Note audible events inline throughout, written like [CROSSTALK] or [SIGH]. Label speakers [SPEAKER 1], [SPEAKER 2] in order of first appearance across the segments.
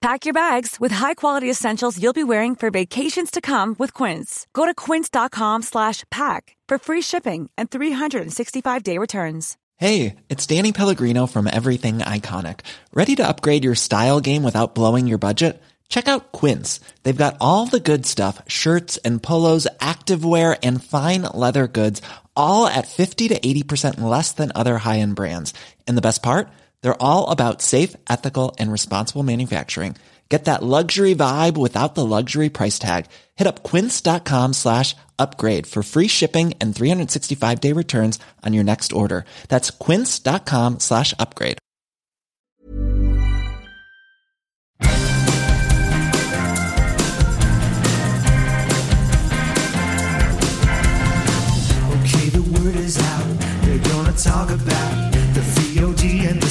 [SPEAKER 1] Pack your bags with high-quality essentials you'll be wearing for vacations to come with Quince. Go to quince.com/pack for free shipping and 365-day returns.
[SPEAKER 2] Hey, it's Danny Pellegrino from Everything Iconic. Ready to upgrade your style game without blowing your budget? Check out Quince. They've got all the good stuff, shirts and polos, activewear and fine leather goods, all at 50 to 80% less than other high-end brands. And the best part? They're all about safe, ethical, and responsible manufacturing. Get that luxury vibe without the luxury price tag. Hit up quince.com slash upgrade for free shipping and 365-day returns on your next order. That's quince.com slash upgrade.
[SPEAKER 3] Okay, the word is out. They're gonna talk about the VOD and the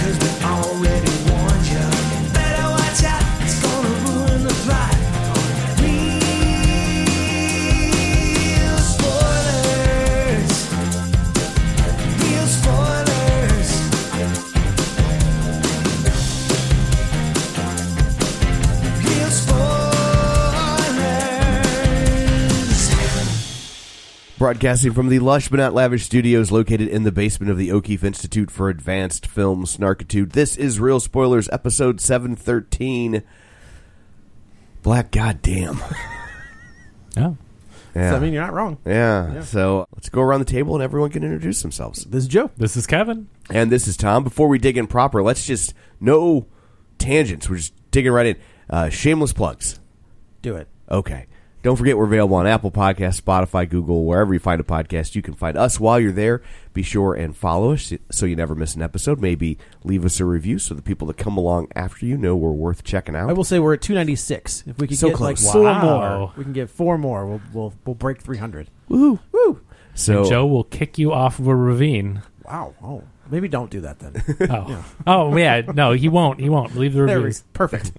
[SPEAKER 3] cause we already warned you. Better watch out, it's gonna ruin the plot. Real spoilers. Real spoilers. Real spoilers.
[SPEAKER 4] Broadcasting from the lush but not lavish studios located in the basement of the O'Keefe Institute for Advanced Film Snarkitude, this is Real Spoilers, episode 713. Black Goddamn.
[SPEAKER 5] Oh.
[SPEAKER 4] Yeah.
[SPEAKER 6] So, I mean, you're not wrong.
[SPEAKER 4] yeah. So let's go around the table and everyone can introduce themselves.
[SPEAKER 6] This is Joe.
[SPEAKER 5] This is Kevin.
[SPEAKER 4] And this is Tom. Before we dig in proper, let's just no tangents. We're just digging right in. Uh, shameless plugs.
[SPEAKER 6] Do it.
[SPEAKER 4] Okay. Don't forget we're available on Apple Podcasts, Spotify, Google, wherever you find a podcast. You can find us while you're there. Be sure and follow us so you never miss an episode. Maybe leave us a review so the people that come along after you know we're worth checking out.
[SPEAKER 6] I will say we're at 296. If we could
[SPEAKER 4] So
[SPEAKER 6] get like
[SPEAKER 4] close.
[SPEAKER 6] four
[SPEAKER 5] Wow.
[SPEAKER 6] more, we can get four more. We'll we'll, we'll break 300.
[SPEAKER 4] Woo, woo. So
[SPEAKER 5] Joe will kick you off of a ravine.
[SPEAKER 6] Wow. Oh, maybe don't do that [LAUGHS] then.
[SPEAKER 5] Oh, oh yeah. No, he won't. He won't. Leave the
[SPEAKER 6] there we
[SPEAKER 5] reviews.
[SPEAKER 6] Perfect.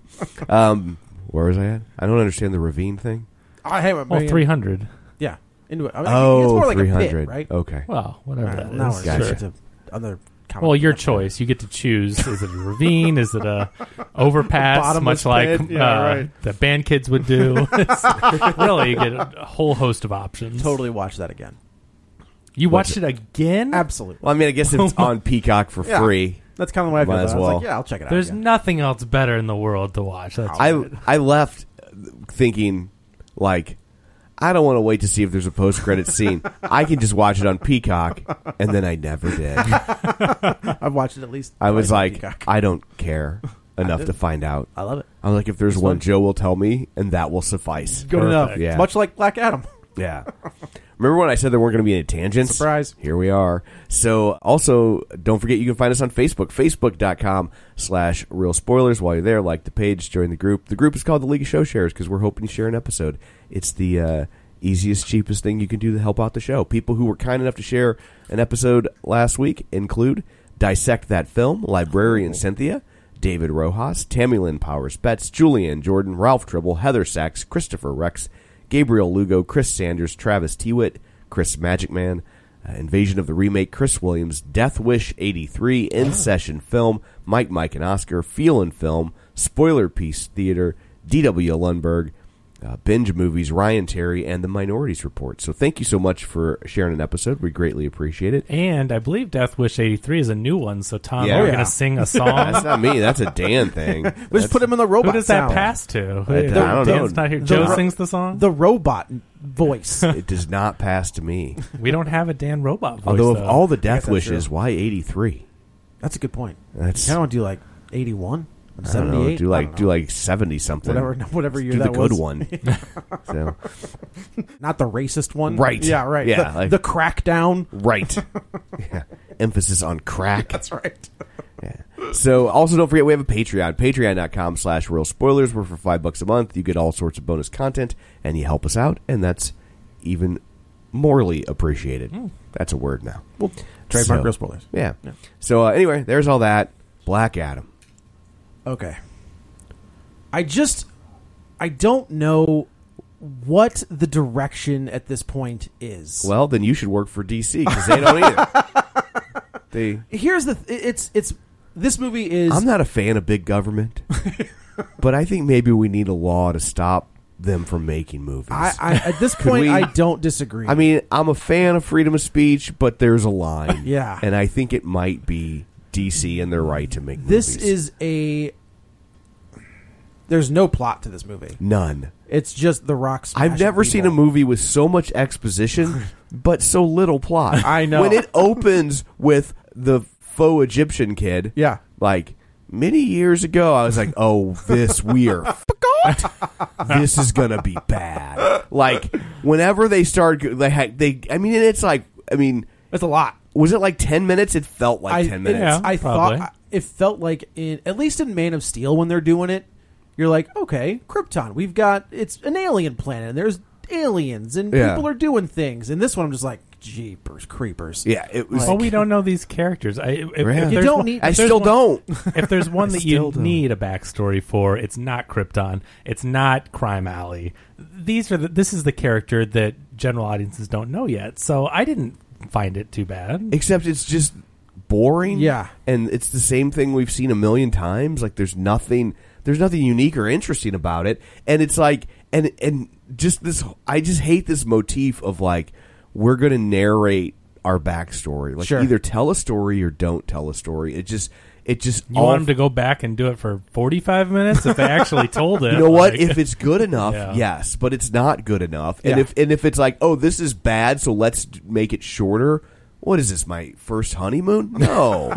[SPEAKER 4] um, where was I at? I don't understand the ravine thing.
[SPEAKER 6] I have a
[SPEAKER 5] Well, three hundred.
[SPEAKER 6] Yeah. Into it. I mean,
[SPEAKER 4] Oh,
[SPEAKER 6] it's more like
[SPEAKER 4] 300.
[SPEAKER 6] A pit, right?
[SPEAKER 4] Okay.
[SPEAKER 5] Well, whatever
[SPEAKER 6] All right,
[SPEAKER 5] that
[SPEAKER 6] now
[SPEAKER 5] is.
[SPEAKER 6] we're
[SPEAKER 4] Gotcha.
[SPEAKER 6] just to other. Comic
[SPEAKER 5] Well, your choice. You get to choose. Is it a ravine? is it a
[SPEAKER 6] [LAUGHS]
[SPEAKER 5] overpass?
[SPEAKER 6] Bottomless
[SPEAKER 5] much like
[SPEAKER 6] pit?
[SPEAKER 5] uh, the band kids would
[SPEAKER 6] [LAUGHS]
[SPEAKER 5] do. [LAUGHS] It's- really, you get a whole host of options.
[SPEAKER 6] Totally watch that again.
[SPEAKER 5] You watched it again.
[SPEAKER 6] Absolutely.
[SPEAKER 4] Well, I mean, I guess if
[SPEAKER 6] [LAUGHS]
[SPEAKER 4] it's on Peacock for
[SPEAKER 6] Yeah.
[SPEAKER 4] free.
[SPEAKER 6] That's kind of the way I feel.
[SPEAKER 4] Might
[SPEAKER 6] about
[SPEAKER 4] as
[SPEAKER 6] it. I was
[SPEAKER 4] well.
[SPEAKER 6] like, yeah, I'll check it out.
[SPEAKER 5] There's
[SPEAKER 6] again.
[SPEAKER 5] nothing else better in the world to watch. That's
[SPEAKER 4] I I left thinking like I don't want to wait to see if there's a post credit scene. I can just watch it on Peacock, and then I never
[SPEAKER 6] [LAUGHS]
[SPEAKER 4] did.
[SPEAKER 6] I've watched it at least.
[SPEAKER 4] I was
[SPEAKER 6] twice on
[SPEAKER 4] like,
[SPEAKER 6] Peacock.
[SPEAKER 4] I don't care enough to find out.
[SPEAKER 6] I love it.
[SPEAKER 4] I'm like, if there's one, Joe will tell me, and that will suffice.
[SPEAKER 6] Good enough.
[SPEAKER 4] Yeah.
[SPEAKER 6] Much like Black Adam.
[SPEAKER 4] Yeah. Remember when I said there weren't going to be any tangents?
[SPEAKER 6] Surprise.
[SPEAKER 4] Here we are. So also don't forget you can find us on Facebook, facebook.com slash real spoilers. While you're there, like the page, join the group. The group is called the League of Show Shares because we're hoping to share an episode. It's the uh, easiest, cheapest thing you can do to help out the show. People who were kind enough to share an episode last week include Dissect That Film, Librarian Cynthia, David Rojas, Tammy Lynn Powers Betts, Julian Jordan, Ralph Tribble, Heather Sachs, Christopher Rex, Gabriel Lugo, Chris Sanders, Travis Tewitt, Chris Magic Man, uh, Invasion of the Remake, Chris Williams, Death Wish 83,
[SPEAKER 6] Ah.
[SPEAKER 4] In Session Film, Mike, Mike, and Oscar, Feel and Film, Spoiler Piece Theater, D.W. Lundberg, uh, Binge Movies, Ryan Terry, and The Minorities Report. So thank you so much for sharing an episode. We greatly appreciate
[SPEAKER 6] [LAUGHS]
[SPEAKER 4] it.
[SPEAKER 5] And I believe Death Wish 83 is a new one, so Tom,
[SPEAKER 4] Yeah.
[SPEAKER 5] we're
[SPEAKER 6] Oh,
[SPEAKER 4] Yeah.
[SPEAKER 5] going to sing
[SPEAKER 6] [LAUGHS]
[SPEAKER 5] a song.
[SPEAKER 4] That's not me. That's a Dan thing.
[SPEAKER 6] Let's put him in the robot.
[SPEAKER 5] Who does that
[SPEAKER 6] sound.
[SPEAKER 5] pass to?
[SPEAKER 4] Uh, I don't know.
[SPEAKER 5] Dan's not here.
[SPEAKER 6] The
[SPEAKER 5] Joe
[SPEAKER 6] ro-
[SPEAKER 5] sings the song.
[SPEAKER 6] The robot [LAUGHS] voice.
[SPEAKER 4] It does not pass to me.
[SPEAKER 5] we don't have a Dan robot voice.
[SPEAKER 4] Although,
[SPEAKER 5] though.
[SPEAKER 4] of all the death
[SPEAKER 6] that's
[SPEAKER 4] wishes, why 83?
[SPEAKER 6] That's a good point.
[SPEAKER 4] That's
[SPEAKER 6] I don't do like 81.
[SPEAKER 4] I don't know,
[SPEAKER 6] 78?
[SPEAKER 4] do
[SPEAKER 6] I
[SPEAKER 4] like
[SPEAKER 6] don't
[SPEAKER 4] do
[SPEAKER 6] know.
[SPEAKER 4] like seventy something.
[SPEAKER 6] Whatever- [LAUGHS] whatever
[SPEAKER 4] Let's
[SPEAKER 6] year
[SPEAKER 4] do the
[SPEAKER 6] that
[SPEAKER 4] good
[SPEAKER 6] was. [LAUGHS]
[SPEAKER 4] one. so
[SPEAKER 6] not the racist one,
[SPEAKER 4] Right.
[SPEAKER 6] Yeah, right.
[SPEAKER 4] Yeah,
[SPEAKER 6] the,
[SPEAKER 4] like-
[SPEAKER 6] the crackdown. [LAUGHS]
[SPEAKER 4] right, yeah. emphasis on crack.
[SPEAKER 6] That's right.
[SPEAKER 4] So also don't forget we have a Patreon, patreon.com slash real spoilers. We're for five bucks a month. You get all sorts of bonus content and you help us out, and that's even morally appreciated. That's a word now.
[SPEAKER 6] [LAUGHS] Hmm. Well, trademark
[SPEAKER 4] So-
[SPEAKER 6] real spoilers.
[SPEAKER 4] Yeah. So uh, anyway, there's all that. Black Adam.
[SPEAKER 6] Okay. I just I don't know what the direction at this point is.
[SPEAKER 4] Well, then you should work for DC because they don't either.
[SPEAKER 6] [LAUGHS]
[SPEAKER 4] they,
[SPEAKER 6] here's the th- it's it's this movie is
[SPEAKER 4] I'm not a fan of big
[SPEAKER 6] [LAUGHS]
[SPEAKER 4] government, but I think maybe we need a law to stop them from making movies.
[SPEAKER 6] I, I
[SPEAKER 4] [LAUGHS]
[SPEAKER 6] at this point
[SPEAKER 4] we-
[SPEAKER 6] I don't disagree.
[SPEAKER 4] I mean, I'm a fan of freedom of speech, but there's a line.
[SPEAKER 6] [LAUGHS] Yeah.
[SPEAKER 4] And I think it might be DC and their right to make
[SPEAKER 6] this
[SPEAKER 4] movies.
[SPEAKER 6] is a there's no plot to this movie.
[SPEAKER 4] none.
[SPEAKER 6] It's just the rock.
[SPEAKER 4] I've
[SPEAKER 6] smashing
[SPEAKER 4] never seen a
[SPEAKER 6] people.
[SPEAKER 4] movie with so much
[SPEAKER 6] [LAUGHS]
[SPEAKER 4] exposition, but so little plot.
[SPEAKER 6] I know.
[SPEAKER 4] When it opens with the faux Egyptian kid.
[SPEAKER 6] Yeah.
[SPEAKER 4] Like, many years ago, I was like, oh, this
[SPEAKER 6] [LAUGHS]
[SPEAKER 4] weird. this is gonna be bad. Like whenever they start, they had- they. I mean, and it's like, I mean,
[SPEAKER 6] It's a lot.
[SPEAKER 4] was it like ten minutes? It felt like
[SPEAKER 6] I,
[SPEAKER 4] ten
[SPEAKER 6] it-
[SPEAKER 4] minutes.
[SPEAKER 5] Yeah,
[SPEAKER 6] I
[SPEAKER 5] probably.
[SPEAKER 6] thought it felt like in at least in Man of Steel when they're doing it, you're like, okay, Krypton. We've got it's an alien planet. and There's aliens and
[SPEAKER 4] Yeah.
[SPEAKER 6] people are doing things. And this one, I'm just like, jeepers creepers.
[SPEAKER 4] Yeah, it was.
[SPEAKER 5] well, we don't know these characters. I, if, if
[SPEAKER 4] Yeah. You
[SPEAKER 5] there's
[SPEAKER 6] don't
[SPEAKER 5] one-
[SPEAKER 6] need-
[SPEAKER 4] I
[SPEAKER 5] if
[SPEAKER 4] still
[SPEAKER 5] there's one-
[SPEAKER 4] don't.
[SPEAKER 5] [LAUGHS] If there's one that you
[SPEAKER 4] still don't.
[SPEAKER 5] need a backstory for, it's not Krypton. It's not Crime Alley. These are the, this is the character that general audiences don't know yet. So I didn't find it too bad.
[SPEAKER 4] Except it's just boring.
[SPEAKER 6] Yeah.
[SPEAKER 4] and it's the same thing we've seen a million times. Like there's nothing, there's nothing unique or interesting about it. And it's like, and and just this, I just hate this motif of like we're gonna narrate our backstory. Like
[SPEAKER 6] Sure.
[SPEAKER 4] either tell a story or don't tell a story. It just, it just
[SPEAKER 5] You
[SPEAKER 4] all
[SPEAKER 5] want him to go back and do it for 45 minutes if they actually told
[SPEAKER 4] [LAUGHS]
[SPEAKER 5] it. [LAUGHS]
[SPEAKER 4] You know what?
[SPEAKER 5] like-
[SPEAKER 4] If it's good enough,
[SPEAKER 5] [LAUGHS] Yeah.
[SPEAKER 4] yes, but it's not good enough. And
[SPEAKER 6] Yeah.
[SPEAKER 4] if and if it's like, oh, this is bad, so let's d- make it shorter. What is this? My first
[SPEAKER 5] [LAUGHS]
[SPEAKER 4] honeymoon? No,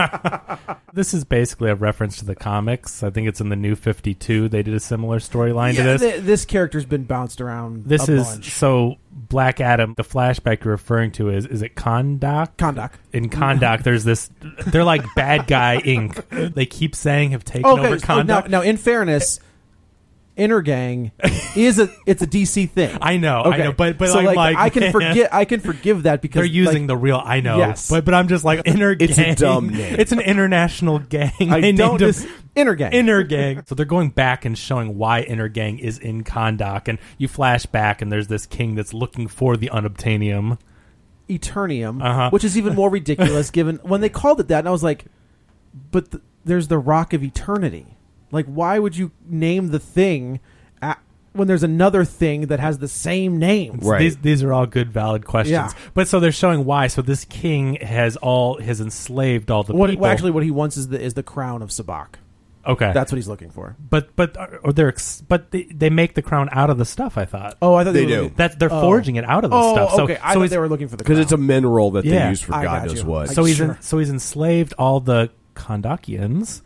[SPEAKER 5] This is basically a reference to the comics. I think it's in the New 52. They did a similar storyline
[SPEAKER 6] Yeah,
[SPEAKER 5] to this.
[SPEAKER 6] th- this character's been bounced around.
[SPEAKER 5] this
[SPEAKER 6] a
[SPEAKER 5] is
[SPEAKER 6] bunch.
[SPEAKER 5] so Black Adam. The flashback you're referring to is is it Kondak?
[SPEAKER 6] Kondak.
[SPEAKER 5] in Kondak, there's this. They're like bad guy
[SPEAKER 6] [LAUGHS]
[SPEAKER 5] Inc. They keep saying have taken over
[SPEAKER 6] Okay, so now,
[SPEAKER 5] Kondak.
[SPEAKER 6] now in fairness, Inner Gang is a it's a DC thing.
[SPEAKER 5] [LAUGHS] I know, I know, but- but
[SPEAKER 6] so,
[SPEAKER 5] I'm
[SPEAKER 6] like,
[SPEAKER 5] like, [LAUGHS]
[SPEAKER 6] I can
[SPEAKER 5] man.
[SPEAKER 6] forget I can forgive that because
[SPEAKER 5] They're using
[SPEAKER 6] like,
[SPEAKER 5] the real. I know,
[SPEAKER 6] Yes.
[SPEAKER 5] but but I'm just
[SPEAKER 6] [LAUGHS]
[SPEAKER 5] like inner.
[SPEAKER 4] It's a
[SPEAKER 5] gang.
[SPEAKER 4] dumb name.
[SPEAKER 5] [LAUGHS] It's an international gang. [LAUGHS]
[SPEAKER 6] I
[SPEAKER 5] They
[SPEAKER 6] don't
[SPEAKER 5] named 'em
[SPEAKER 6] dis- Inner Gang. [LAUGHS]
[SPEAKER 5] Inner Gang. So they're going back and showing why Inner Gang is in Kondak, and you flash back, and there's this king that's looking for the unobtainium.
[SPEAKER 6] Eternium,
[SPEAKER 5] Uh-huh.
[SPEAKER 6] which is even
[SPEAKER 5] [LAUGHS]
[SPEAKER 6] more ridiculous given when they called it that. And I was like, but th- there's the Rock of Eternity. Like, why would you name the thing a when there's another thing that has the same name?
[SPEAKER 4] Right.
[SPEAKER 5] These these are all good, valid questions.
[SPEAKER 6] Yeah.
[SPEAKER 5] But so they're showing why. So this king has all has enslaved all the
[SPEAKER 6] What
[SPEAKER 5] people.
[SPEAKER 6] well, actually what he wants is the is the crown of Sabak.
[SPEAKER 5] okay,
[SPEAKER 6] That's what he's looking for.
[SPEAKER 5] but but or they're ex- but they, they make the crown out of the stuff. I thought.
[SPEAKER 6] Oh, I thought
[SPEAKER 4] They
[SPEAKER 6] were
[SPEAKER 4] do.
[SPEAKER 6] looking-
[SPEAKER 5] That they're
[SPEAKER 6] Oh.
[SPEAKER 5] forging it out of the
[SPEAKER 6] oh,
[SPEAKER 5] stuff. So,
[SPEAKER 6] okay. I
[SPEAKER 5] so
[SPEAKER 6] thought
[SPEAKER 5] he's,
[SPEAKER 6] they were looking for the
[SPEAKER 4] because it's a
[SPEAKER 6] crown.
[SPEAKER 4] mineral that
[SPEAKER 5] Yeah.
[SPEAKER 4] they use for
[SPEAKER 6] I
[SPEAKER 4] God
[SPEAKER 6] got
[SPEAKER 4] knows
[SPEAKER 6] you.
[SPEAKER 4] what.
[SPEAKER 5] so he's
[SPEAKER 6] Sure.
[SPEAKER 5] en- so he's enslaved all the Kondakians,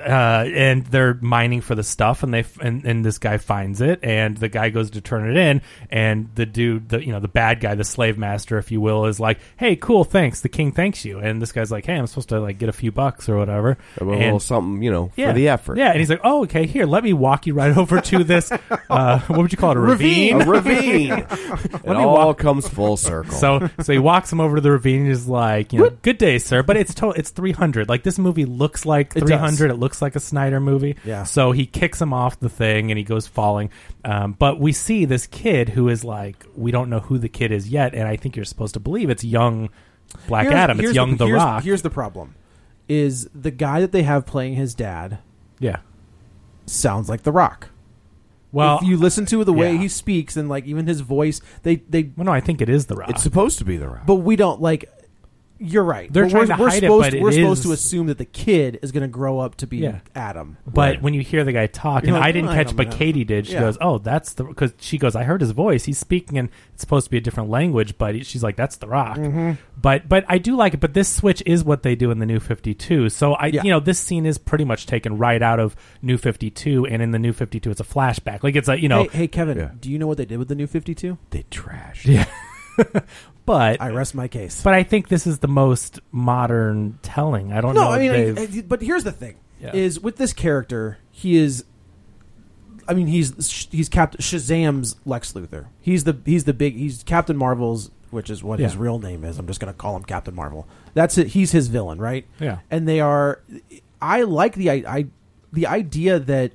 [SPEAKER 5] uh, and they're mining for the stuff. And they f- and, and this guy finds it, and the guy goes to turn it in, and the dude, the you know the bad guy, the slave master, if you will, is like, "Hey, cool, thanks. The king thanks you." And this guy's like, "Hey, I'm supposed to like get a few bucks or whatever."
[SPEAKER 4] a little
[SPEAKER 5] And-
[SPEAKER 4] something, you know, for the effort.
[SPEAKER 5] Yeah, and he's like, "Oh, okay, here, let me walk you right over to this. Uh, what would
[SPEAKER 4] [LAUGHS]
[SPEAKER 5] you call it? A ravine? [LAUGHS]
[SPEAKER 4] a ravine. it all comes full circle.
[SPEAKER 5] So so he walks him over to the ravine and is like, you know, good day, sir. But it's total it's three hundred. Like this movie looks like
[SPEAKER 6] It
[SPEAKER 5] three hundred.
[SPEAKER 6] does.
[SPEAKER 5] It looks like a Snyder movie.
[SPEAKER 6] Yeah.
[SPEAKER 5] So he kicks him off the thing and he goes falling. Um, but we see this kid who is like, we don't know who the kid is yet, and I think you're supposed to believe it's young Black
[SPEAKER 6] Here's-
[SPEAKER 5] Adam. It's
[SPEAKER 6] here's
[SPEAKER 5] young The,
[SPEAKER 6] here's-
[SPEAKER 5] Rock.
[SPEAKER 6] Here's the problem: is the guy that they have playing his dad
[SPEAKER 5] yeah.
[SPEAKER 6] sounds like The Rock.
[SPEAKER 5] Well,
[SPEAKER 6] if you listen to the way
[SPEAKER 5] yeah.
[SPEAKER 6] he speaks and like even his voice, they they.
[SPEAKER 5] well, no, I think it is The Rock.
[SPEAKER 4] it's supposed to be the rock.
[SPEAKER 6] But we don't like. You're right.
[SPEAKER 5] They're
[SPEAKER 6] But
[SPEAKER 5] trying
[SPEAKER 6] we're,
[SPEAKER 5] to
[SPEAKER 6] we're
[SPEAKER 5] hide it,
[SPEAKER 6] supposed
[SPEAKER 5] but it
[SPEAKER 6] we're supposed to
[SPEAKER 5] is-
[SPEAKER 6] assume that the kid is going to grow up to be
[SPEAKER 5] Yeah.
[SPEAKER 6] Adam.
[SPEAKER 5] But when you hear the guy talk,
[SPEAKER 6] You're
[SPEAKER 5] and
[SPEAKER 6] like,
[SPEAKER 5] I didn't
[SPEAKER 6] "Oh, I
[SPEAKER 5] catch,
[SPEAKER 6] don't
[SPEAKER 5] but
[SPEAKER 6] know."
[SPEAKER 5] Katie did. She
[SPEAKER 6] Yeah.
[SPEAKER 5] goes, "Oh, that's the," because she goes, "I heard his voice. He's speaking, and it's supposed to be a different language." But he- she's like, "That's the Rock."
[SPEAKER 6] Mm-hmm.
[SPEAKER 5] But but I do like it. But this switch is what they do in the New Fifty Two. So I
[SPEAKER 6] Yeah.
[SPEAKER 5] you know this scene is pretty much taken right out of New Fifty Two, and in the New Fifty Two, it's a flashback. Like it's a you know,
[SPEAKER 6] Hey, hey Kevin,
[SPEAKER 4] Yeah.
[SPEAKER 6] do you know what they did with the new 52?
[SPEAKER 4] They trash. Yeah.
[SPEAKER 5] but
[SPEAKER 6] I rest my case.
[SPEAKER 5] but I think this is the most modern telling. I don't
[SPEAKER 6] no,
[SPEAKER 5] know.
[SPEAKER 6] I mean,
[SPEAKER 5] if
[SPEAKER 6] I-
[SPEAKER 5] they've-
[SPEAKER 6] I- but here's the thing:
[SPEAKER 5] Yeah.
[SPEAKER 6] is with this character, he is. I mean, he's he's Captain Shazam's Lex Luthor. He's the he's the big he's Captain Marvel's, which is what his
[SPEAKER 5] Yeah.
[SPEAKER 6] real name is. I'm just going to call him Captain Marvel. That's it. He's his villain, right?
[SPEAKER 5] Yeah.
[SPEAKER 6] And they are. I like the I, I the idea that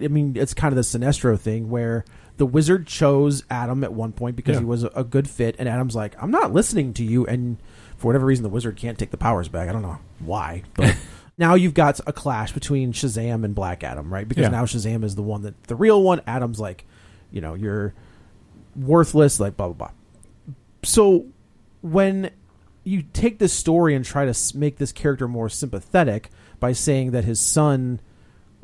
[SPEAKER 6] I mean, it's kind of the Sinestro thing where the wizard chose Adam at one point because
[SPEAKER 5] Yeah.
[SPEAKER 6] he was a good fit, and Adam's like, "I'm not listening to you." And for whatever reason, the wizard can't take the powers back. I don't know why,
[SPEAKER 5] [LAUGHS]
[SPEAKER 6] but now you've got a clash between Shazam and Black Adam, right? Because
[SPEAKER 5] Yeah.
[SPEAKER 6] now Shazam is the one that the real one. Adam's like, you know, you're worthless, like blah blah blah. So when you take this story and try to s- make this character more sympathetic by saying that his son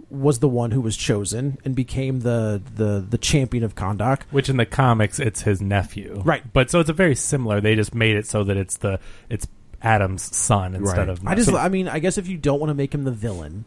[SPEAKER 6] was the one who was chosen and became the the the champion of Kondak.
[SPEAKER 5] Which in the comics, it's his nephew,
[SPEAKER 6] Right.
[SPEAKER 5] But so it's a very similar. They just made it so that it's the it's Adam's son instead
[SPEAKER 4] Right.
[SPEAKER 5] of.
[SPEAKER 6] I just
[SPEAKER 5] So- Mm.
[SPEAKER 6] I mean I guess if you don't want to make him the villain,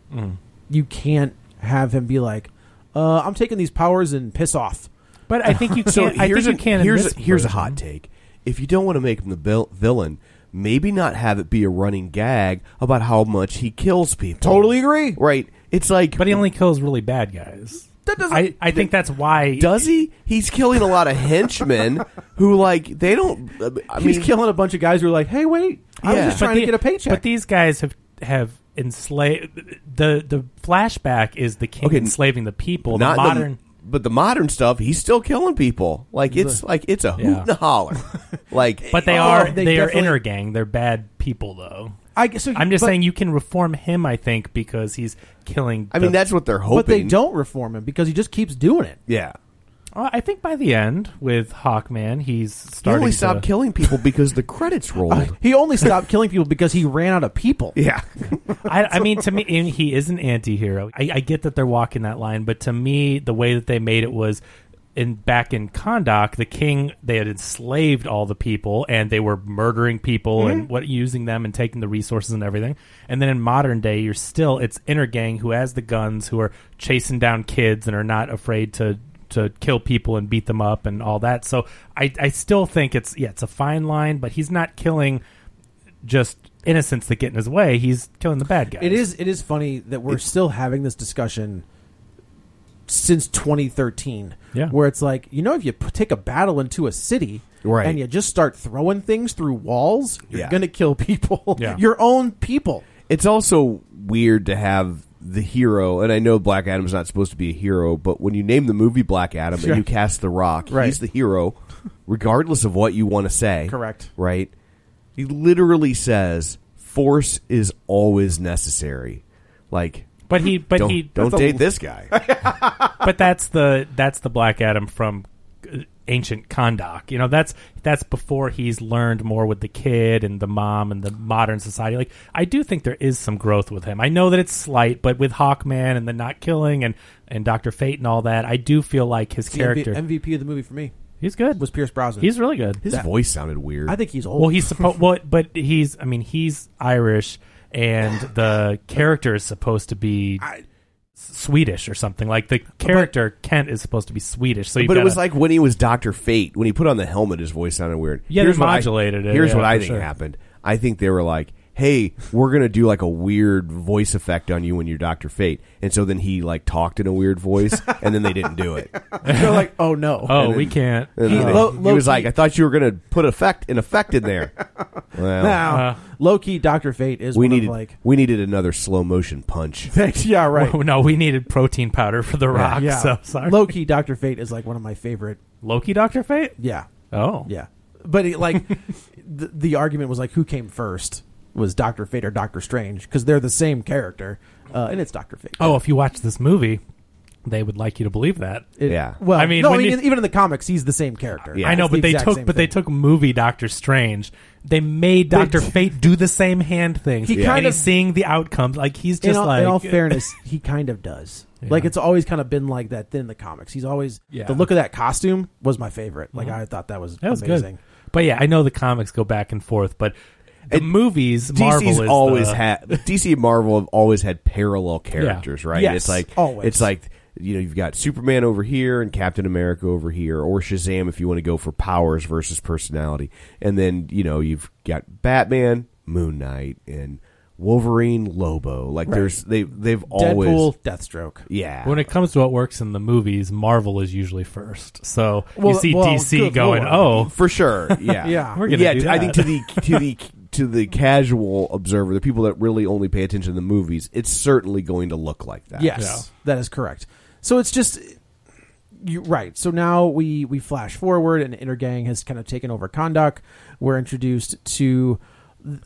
[SPEAKER 6] you can't have him be like, uh, "I'm taking these powers and piss off."
[SPEAKER 5] but I [LAUGHS] think you can.
[SPEAKER 4] So
[SPEAKER 5] I
[SPEAKER 4] here's
[SPEAKER 5] think you
[SPEAKER 4] a,
[SPEAKER 5] can. in
[SPEAKER 4] here's
[SPEAKER 5] this
[SPEAKER 4] a, here's a
[SPEAKER 5] version.
[SPEAKER 4] hot take. If you don't want to make him the vil- villain, maybe not have it be a running gag about how much he kills people.
[SPEAKER 6] Totally agree.
[SPEAKER 4] Right? It's like,
[SPEAKER 5] But he only kills really bad guys.
[SPEAKER 6] That doesn't-
[SPEAKER 5] I, I think that's why.
[SPEAKER 4] does he? He's killing a lot of henchmen who like they don't. I mean,
[SPEAKER 6] He's killing a bunch of guys who are like, "Hey, wait, I was
[SPEAKER 4] Yeah.
[SPEAKER 6] just
[SPEAKER 5] but
[SPEAKER 6] trying
[SPEAKER 5] the-
[SPEAKER 6] to get a paycheck."
[SPEAKER 5] But these guys have have enslaved. The the flashback is the king
[SPEAKER 4] Okay, n-
[SPEAKER 5] enslaving the people. The
[SPEAKER 4] not the-
[SPEAKER 5] modern.
[SPEAKER 4] but the modern stuff, he's still killing people. Like it's like it's a hoot
[SPEAKER 5] Yeah.
[SPEAKER 4] and a holler. like,
[SPEAKER 5] but they
[SPEAKER 6] Oh,
[SPEAKER 5] are
[SPEAKER 6] they
[SPEAKER 5] they, are
[SPEAKER 6] definitely-
[SPEAKER 5] inner gang. They're bad people though.
[SPEAKER 6] I guess so,
[SPEAKER 5] I'm just
[SPEAKER 6] but-
[SPEAKER 5] saying you can reform him. I think because he's killing.
[SPEAKER 4] I mean,
[SPEAKER 5] the-
[SPEAKER 4] that's what they're hoping.
[SPEAKER 6] but they don't reform him because he just keeps doing it.
[SPEAKER 4] Yeah.
[SPEAKER 5] Uh, I think by the end with Hawkman, he's
[SPEAKER 4] He
[SPEAKER 5] starting
[SPEAKER 4] only
[SPEAKER 5] to-
[SPEAKER 4] stopped killing people because the
[SPEAKER 5] [LAUGHS]
[SPEAKER 4] credits rolled.
[SPEAKER 6] He only stopped killing people because he ran out of people.
[SPEAKER 4] yeah. [LAUGHS]
[SPEAKER 5] I, I mean, to me, and he is an anti-hero. I, I get that they're walking that line, but to me, the way that they made it was in back in Kondak, the king they had enslaved all the people, and they were murdering people and what using them and taking the resources and everything. And then in modern day, you're still it's inner gang who has the guns, who are chasing down kids and are not afraid to to kill people and beat them up and all that. So I, I still think it's yeah, it's a fine line, but he's not killing just innocents that get in his way. He's killing the bad guys.
[SPEAKER 6] It is it is funny that we're still having this discussion since 2013.
[SPEAKER 5] Yeah.
[SPEAKER 6] Where it's like, you know, if you p- take a battle into a city
[SPEAKER 4] Right.
[SPEAKER 6] and you just start throwing things through walls, you're
[SPEAKER 4] Yeah.
[SPEAKER 6] going to kill people.
[SPEAKER 5] [LAUGHS] Yeah.
[SPEAKER 6] Your own people.
[SPEAKER 4] It's also weird to have the hero, and I know Black Adam's not supposed to be a hero, but when you name the movie Black Adam
[SPEAKER 6] Sure.
[SPEAKER 4] and you cast The Rock,
[SPEAKER 6] Right.
[SPEAKER 4] he's the hero, regardless of what you want to say.
[SPEAKER 6] Correct.
[SPEAKER 4] Right? He literally says, force is always necessary. Like,
[SPEAKER 5] But he, but
[SPEAKER 4] don't,
[SPEAKER 5] he,
[SPEAKER 4] [LAUGHS] don't date this guy.
[SPEAKER 5] But that's the that's the Black Adam from uh, ancient Kondak. You know, that's that's before he's learned more with the kid and the mom and the modern society. Like, I do think there is some growth with him. I know that it's slight, but with Hawkman and the not killing and and Doctor Fate and all that, I do feel like his
[SPEAKER 6] The
[SPEAKER 5] [LAUGHS]
[SPEAKER 6] MV-
[SPEAKER 5] character.
[SPEAKER 6] MVP of the movie for me
[SPEAKER 5] he's good.
[SPEAKER 6] was Pierce Brosnan.
[SPEAKER 5] He's really good.
[SPEAKER 4] His voice sounded weird.
[SPEAKER 6] I think he's old.
[SPEAKER 5] Well, he's supposed. well, but he's. I mean, he's Irish, and the character is supposed to be
[SPEAKER 6] I-
[SPEAKER 5] S- Swedish or something. Like the character Kent is supposed to be Swedish. So, you
[SPEAKER 4] but it
[SPEAKER 5] gotta-
[SPEAKER 4] was like when he was Doctor Fate. When he put on the helmet, his voice sounded weird.
[SPEAKER 5] Yeah, they
[SPEAKER 4] here's what I-
[SPEAKER 5] modulated it,
[SPEAKER 4] Here's
[SPEAKER 5] yeah,
[SPEAKER 4] what I
[SPEAKER 5] for
[SPEAKER 4] think
[SPEAKER 5] sure.
[SPEAKER 4] happened. I think they were like, "Hey, we're gonna do like a weird voice effect on you when you're Doctor Fate," and so then he like talked in a weird voice, and then they didn't do it.
[SPEAKER 6] [LAUGHS] They're like, oh no.
[SPEAKER 5] [LAUGHS] oh,
[SPEAKER 4] and
[SPEAKER 5] we
[SPEAKER 4] then-
[SPEAKER 5] can't.
[SPEAKER 4] And
[SPEAKER 6] He-
[SPEAKER 4] then they-
[SPEAKER 6] low-
[SPEAKER 4] he
[SPEAKER 6] low
[SPEAKER 4] was like,
[SPEAKER 6] key-
[SPEAKER 4] "I thought you were gonna put effect an effect in
[SPEAKER 5] [LAUGHS]
[SPEAKER 4] there." Well,
[SPEAKER 6] [LAUGHS] Now,
[SPEAKER 5] Uh,
[SPEAKER 6] low key, Doctor Fate is
[SPEAKER 4] we
[SPEAKER 6] one of,
[SPEAKER 4] needed
[SPEAKER 6] like. [LAUGHS]
[SPEAKER 4] we needed another slow motion punch.
[SPEAKER 6] Thanks.
[SPEAKER 5] [LAUGHS]
[SPEAKER 6] Yeah, [LAUGHS] right.
[SPEAKER 5] Oh, no, we needed protein powder for the Rock.
[SPEAKER 6] yeah.
[SPEAKER 5] So sorry.
[SPEAKER 6] Low key, Doctor Fate is like one of my favorite.
[SPEAKER 5] Loki, Doctor Fate.
[SPEAKER 6] Yeah.
[SPEAKER 5] Oh,
[SPEAKER 6] Yeah, but it, like [LAUGHS] the, the argument was like, who came first? Was Doctor Fate
[SPEAKER 4] Oh,
[SPEAKER 6] or Doctor Strange? Because they're the same character, uh, and it's Doctor Fate.
[SPEAKER 5] Oh, if you watch this movie, they would like you to believe that.
[SPEAKER 6] It-
[SPEAKER 4] Yeah.
[SPEAKER 6] Well,
[SPEAKER 5] I mean,
[SPEAKER 6] no,
[SPEAKER 5] when you-
[SPEAKER 6] even, even in the comics, he's the same character.
[SPEAKER 4] Yeah.
[SPEAKER 5] I know,
[SPEAKER 6] It's
[SPEAKER 5] but
[SPEAKER 6] the
[SPEAKER 5] they
[SPEAKER 6] exact
[SPEAKER 5] took
[SPEAKER 6] same
[SPEAKER 5] but they
[SPEAKER 6] thing.
[SPEAKER 5] took movie Doctor Strange. They made
[SPEAKER 6] They
[SPEAKER 5] Doctor
[SPEAKER 6] did.
[SPEAKER 5] Fate do the same hand thing.
[SPEAKER 6] He
[SPEAKER 5] and
[SPEAKER 6] kind
[SPEAKER 5] he's
[SPEAKER 6] of-
[SPEAKER 5] seeing the outcomes. Like he's
[SPEAKER 6] In
[SPEAKER 5] just
[SPEAKER 6] all,
[SPEAKER 5] like
[SPEAKER 6] in all fairness, he kind of does. Like it's always kind of been like that in the comics. He's always
[SPEAKER 5] Yeah. Uh-huh.
[SPEAKER 6] the look of that costume was my favorite. Like I thought that was
[SPEAKER 5] That was
[SPEAKER 6] amazing.
[SPEAKER 5] good. But yeah, I know the comics go back and forth, but the movies Marvel
[SPEAKER 4] DC's
[SPEAKER 5] is
[SPEAKER 4] always
[SPEAKER 5] the,
[SPEAKER 4] had DC and Marvel have always had parallel characters, right?
[SPEAKER 6] Yes,
[SPEAKER 4] it's like
[SPEAKER 6] always.
[SPEAKER 4] it's like you know you've got Superman over here and Captain America over here, or Shazam if you want to go for powers versus personality, and then you know you've got Batman, Moon Knight, and Wolverine, Lobo. Like there's they they've always
[SPEAKER 6] Deadpool, Deathstroke.
[SPEAKER 4] yeah.
[SPEAKER 5] When it comes to what works in the movies, Marvel is usually first. So
[SPEAKER 6] Well,
[SPEAKER 5] you see
[SPEAKER 6] well,
[SPEAKER 5] DC
[SPEAKER 6] good
[SPEAKER 5] going,
[SPEAKER 6] lord.
[SPEAKER 5] "Oh,
[SPEAKER 4] for sure, yeah,
[SPEAKER 6] [LAUGHS] Yeah. We're
[SPEAKER 5] gonna
[SPEAKER 4] yeah.
[SPEAKER 5] do
[SPEAKER 4] I think to
[SPEAKER 5] that.
[SPEAKER 4] the to the to the casual observer, the people that really only pay attention to the movies, it's certainly going to look like that.
[SPEAKER 6] Yes, that is correct. So it's just you right. So now we we flash forward, and Intergang has kind of taken over Kondak. We're introduced to th-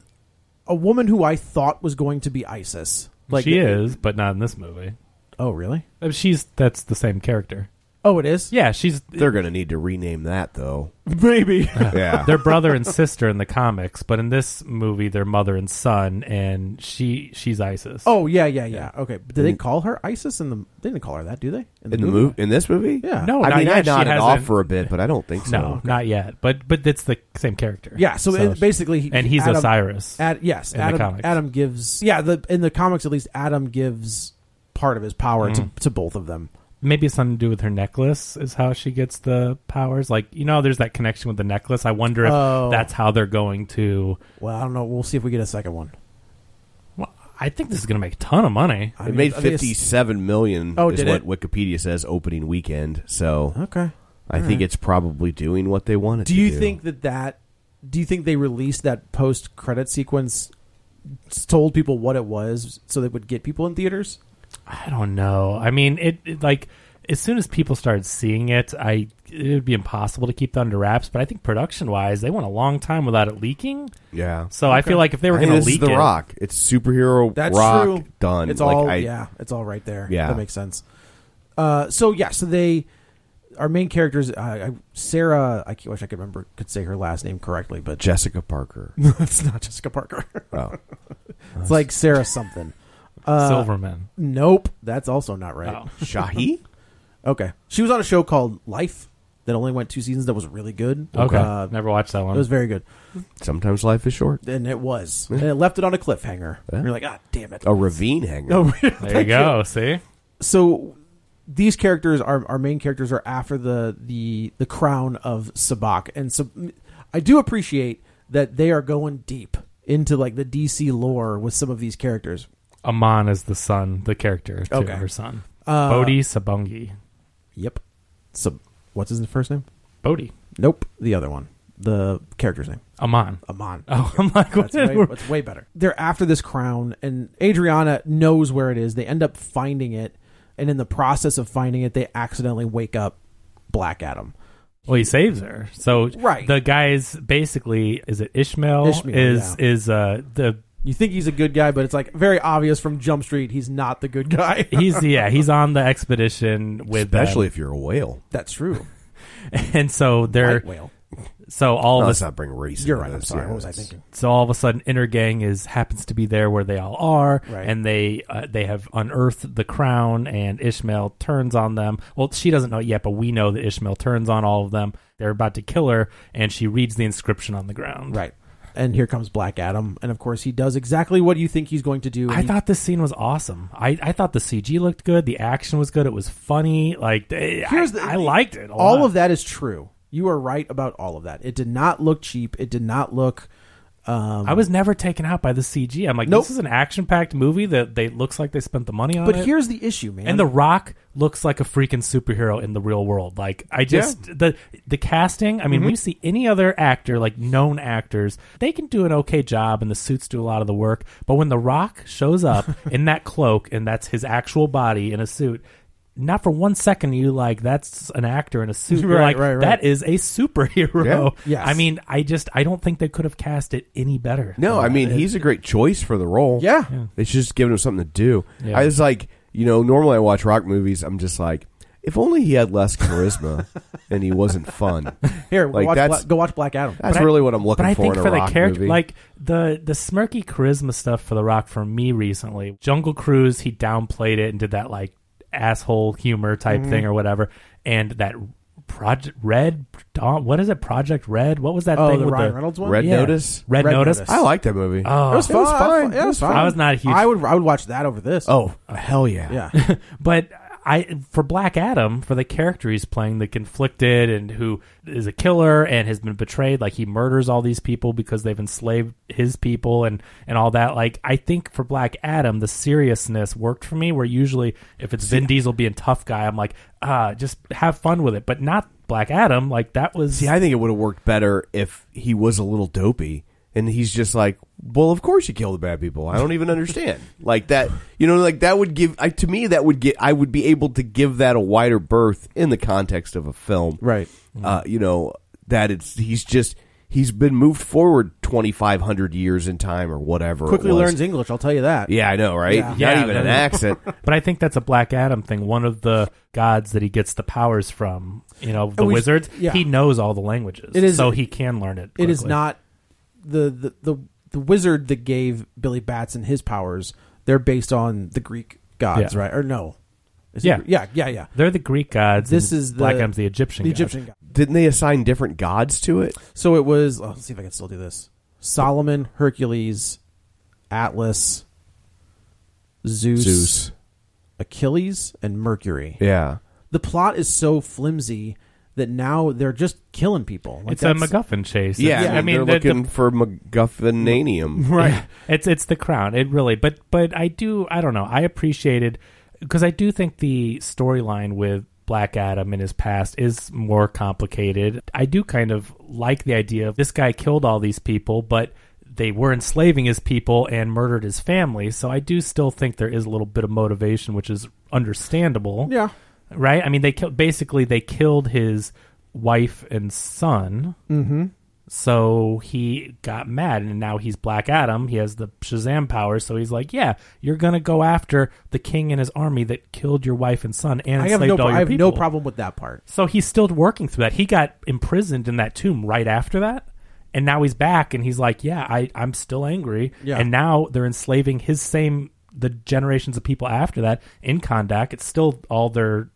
[SPEAKER 6] a woman who I thought was going to be ISIS. Like
[SPEAKER 5] she is, but not in this movie."
[SPEAKER 6] Oh, really?
[SPEAKER 5] Uh, She's that's the same character.
[SPEAKER 6] Oh, it is.
[SPEAKER 5] Yeah, she's
[SPEAKER 4] They're going to need to rename that
[SPEAKER 5] [LAUGHS]
[SPEAKER 4] though.
[SPEAKER 6] maybe.
[SPEAKER 4] Yeah.
[SPEAKER 5] their brother and sister in the comics, but in this movie, they're mother and son, and she she's ISIS.
[SPEAKER 6] oh, yeah, yeah, yeah. Okay. But Did they call her ISIS in the? They didn't call her that, do they?
[SPEAKER 4] Mm. in the move in this movie?
[SPEAKER 6] Yeah.
[SPEAKER 5] No,
[SPEAKER 4] I
[SPEAKER 5] not
[SPEAKER 4] mean,
[SPEAKER 5] yet.
[SPEAKER 4] I
[SPEAKER 5] She
[SPEAKER 4] nodded
[SPEAKER 5] hasn't-
[SPEAKER 4] off for a bit, but I don't think so.
[SPEAKER 5] no, not yet. But but it's the same character.
[SPEAKER 6] Yeah. So, it, basically, he-
[SPEAKER 5] and he's
[SPEAKER 6] Adam,
[SPEAKER 5] Osiris.
[SPEAKER 6] Ad, yes,
[SPEAKER 5] in the
[SPEAKER 6] Adam.
[SPEAKER 5] comics.
[SPEAKER 6] Adam gives. Yeah, the in the comics at least, Adam gives part of his power
[SPEAKER 5] Mm.
[SPEAKER 6] to, to both of them.
[SPEAKER 5] Maybe it's something to do with her necklace is how she gets the powers. Like you know, there's that connection with the necklace. I wonder if
[SPEAKER 6] Oh.
[SPEAKER 5] that's how they're going to.
[SPEAKER 6] Well, I don't know. We'll see if we get a second one.
[SPEAKER 5] Well, I think this is going to make a ton of money.
[SPEAKER 6] I
[SPEAKER 4] It
[SPEAKER 6] mean,
[SPEAKER 4] made
[SPEAKER 6] I think it's-
[SPEAKER 4] fifty-seven million.
[SPEAKER 6] Oh,
[SPEAKER 4] is
[SPEAKER 6] did
[SPEAKER 4] what
[SPEAKER 6] it?
[SPEAKER 4] Wikipedia says opening weekend. So
[SPEAKER 6] Okay.
[SPEAKER 4] I think it's probably doing what they wanted.
[SPEAKER 6] Do
[SPEAKER 4] to
[SPEAKER 6] you
[SPEAKER 4] do.
[SPEAKER 6] think that that? Do you think they released that post credit sequence? s- Told people what it was, so they would get people in theaters.
[SPEAKER 5] I don't know. I mean, it, it- like as soon as people started seeing it, I it would be impossible to keep that under wraps. But I think production wise, they went a long time without it leaking.
[SPEAKER 4] Yeah.
[SPEAKER 5] So I feel like if they were
[SPEAKER 4] I mean,
[SPEAKER 5] going to
[SPEAKER 4] this is
[SPEAKER 5] leak
[SPEAKER 4] the
[SPEAKER 5] it,
[SPEAKER 4] Rock. It's superhero
[SPEAKER 6] That's
[SPEAKER 4] rock
[SPEAKER 6] true.
[SPEAKER 4] done.
[SPEAKER 6] It's
[SPEAKER 4] Like,
[SPEAKER 6] all
[SPEAKER 4] I-
[SPEAKER 6] yeah. It's all right there.
[SPEAKER 4] Yeah.
[SPEAKER 6] that makes sense. Uh, so yeah, so they our main characters. Uh, I, Sarah, I c- wish I could remember could say her last name correctly, but [LAUGHS]
[SPEAKER 4] Jessica
[SPEAKER 5] [LAUGHS]
[SPEAKER 4] Parker.
[SPEAKER 6] it's not Jessica Parker.
[SPEAKER 4] Oh.
[SPEAKER 6] [LAUGHS] it's like Sarah something.
[SPEAKER 5] Silverman.
[SPEAKER 6] Nope, that's also not right. [LAUGHS]
[SPEAKER 5] Oh. [LAUGHS]
[SPEAKER 4] Shahi?
[SPEAKER 6] Okay, she was on a show called Life that only went two seasons. That was really good.
[SPEAKER 5] Okay,
[SPEAKER 6] Uh,
[SPEAKER 5] never watched that
[SPEAKER 6] it
[SPEAKER 5] one.
[SPEAKER 6] was very good,
[SPEAKER 4] Sometimes life is short.
[SPEAKER 6] and
[SPEAKER 5] [LAUGHS]
[SPEAKER 6] it was, and it left it on a cliffhanger. And you're like, ah, damn
[SPEAKER 5] Oh.
[SPEAKER 6] it.
[SPEAKER 4] A ravine hanger.
[SPEAKER 5] there you go. See,
[SPEAKER 6] so these characters are our main characters are after the the the crown of Sabak, and so I do appreciate that they are going deep into like the DC lore with some of these characters.
[SPEAKER 5] Amon is the son, the character to
[SPEAKER 6] Okay. Uh,
[SPEAKER 5] her son, Bodhi Sabungi.
[SPEAKER 6] Yep. So what's his first name?
[SPEAKER 5] Bodhi
[SPEAKER 6] Nope, the other one, the character's name,
[SPEAKER 5] Amon.
[SPEAKER 6] Amon.
[SPEAKER 5] Oh, [LAUGHS] I'm like, what?
[SPEAKER 6] That's way, that's way better. They're after this crown, and Adriana knows where it is. They end up finding it, and in the process of finding it, they accidentally wake up Black Adam.
[SPEAKER 5] Well, he saves her. So
[SPEAKER 6] Right.
[SPEAKER 5] the guys basically is it Ishmael?
[SPEAKER 6] Ishmael,
[SPEAKER 5] is
[SPEAKER 6] yeah.
[SPEAKER 5] is uh the
[SPEAKER 6] You think he's a good guy, but it's like very obvious from Jump Street he's not the good
[SPEAKER 5] [LAUGHS]
[SPEAKER 6] guy.
[SPEAKER 5] he's yeah he's on the expedition with them.
[SPEAKER 4] Especially if you're a whale.
[SPEAKER 6] [LAUGHS] That's true.
[SPEAKER 5] [LAUGHS] and so they're
[SPEAKER 6] White whale.
[SPEAKER 5] so all
[SPEAKER 4] No,
[SPEAKER 5] of a
[SPEAKER 4] let's not bring race.
[SPEAKER 6] You're
[SPEAKER 4] into
[SPEAKER 6] right. I'm
[SPEAKER 4] this.
[SPEAKER 6] sorry.
[SPEAKER 4] Yeah,
[SPEAKER 6] What was I
[SPEAKER 4] that's-
[SPEAKER 6] thinking?
[SPEAKER 5] so all of a sudden inner gang is happens to be there where they all are
[SPEAKER 6] Right.
[SPEAKER 5] and they uh, they have unearthed the crown and ishmael turns on them well she doesn't know it yet but we know that ishmael turns on all of them they're about to kill her and she reads the inscription on the ground
[SPEAKER 6] Right. And here comes Black Adam, and of course he does exactly what you think he's going to do.
[SPEAKER 5] I
[SPEAKER 6] He-
[SPEAKER 5] thought this scene was awesome. I, I thought the CG looked good. The action was good. It was funny. Like eh,
[SPEAKER 6] Here's
[SPEAKER 5] I,
[SPEAKER 6] the-
[SPEAKER 5] I liked it. a
[SPEAKER 6] all
[SPEAKER 5] lot.
[SPEAKER 6] of that is true. You are right about all of that. It did not look cheap. It did not look. Um,
[SPEAKER 5] I was never taken out by the CG. I'm like,
[SPEAKER 6] Nope.
[SPEAKER 5] this is an action packed movie that they looks like they spent the money on.
[SPEAKER 6] but
[SPEAKER 5] it.
[SPEAKER 6] here's the issue, man.
[SPEAKER 5] And The Rock looks like a freaking superhero in the real world. Like I just the the casting. I mean,
[SPEAKER 6] Mm-hmm.
[SPEAKER 5] when you see any other actor, like known actors, they can do an okay job, and the suits do a lot of the work. But when The Rock shows
[SPEAKER 6] [LAUGHS]
[SPEAKER 5] up in that cloak and that's his actual body in a suit. Not for one second are you like that's an actor in a
[SPEAKER 6] [LAUGHS]
[SPEAKER 5] suit. You're
[SPEAKER 6] Right,
[SPEAKER 5] like
[SPEAKER 6] right, right.
[SPEAKER 5] that is a superhero.
[SPEAKER 6] Yeah.
[SPEAKER 5] [LAUGHS]
[SPEAKER 6] Yes.
[SPEAKER 5] I mean, I just I don't think they could have cast it any better.
[SPEAKER 4] No, I mean he's a great choice for the role.
[SPEAKER 6] Yeah.
[SPEAKER 4] it's just giving him something to do.
[SPEAKER 5] Yeah.
[SPEAKER 4] I was like, You know, normally I watch rock movies. I'm just like, if only he had less
[SPEAKER 5] [LAUGHS]
[SPEAKER 4] charisma and he wasn't fun.
[SPEAKER 6] Here,
[SPEAKER 4] Like,
[SPEAKER 6] watch
[SPEAKER 4] that's-
[SPEAKER 6] Bla- go watch Black Adam.
[SPEAKER 4] That's
[SPEAKER 5] But I-
[SPEAKER 4] really what I'm looking
[SPEAKER 5] But I
[SPEAKER 4] for
[SPEAKER 5] think
[SPEAKER 4] in a
[SPEAKER 5] for the
[SPEAKER 4] rock
[SPEAKER 5] character,
[SPEAKER 4] movie.
[SPEAKER 5] like the the smirky charisma stuff for the Rock for me recently, Jungle Cruise, he downplayed it and did that like asshole humor type
[SPEAKER 4] Mm-hmm.
[SPEAKER 5] thing or whatever, and that Project Red Dawn, what is it? Project Red, what was that
[SPEAKER 6] Oh,
[SPEAKER 5] thing
[SPEAKER 6] the
[SPEAKER 5] with
[SPEAKER 6] Ryan
[SPEAKER 5] the
[SPEAKER 6] Reynolds one.
[SPEAKER 4] Red
[SPEAKER 5] Yeah.
[SPEAKER 4] Notice.
[SPEAKER 5] Red,
[SPEAKER 6] Red
[SPEAKER 5] Notice?
[SPEAKER 6] Notice.
[SPEAKER 4] I liked that movie.
[SPEAKER 5] Oh.
[SPEAKER 6] It was fine.
[SPEAKER 4] fine.
[SPEAKER 6] Yeah, it was fine.
[SPEAKER 5] I was not a huge-
[SPEAKER 6] I would I would watch that over this.
[SPEAKER 4] Oh, hell yeah.
[SPEAKER 6] [LAUGHS] yeah.
[SPEAKER 5] [LAUGHS] but I for Black Adam for the character he's playing the conflicted and who is a killer and has been betrayed like he murders all these people because they've enslaved his people and and all that like I think for Black Adam the seriousness worked for me where usually if it's Vin Diesel being tough guy I'm like ah just have fun with it but not Black Adam like that was
[SPEAKER 4] See, I think it would have worked better if he was a little dopey and he's just like, "Well, of course you kill the bad people. I don't even
[SPEAKER 6] [LAUGHS]
[SPEAKER 4] understand." like that, you know, like that would give I to me that would get I would be able to give that a wider berth in the context of a film.
[SPEAKER 6] Right.
[SPEAKER 4] Uh, you know, that it's he's just he's been moved forward 2500 years in time or whatever. it
[SPEAKER 6] Quickly
[SPEAKER 4] was.
[SPEAKER 6] learns English. I'll tell you that.
[SPEAKER 4] Yeah, I know, right? Not
[SPEAKER 5] Yeah,
[SPEAKER 4] even
[SPEAKER 5] that
[SPEAKER 4] an
[SPEAKER 5] is-
[SPEAKER 6] [LAUGHS]
[SPEAKER 4] accent.
[SPEAKER 5] but I think that's a Black Adam thing one of the gods that he gets the powers from you know the
[SPEAKER 6] we-
[SPEAKER 5] wizards
[SPEAKER 6] yeah.
[SPEAKER 5] he knows all the languages
[SPEAKER 6] It is-
[SPEAKER 5] so he can learn it
[SPEAKER 6] It is
[SPEAKER 5] quickly.
[SPEAKER 6] not the, the the the wizard that gave Billy Batson his powers. They're based on the Greek gods,
[SPEAKER 5] Yeah.
[SPEAKER 6] right? Or no? Is it
[SPEAKER 5] Yeah.
[SPEAKER 6] Gre- yeah, yeah, yeah.
[SPEAKER 5] They're the Greek gods.
[SPEAKER 6] This
[SPEAKER 5] and
[SPEAKER 6] is the
[SPEAKER 5] Black Adam's the Egyptian.
[SPEAKER 6] The
[SPEAKER 5] gods.
[SPEAKER 6] Egyptian god.
[SPEAKER 4] Didn't they assign different gods to it?
[SPEAKER 6] So it was. Oh, let's see if I can still do this. Solomon, Hercules, Atlas, Zeus, Achilles, and Mercury.
[SPEAKER 4] Yeah.
[SPEAKER 6] The plot is so flimsy that now they're just killing people. Like,
[SPEAKER 5] It's a
[SPEAKER 6] that's-
[SPEAKER 5] MacGuffin chase.
[SPEAKER 4] Yeah,
[SPEAKER 5] It's- I mean,
[SPEAKER 4] they're
[SPEAKER 5] the- the-
[SPEAKER 4] looking for [LAUGHS]
[SPEAKER 6] [LAUGHS]
[SPEAKER 4] MacGuffinanium.
[SPEAKER 5] right. It's it's the crown. It really, but but I do. I don't know. I appreciated because I do think the storyline with Black Adam in his past is more complicated. I do kind of like the idea of this guy killed all these people, but they were enslaving his people and murdered his family. So I do still think there is a little bit of motivation, which is understandable.
[SPEAKER 6] Yeah.
[SPEAKER 5] right? I mean, they killed basically they killed his wife and son. Mm-hmm. So he got mad, and now he's Black Adam. He has the Shazam power, so he's like, "Yeah, you're gonna go after the king and his army that killed your wife and son and
[SPEAKER 6] I have
[SPEAKER 5] enslaved
[SPEAKER 6] no.
[SPEAKER 5] all your
[SPEAKER 6] I have
[SPEAKER 5] people."
[SPEAKER 6] no problem with that
[SPEAKER 5] [LAUGHS]
[SPEAKER 6] part.
[SPEAKER 5] So he's still working through that. He got imprisoned in that tomb right after that. And now he's back and he's like, Yeah, I, I'm still angry.
[SPEAKER 6] Yeah.
[SPEAKER 5] And now they're enslaving his same the generations of people after that in Kondak. It's still all their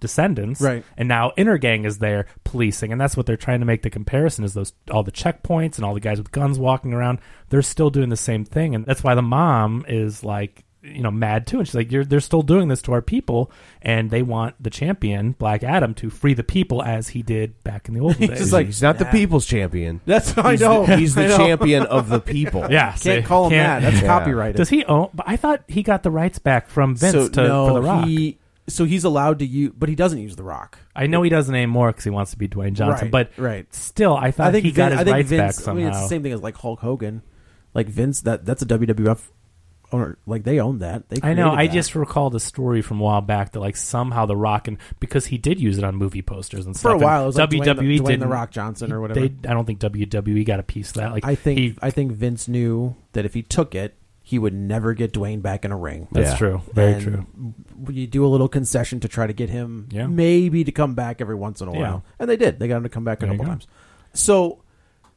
[SPEAKER 5] descendants.
[SPEAKER 6] Right.
[SPEAKER 5] And now Inner Gang is there policing, and that's what they're trying to make the comparison is those all the checkpoints and all the guys with guns walking around, they're still doing the same thing. And that's why the mom is like you know, mad too, and she's like, "You're they're still doing this to our people, and they want the champion Black Adam to free the people as he did back in the
[SPEAKER 6] [LAUGHS]
[SPEAKER 5] old days."
[SPEAKER 4] He's, like, he's not the people's champion.
[SPEAKER 6] That's I
[SPEAKER 4] he's
[SPEAKER 5] [LAUGHS]
[SPEAKER 6] know.
[SPEAKER 4] The, [LAUGHS] he's the
[SPEAKER 6] I know.
[SPEAKER 4] champion of the
[SPEAKER 6] [LAUGHS]
[SPEAKER 4] people.
[SPEAKER 5] "Yeah,
[SPEAKER 6] Can't
[SPEAKER 5] so
[SPEAKER 6] call him
[SPEAKER 5] can't-
[SPEAKER 6] that. That's
[SPEAKER 4] Yeah.
[SPEAKER 5] [LAUGHS]
[SPEAKER 6] copyrighted.
[SPEAKER 5] Does he own? But I thought he got the rights back from Vince
[SPEAKER 6] so,
[SPEAKER 5] to
[SPEAKER 6] no,
[SPEAKER 5] for the Rock.
[SPEAKER 6] He, so he's allowed to use, but he doesn't use the Rock.
[SPEAKER 5] I know he doesn't anymore because he wants to be Dwayne Johnson,
[SPEAKER 6] Right,
[SPEAKER 5] but
[SPEAKER 6] right.
[SPEAKER 5] still, I thought
[SPEAKER 6] I think
[SPEAKER 5] he got
[SPEAKER 6] Vin-
[SPEAKER 5] his
[SPEAKER 6] I think
[SPEAKER 5] rights
[SPEAKER 6] Vince,
[SPEAKER 5] back
[SPEAKER 6] I
[SPEAKER 5] somehow.
[SPEAKER 6] mean, it's the same thing as like Hulk Hogan, like Vince. That that's a WWF owner. Like they own that. They
[SPEAKER 5] I know.
[SPEAKER 6] created
[SPEAKER 5] I
[SPEAKER 6] that.
[SPEAKER 5] just recalled a story from a while back that like somehow The Rock and because he did use it on movie posters and
[SPEAKER 6] for
[SPEAKER 5] stuff.
[SPEAKER 6] a
[SPEAKER 5] and
[SPEAKER 6] while it was like Dwayne the-
[SPEAKER 5] WWE
[SPEAKER 6] Dwayne, the
[SPEAKER 5] didn't-
[SPEAKER 6] Rock Johnson or whatever.
[SPEAKER 5] They, I don't think WWE got a piece of that. Like
[SPEAKER 6] I think
[SPEAKER 5] he,
[SPEAKER 6] I think Vince knew that if he took it, he would never get Dwayne back in a ring.
[SPEAKER 5] that's
[SPEAKER 4] Yeah.
[SPEAKER 5] true. Very
[SPEAKER 6] And
[SPEAKER 5] true.
[SPEAKER 6] You do a little concession to try to get him
[SPEAKER 5] Yeah.
[SPEAKER 6] maybe to come back every once in a
[SPEAKER 5] Yeah.
[SPEAKER 6] while, and they did. They got him to come back a
[SPEAKER 5] There you
[SPEAKER 6] couple
[SPEAKER 5] go.
[SPEAKER 6] times. So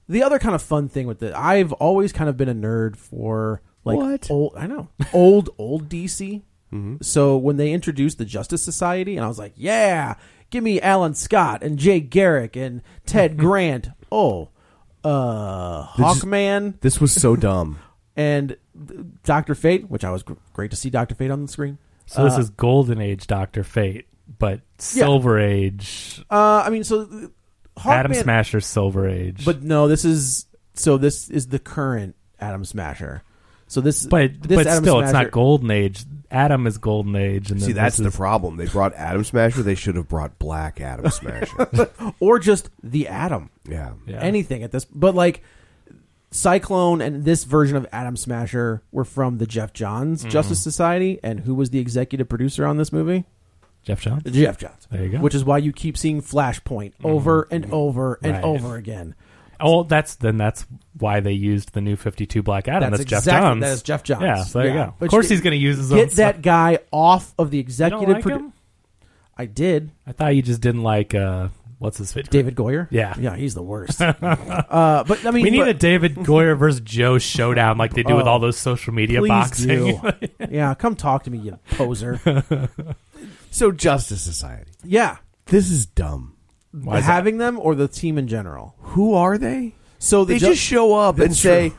[SPEAKER 6] the other kind of fun thing with it, I've always kind of been a nerd for like
[SPEAKER 4] What?
[SPEAKER 6] old. I know old old DC.
[SPEAKER 5] Mm-hmm.
[SPEAKER 6] So when they introduced the Justice Society, and I was like, yeah, give me Alan Scott and Jay Garrick and
[SPEAKER 5] [LAUGHS]
[SPEAKER 6] Ted Grant. Oh, uh,
[SPEAKER 4] This is-
[SPEAKER 6] Hawkman
[SPEAKER 4] This was so dumb.
[SPEAKER 6] and Doctor Fate, which I was gr- great to see Doctor Fate on the screen.
[SPEAKER 5] So
[SPEAKER 6] uh,
[SPEAKER 5] this is Golden Age Doctor Fate, but Silver Age
[SPEAKER 6] Uh, I mean, so uh, Hawkman,
[SPEAKER 5] Adam Smasher Silver Age.
[SPEAKER 6] but no, this is so this is the current Adam Smasher. So this,
[SPEAKER 5] but
[SPEAKER 6] this
[SPEAKER 5] but
[SPEAKER 6] Adam
[SPEAKER 5] still, it's
[SPEAKER 6] Smasher-
[SPEAKER 5] not Golden Age. Adam is Golden Age,
[SPEAKER 4] [LAUGHS]
[SPEAKER 5] and
[SPEAKER 4] See,
[SPEAKER 5] then
[SPEAKER 4] that's
[SPEAKER 5] this
[SPEAKER 4] the
[SPEAKER 5] is-
[SPEAKER 4] problem. They brought Adam Smasher. They should have brought Black Adam Smasher.
[SPEAKER 6] [LAUGHS] or just the Adam,
[SPEAKER 4] yeah.
[SPEAKER 5] Yeah.
[SPEAKER 6] anything at this. But like Cyclone and this version of Adam Smasher were from the Jeff Johns
[SPEAKER 5] Mm-hmm.
[SPEAKER 6] Justice Society, and who was the executive producer on this movie?
[SPEAKER 5] Jeff Johns.
[SPEAKER 6] Jeff Johns.
[SPEAKER 5] There you go. Mm-hmm.
[SPEAKER 6] Which is why you keep seeing Flashpoint over and over and
[SPEAKER 5] Right.
[SPEAKER 6] over again.
[SPEAKER 5] Oh, that's then that's why they used the new Fifty Two Black Adam. That's,
[SPEAKER 6] That's
[SPEAKER 5] Jeff
[SPEAKER 6] exactly-
[SPEAKER 5] Johns.
[SPEAKER 6] that is Jeff Johns.
[SPEAKER 5] Yeah, so there
[SPEAKER 6] Yeah.
[SPEAKER 5] you go.
[SPEAKER 6] Which
[SPEAKER 5] of course,
[SPEAKER 6] they-
[SPEAKER 5] he's going to use his own
[SPEAKER 6] Get
[SPEAKER 5] stuff.
[SPEAKER 6] that guy off of the
[SPEAKER 5] You don't
[SPEAKER 6] executive.
[SPEAKER 5] like
[SPEAKER 6] produ-
[SPEAKER 5] him?
[SPEAKER 6] I did.
[SPEAKER 5] I thought you just didn't like uh, what's his fit.
[SPEAKER 6] David Goyer.
[SPEAKER 5] Yeah.
[SPEAKER 6] yeah, he's
[SPEAKER 5] [LAUGHS]
[SPEAKER 6] the worst. uh, but I mean,
[SPEAKER 5] We need
[SPEAKER 6] but-
[SPEAKER 5] a David Goyer versus Joe showdown like they do with all those social media
[SPEAKER 6] Oh.
[SPEAKER 5] [LAUGHS]
[SPEAKER 6] please
[SPEAKER 5] boxing.
[SPEAKER 6] do. yeah, come talk to me, you
[SPEAKER 5] [LAUGHS]
[SPEAKER 6] poser.
[SPEAKER 4] So Justice Society.
[SPEAKER 6] yeah,
[SPEAKER 4] This is dumb.
[SPEAKER 5] is that?
[SPEAKER 6] having them or the team in general.
[SPEAKER 4] Who are they?
[SPEAKER 6] So the
[SPEAKER 4] They
[SPEAKER 6] ju-
[SPEAKER 4] just show up and
[SPEAKER 6] That's
[SPEAKER 4] say,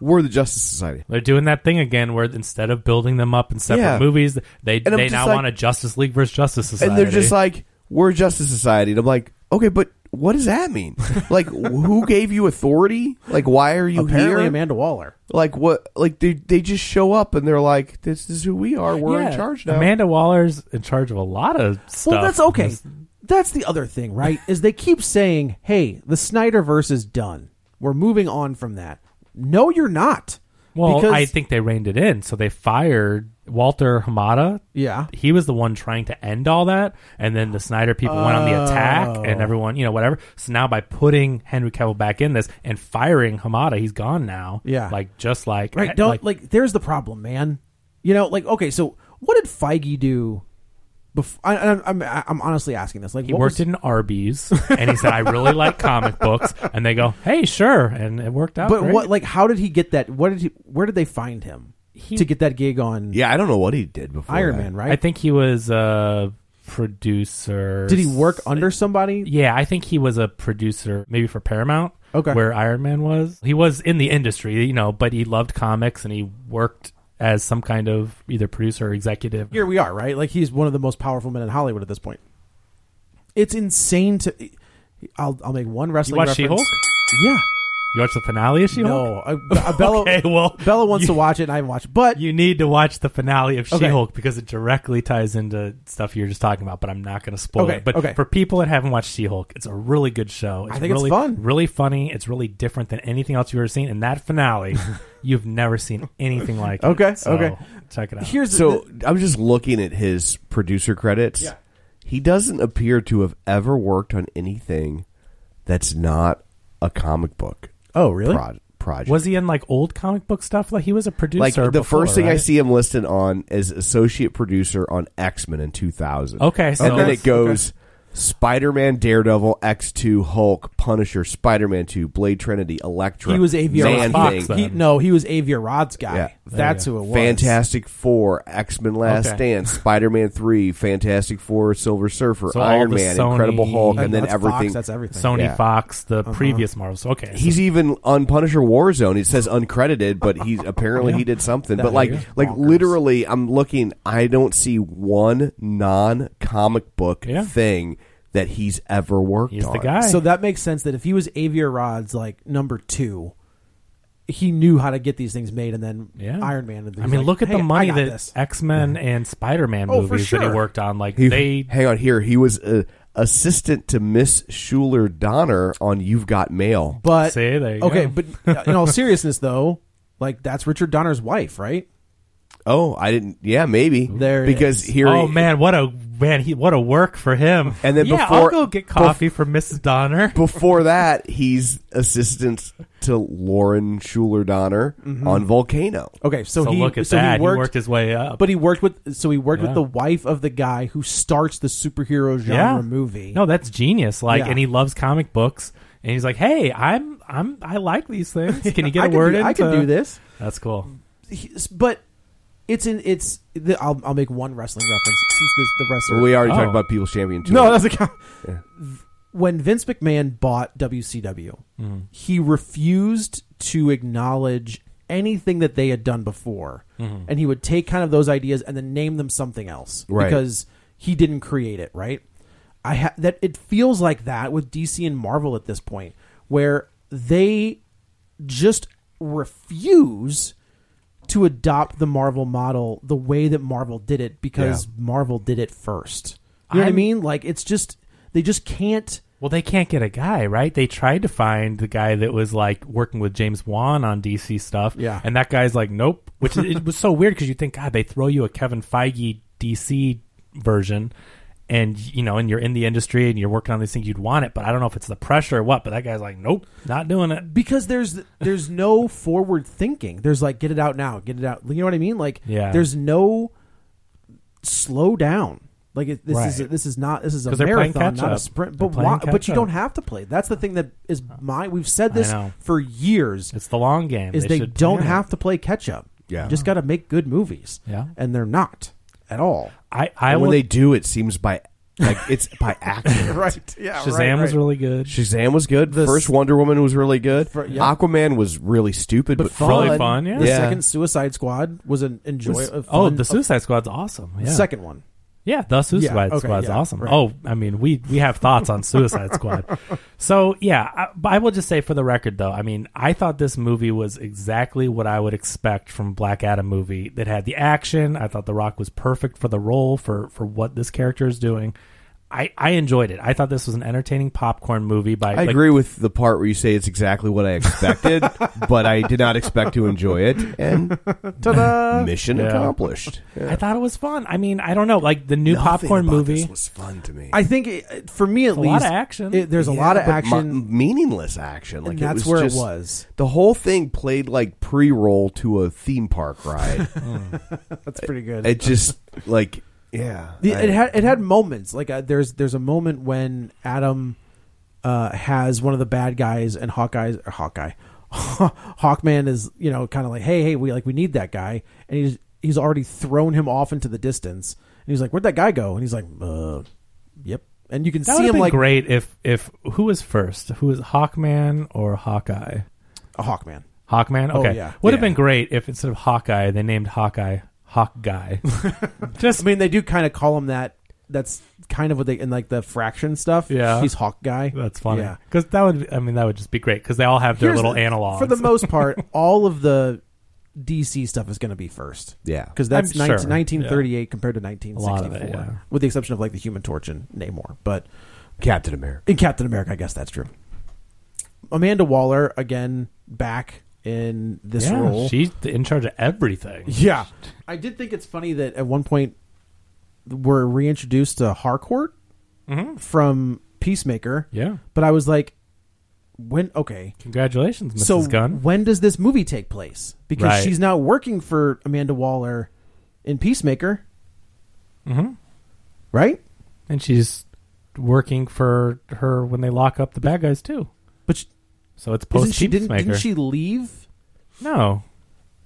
[SPEAKER 4] "We're the Justice Society."
[SPEAKER 5] They're doing that thing again where instead of building them up in separate
[SPEAKER 4] Yeah.
[SPEAKER 5] movies, they
[SPEAKER 4] I'm
[SPEAKER 5] they
[SPEAKER 4] just
[SPEAKER 5] now
[SPEAKER 4] like-
[SPEAKER 5] want a Justice League versus Justice Society.
[SPEAKER 4] And they're just like, "We're Justice Society," and I'm like, "Okay, but what does that mean? like, who gave you authority? Like, why are you
[SPEAKER 6] apparently
[SPEAKER 4] here?
[SPEAKER 6] Amanda Waller.
[SPEAKER 4] Like, what? Like, they they just show up and they're like, "This is who we are. We're in
[SPEAKER 5] Yeah,
[SPEAKER 4] charge now."
[SPEAKER 5] Amanda Waller's in charge of a lot of stuff.
[SPEAKER 6] Well, that's
[SPEAKER 5] in
[SPEAKER 6] okay.
[SPEAKER 5] this-
[SPEAKER 6] That's the other thing, right? Is they keep saying, "Hey, the Snyderverse is done. We're moving on from that." No, you're not.
[SPEAKER 5] Well,
[SPEAKER 6] because,
[SPEAKER 5] I think they reined it in, so they fired Walter Hamada.
[SPEAKER 6] yeah,
[SPEAKER 5] He was the one trying to end all that, and then the Snyder people went on the attack, and
[SPEAKER 6] Oh.
[SPEAKER 5] everyone, you know, whatever. So now by putting Henry Cavill back in this and firing Hamada, he's gone now.
[SPEAKER 6] Yeah.
[SPEAKER 5] like just like
[SPEAKER 6] right. Don't like, There's the problem, man. You know, like okay, so what did Feige do? Before I, I, I'm, I'm honestly asking this. Like,
[SPEAKER 5] He
[SPEAKER 6] what
[SPEAKER 5] worked
[SPEAKER 6] was-
[SPEAKER 5] in Arby's, and he said, "I really like comic books," and they go, "Hey, sure," and it worked out.
[SPEAKER 6] but
[SPEAKER 5] great.
[SPEAKER 6] what? Like, how did he get that? What did he? Where did they find him
[SPEAKER 5] He-
[SPEAKER 6] to get that gig on
[SPEAKER 4] Yeah, I don't know what he did before
[SPEAKER 6] Iron
[SPEAKER 4] that.
[SPEAKER 6] Man? Right?
[SPEAKER 5] I think he was a producer.
[SPEAKER 6] did he work under somebody?
[SPEAKER 5] Yeah, I think he was a producer, maybe for Paramount.
[SPEAKER 6] Okay.
[SPEAKER 5] Where Iron Man was. He was in the industry, you know, but he loved comics and he worked as some kind of either producer or executive.
[SPEAKER 6] here we are, right? Like he's one of the most powerful men in Hollywood at this point. It's insane to. I'll I'll make one
[SPEAKER 5] you
[SPEAKER 6] wrestling.
[SPEAKER 5] watch
[SPEAKER 6] reference.
[SPEAKER 5] She Hulk?
[SPEAKER 6] Yeah.
[SPEAKER 5] You watch the finale of She Hulk?
[SPEAKER 6] No, I, I-
[SPEAKER 5] [LAUGHS]
[SPEAKER 6] Bella.
[SPEAKER 5] Okay, well,
[SPEAKER 6] Bella wants
[SPEAKER 5] you-
[SPEAKER 6] to watch it, and I haven't watched. it. But
[SPEAKER 5] You need to watch the finale of
[SPEAKER 6] Okay.
[SPEAKER 5] She-Hulk because it directly ties into stuff you're just talking about. But I'm not going to spoil
[SPEAKER 6] Okay,
[SPEAKER 5] it. But
[SPEAKER 6] okay.
[SPEAKER 5] for people that haven't watched She-Hulk, it's a really good show.
[SPEAKER 6] I think it's
[SPEAKER 5] really,
[SPEAKER 6] fun.
[SPEAKER 5] really funny. It's really different than anything else you've ever seen. And that
[SPEAKER 6] [LAUGHS]
[SPEAKER 5] finale, you've never seen anything like. it.
[SPEAKER 6] Okay,
[SPEAKER 5] So,
[SPEAKER 6] okay.
[SPEAKER 5] check it out.
[SPEAKER 6] here's the-
[SPEAKER 4] So I'm just looking at his producer credits.
[SPEAKER 6] Yeah.
[SPEAKER 4] He doesn't appear to have ever worked on anything that's not a comic book
[SPEAKER 6] oh really?
[SPEAKER 4] prod- project.
[SPEAKER 5] Was he in like old comic book stuff? Like he was a producer.
[SPEAKER 4] like the
[SPEAKER 5] before,
[SPEAKER 4] first thing I
[SPEAKER 5] right?
[SPEAKER 4] see him listed on is associate producer on X Men in 2000.
[SPEAKER 5] Okay, so-
[SPEAKER 4] and then
[SPEAKER 5] Okay,
[SPEAKER 4] it goes Spider Man, Daredevil, X Two, Hulk, Punisher, Spider Man Two, Blade Trinity, Elektra.
[SPEAKER 6] He was
[SPEAKER 4] Man
[SPEAKER 6] Aviar
[SPEAKER 5] Fox,
[SPEAKER 4] Thing,
[SPEAKER 5] then.
[SPEAKER 6] He, no, he was Aviar Rod's guy.
[SPEAKER 4] Yeah.
[SPEAKER 6] That's who it was.
[SPEAKER 4] Fantastic Four, X Men Last
[SPEAKER 5] Okay.
[SPEAKER 4] Stand, Spider Man Three, Fantastic Four, Silver Surfer,
[SPEAKER 5] So all
[SPEAKER 4] Iron
[SPEAKER 5] the
[SPEAKER 4] Man,
[SPEAKER 5] Sony-
[SPEAKER 4] Incredible Hulk,
[SPEAKER 6] That-
[SPEAKER 4] and then
[SPEAKER 6] that's
[SPEAKER 4] everything.
[SPEAKER 6] Fox, that's everything.
[SPEAKER 5] Sony,
[SPEAKER 4] Yeah.
[SPEAKER 5] Fox, the
[SPEAKER 6] Uh-huh.
[SPEAKER 5] previous Marvel. So, okay,
[SPEAKER 4] He's even on Punisher Warzone. It says uncredited, but
[SPEAKER 5] [LAUGHS]
[SPEAKER 4] he's apparently he did something. But like, like literally, I'm looking. I don't see one non comic book
[SPEAKER 5] Yeah.
[SPEAKER 4] thing that he's ever worked
[SPEAKER 5] he's
[SPEAKER 4] on.
[SPEAKER 5] the guy.
[SPEAKER 6] So that makes sense that if he was Aviar Rod's like number two, he knew how to get these things made, and then
[SPEAKER 5] Yeah.
[SPEAKER 6] Iron Man. and
[SPEAKER 5] I
[SPEAKER 6] he's
[SPEAKER 5] mean,
[SPEAKER 6] like,
[SPEAKER 5] look at
[SPEAKER 6] "Hey,
[SPEAKER 5] the
[SPEAKER 6] I
[SPEAKER 5] money
[SPEAKER 6] got
[SPEAKER 5] that
[SPEAKER 6] this."
[SPEAKER 5] X Men and Spider Man
[SPEAKER 6] Oh, for
[SPEAKER 5] movies that
[SPEAKER 6] sure.
[SPEAKER 5] he worked on. Like
[SPEAKER 4] He-
[SPEAKER 5] they
[SPEAKER 4] hang on here. He was a assistant to Miss Schuler Donner on You've Got Mail.
[SPEAKER 6] But
[SPEAKER 5] See, there you
[SPEAKER 6] okay,
[SPEAKER 5] go.
[SPEAKER 6] but uh,
[SPEAKER 5] [LAUGHS]
[SPEAKER 6] in all seriousness, though, like that's Richard Donner's wife, right?
[SPEAKER 4] Oh, I didn't. Yeah, maybe
[SPEAKER 6] There it
[SPEAKER 4] because
[SPEAKER 6] is.
[SPEAKER 4] here.
[SPEAKER 5] Oh
[SPEAKER 4] he-
[SPEAKER 5] man, what a man! He what a work for him.
[SPEAKER 4] And then
[SPEAKER 5] yeah,
[SPEAKER 4] before-
[SPEAKER 5] I'll go get
[SPEAKER 4] bef-
[SPEAKER 5] coffee from Mrs. Donner.
[SPEAKER 4] Before that, he's assistant to Lauren Schuler Donner
[SPEAKER 5] Mm-hmm.
[SPEAKER 4] on Volcano.
[SPEAKER 6] Okay, so,
[SPEAKER 5] So
[SPEAKER 6] he
[SPEAKER 5] Oh, look at
[SPEAKER 6] so
[SPEAKER 5] that.
[SPEAKER 6] he worked,
[SPEAKER 5] his way up.
[SPEAKER 6] but he worked with so he worked
[SPEAKER 5] Yeah.
[SPEAKER 6] with the wife of the guy who starts the superhero genre
[SPEAKER 5] yeah,
[SPEAKER 6] movie.
[SPEAKER 5] No, that's genius. Like,
[SPEAKER 6] Yeah.
[SPEAKER 5] and he loves comic books. And he's like, "Hey, I'm, I'm, I like these things. Can you get
[SPEAKER 6] [LAUGHS] I
[SPEAKER 5] a word
[SPEAKER 6] can do,
[SPEAKER 5] in?
[SPEAKER 6] I can
[SPEAKER 5] to-"
[SPEAKER 6] do this,
[SPEAKER 5] That's cool.
[SPEAKER 6] He- but it's in it's. The, I'll I'll make one wrestling reference since this the wrestler.
[SPEAKER 4] We already
[SPEAKER 5] Oh.
[SPEAKER 4] talked about People's Champion. Tour.
[SPEAKER 6] no, [LAUGHS] that's a count. When Vince McMahon bought WCW, he refused to acknowledge anything that they had done before,
[SPEAKER 4] Mm-hmm.
[SPEAKER 6] and he would take kind of those ideas and then name them something else
[SPEAKER 4] Right.
[SPEAKER 6] because he didn't create it. Right? I ha- that it feels like that with DC and Marvel at this point, where they just refuse to adopt the Marvel model the way that Marvel did it because
[SPEAKER 4] Yeah.
[SPEAKER 6] Marvel did it first. You know what I
[SPEAKER 5] I'm-
[SPEAKER 6] mean? Like it's just they just can't.
[SPEAKER 5] Well, they can't get a guy, right? They tried to find the guy that was like working with James Wan on DC stuff.
[SPEAKER 6] Yeah.
[SPEAKER 5] And that guy's like, nope. Which is, it was so weird because you think, God, they throw you a Kevin Feige DC version and you know, and you're in the industry and you're working on these things, you'd want it, but I don't know if it's the pressure or what. But that guy's like, nope, not doing it.
[SPEAKER 6] because there's there's no forward thinking. There's like get it out now, get it out. You know what I mean? Like
[SPEAKER 5] Yeah.
[SPEAKER 6] there's no slow down. Like it, this is
[SPEAKER 5] Right.
[SPEAKER 6] this is not this is a
[SPEAKER 5] 'Cause they're playing
[SPEAKER 6] marathon, not a
[SPEAKER 5] catch-up.
[SPEAKER 6] sprint.
[SPEAKER 5] They're
[SPEAKER 6] But
[SPEAKER 5] playing
[SPEAKER 6] why, but you
[SPEAKER 5] catch-up.
[SPEAKER 6] don't have to play. That's the thing that is my. We've said
[SPEAKER 5] I
[SPEAKER 6] this
[SPEAKER 5] know.
[SPEAKER 6] for years.
[SPEAKER 5] It's the long game.
[SPEAKER 6] is they,
[SPEAKER 5] should
[SPEAKER 6] don't
[SPEAKER 5] plan it.
[SPEAKER 6] have to play catch up.
[SPEAKER 4] Yeah.
[SPEAKER 6] you just got to make good movies.
[SPEAKER 5] Yeah.
[SPEAKER 6] and they're not at all.
[SPEAKER 5] I I
[SPEAKER 4] and
[SPEAKER 5] will,
[SPEAKER 4] when they do, it seems by like [LAUGHS] it's by accident.
[SPEAKER 6] [LAUGHS] Right? Yeah.
[SPEAKER 5] Shazam was really good.
[SPEAKER 4] Shazam was good.
[SPEAKER 6] The
[SPEAKER 4] First
[SPEAKER 6] s-
[SPEAKER 4] Wonder Woman was really good.
[SPEAKER 6] yeah.
[SPEAKER 4] Aquaman was really stupid, but,
[SPEAKER 5] fun. Really fun, yeah.
[SPEAKER 6] The
[SPEAKER 4] Yeah.
[SPEAKER 6] second Suicide Squad was an enjoy. a fun,
[SPEAKER 5] oh, the
[SPEAKER 6] a-
[SPEAKER 5] Suicide Squad's awesome. Yeah.
[SPEAKER 6] the second one.
[SPEAKER 5] Yeah, the Suicide
[SPEAKER 6] okay,
[SPEAKER 5] Squad's
[SPEAKER 6] yeah,
[SPEAKER 5] awesome.
[SPEAKER 6] right.
[SPEAKER 5] Oh, I mean, we we have thoughts on Suicide Squad. So yeah, I, but I will just say for the record though, I mean, I thought this movie was exactly what I would expect from a Black Adam movie. That had the action. I thought The Rock was perfect for the role for for what this character is doing. I, I enjoyed it. I thought this was an entertaining popcorn movie. By
[SPEAKER 4] I
[SPEAKER 5] like,
[SPEAKER 4] agree with the part where you say it's exactly what I expected, [LAUGHS] but I did not expect to enjoy it. [LAUGHS] And [LAUGHS] mission accomplished.
[SPEAKER 5] I thought it was fun. I mean, I don't know, like the new
[SPEAKER 4] Nothing
[SPEAKER 5] popcorn
[SPEAKER 4] about
[SPEAKER 5] movie.
[SPEAKER 4] this was fun to me.
[SPEAKER 6] I think it, for me at
[SPEAKER 5] a
[SPEAKER 6] least,
[SPEAKER 5] lot of action.
[SPEAKER 6] it- there's a
[SPEAKER 4] Yeah,
[SPEAKER 6] lot of
[SPEAKER 4] but mu-
[SPEAKER 6] action.
[SPEAKER 4] meaningless action. Like
[SPEAKER 6] and
[SPEAKER 4] it
[SPEAKER 6] that's
[SPEAKER 4] was
[SPEAKER 6] where
[SPEAKER 4] just-
[SPEAKER 6] it was.
[SPEAKER 4] The whole thing played like pre-roll to a theme park [LAUGHS] ride.
[SPEAKER 6] That's pretty good.
[SPEAKER 4] it just like yeah,
[SPEAKER 6] The-
[SPEAKER 4] I-
[SPEAKER 6] it had it had moments like uh, there's there's a moment when Adam uh, has one of the bad guys and Hawkeye's or Hawkeye [LAUGHS] Hawkman is you know kind of like hey hey we like we need that guy and he's he's already thrown him off into the distance and he's like where'd that guy go and he's like uh, yep and you can
[SPEAKER 5] That
[SPEAKER 6] see
[SPEAKER 5] would
[SPEAKER 6] him
[SPEAKER 5] been
[SPEAKER 6] like
[SPEAKER 5] great if if who was first? Who was Hawkman or Hawkeye?
[SPEAKER 6] a Hawkman
[SPEAKER 5] Hawkman.
[SPEAKER 6] Oh,
[SPEAKER 5] Okay,
[SPEAKER 6] yeah.
[SPEAKER 5] would have
[SPEAKER 4] Yeah.
[SPEAKER 5] been great if instead of Hawkeye they named Hawkeye Hawk
[SPEAKER 6] [LAUGHS]
[SPEAKER 5] Guy.
[SPEAKER 6] I
[SPEAKER 5] Just
[SPEAKER 6] mean they do kind of call him that that's kind of what they in like the fraction stuff
[SPEAKER 5] Yeah.
[SPEAKER 6] he's Hawk guy
[SPEAKER 5] that's funny because that would I mean that would just be great because they all have their
[SPEAKER 6] Here's
[SPEAKER 5] little
[SPEAKER 6] the-
[SPEAKER 5] analogs.
[SPEAKER 6] For the most part,
[SPEAKER 5] [LAUGHS]
[SPEAKER 6] all of the DC stuff is going to be first.
[SPEAKER 4] Yeah.
[SPEAKER 6] Because that's
[SPEAKER 5] I'm
[SPEAKER 6] 19-
[SPEAKER 5] sure,
[SPEAKER 6] 1938 compared to
[SPEAKER 5] lot of it,
[SPEAKER 6] 1964.
[SPEAKER 5] yeah.
[SPEAKER 6] With the exception of like the Human Torch and Namor. But
[SPEAKER 4] Captain America.
[SPEAKER 6] in Captain America, I guess that's true. Amanda Waller, again, back in this
[SPEAKER 5] yeah,
[SPEAKER 6] role.
[SPEAKER 5] she's in charge of everything.
[SPEAKER 6] yeah. I did think it's funny that at one point we're reintroduced to Harcourt from Peacemaker.
[SPEAKER 5] Mm-hmm. Yeah.
[SPEAKER 6] But I was like, when? Okay.
[SPEAKER 5] Congratulations, Mrs.
[SPEAKER 6] So
[SPEAKER 5] Gunn.
[SPEAKER 6] when does this movie take place? Because
[SPEAKER 5] Right.
[SPEAKER 6] she's not working for Amanda Waller in Peacemaker. Mm-hmm.
[SPEAKER 5] Mm-hmm.
[SPEAKER 6] Right?
[SPEAKER 5] and she's working for her when they lock up the bad guys too.
[SPEAKER 6] But she,
[SPEAKER 5] So it's
[SPEAKER 6] isn't
[SPEAKER 5] post
[SPEAKER 6] she didn't,
[SPEAKER 5] Peacemaker.
[SPEAKER 6] didn't she leave?
[SPEAKER 5] No,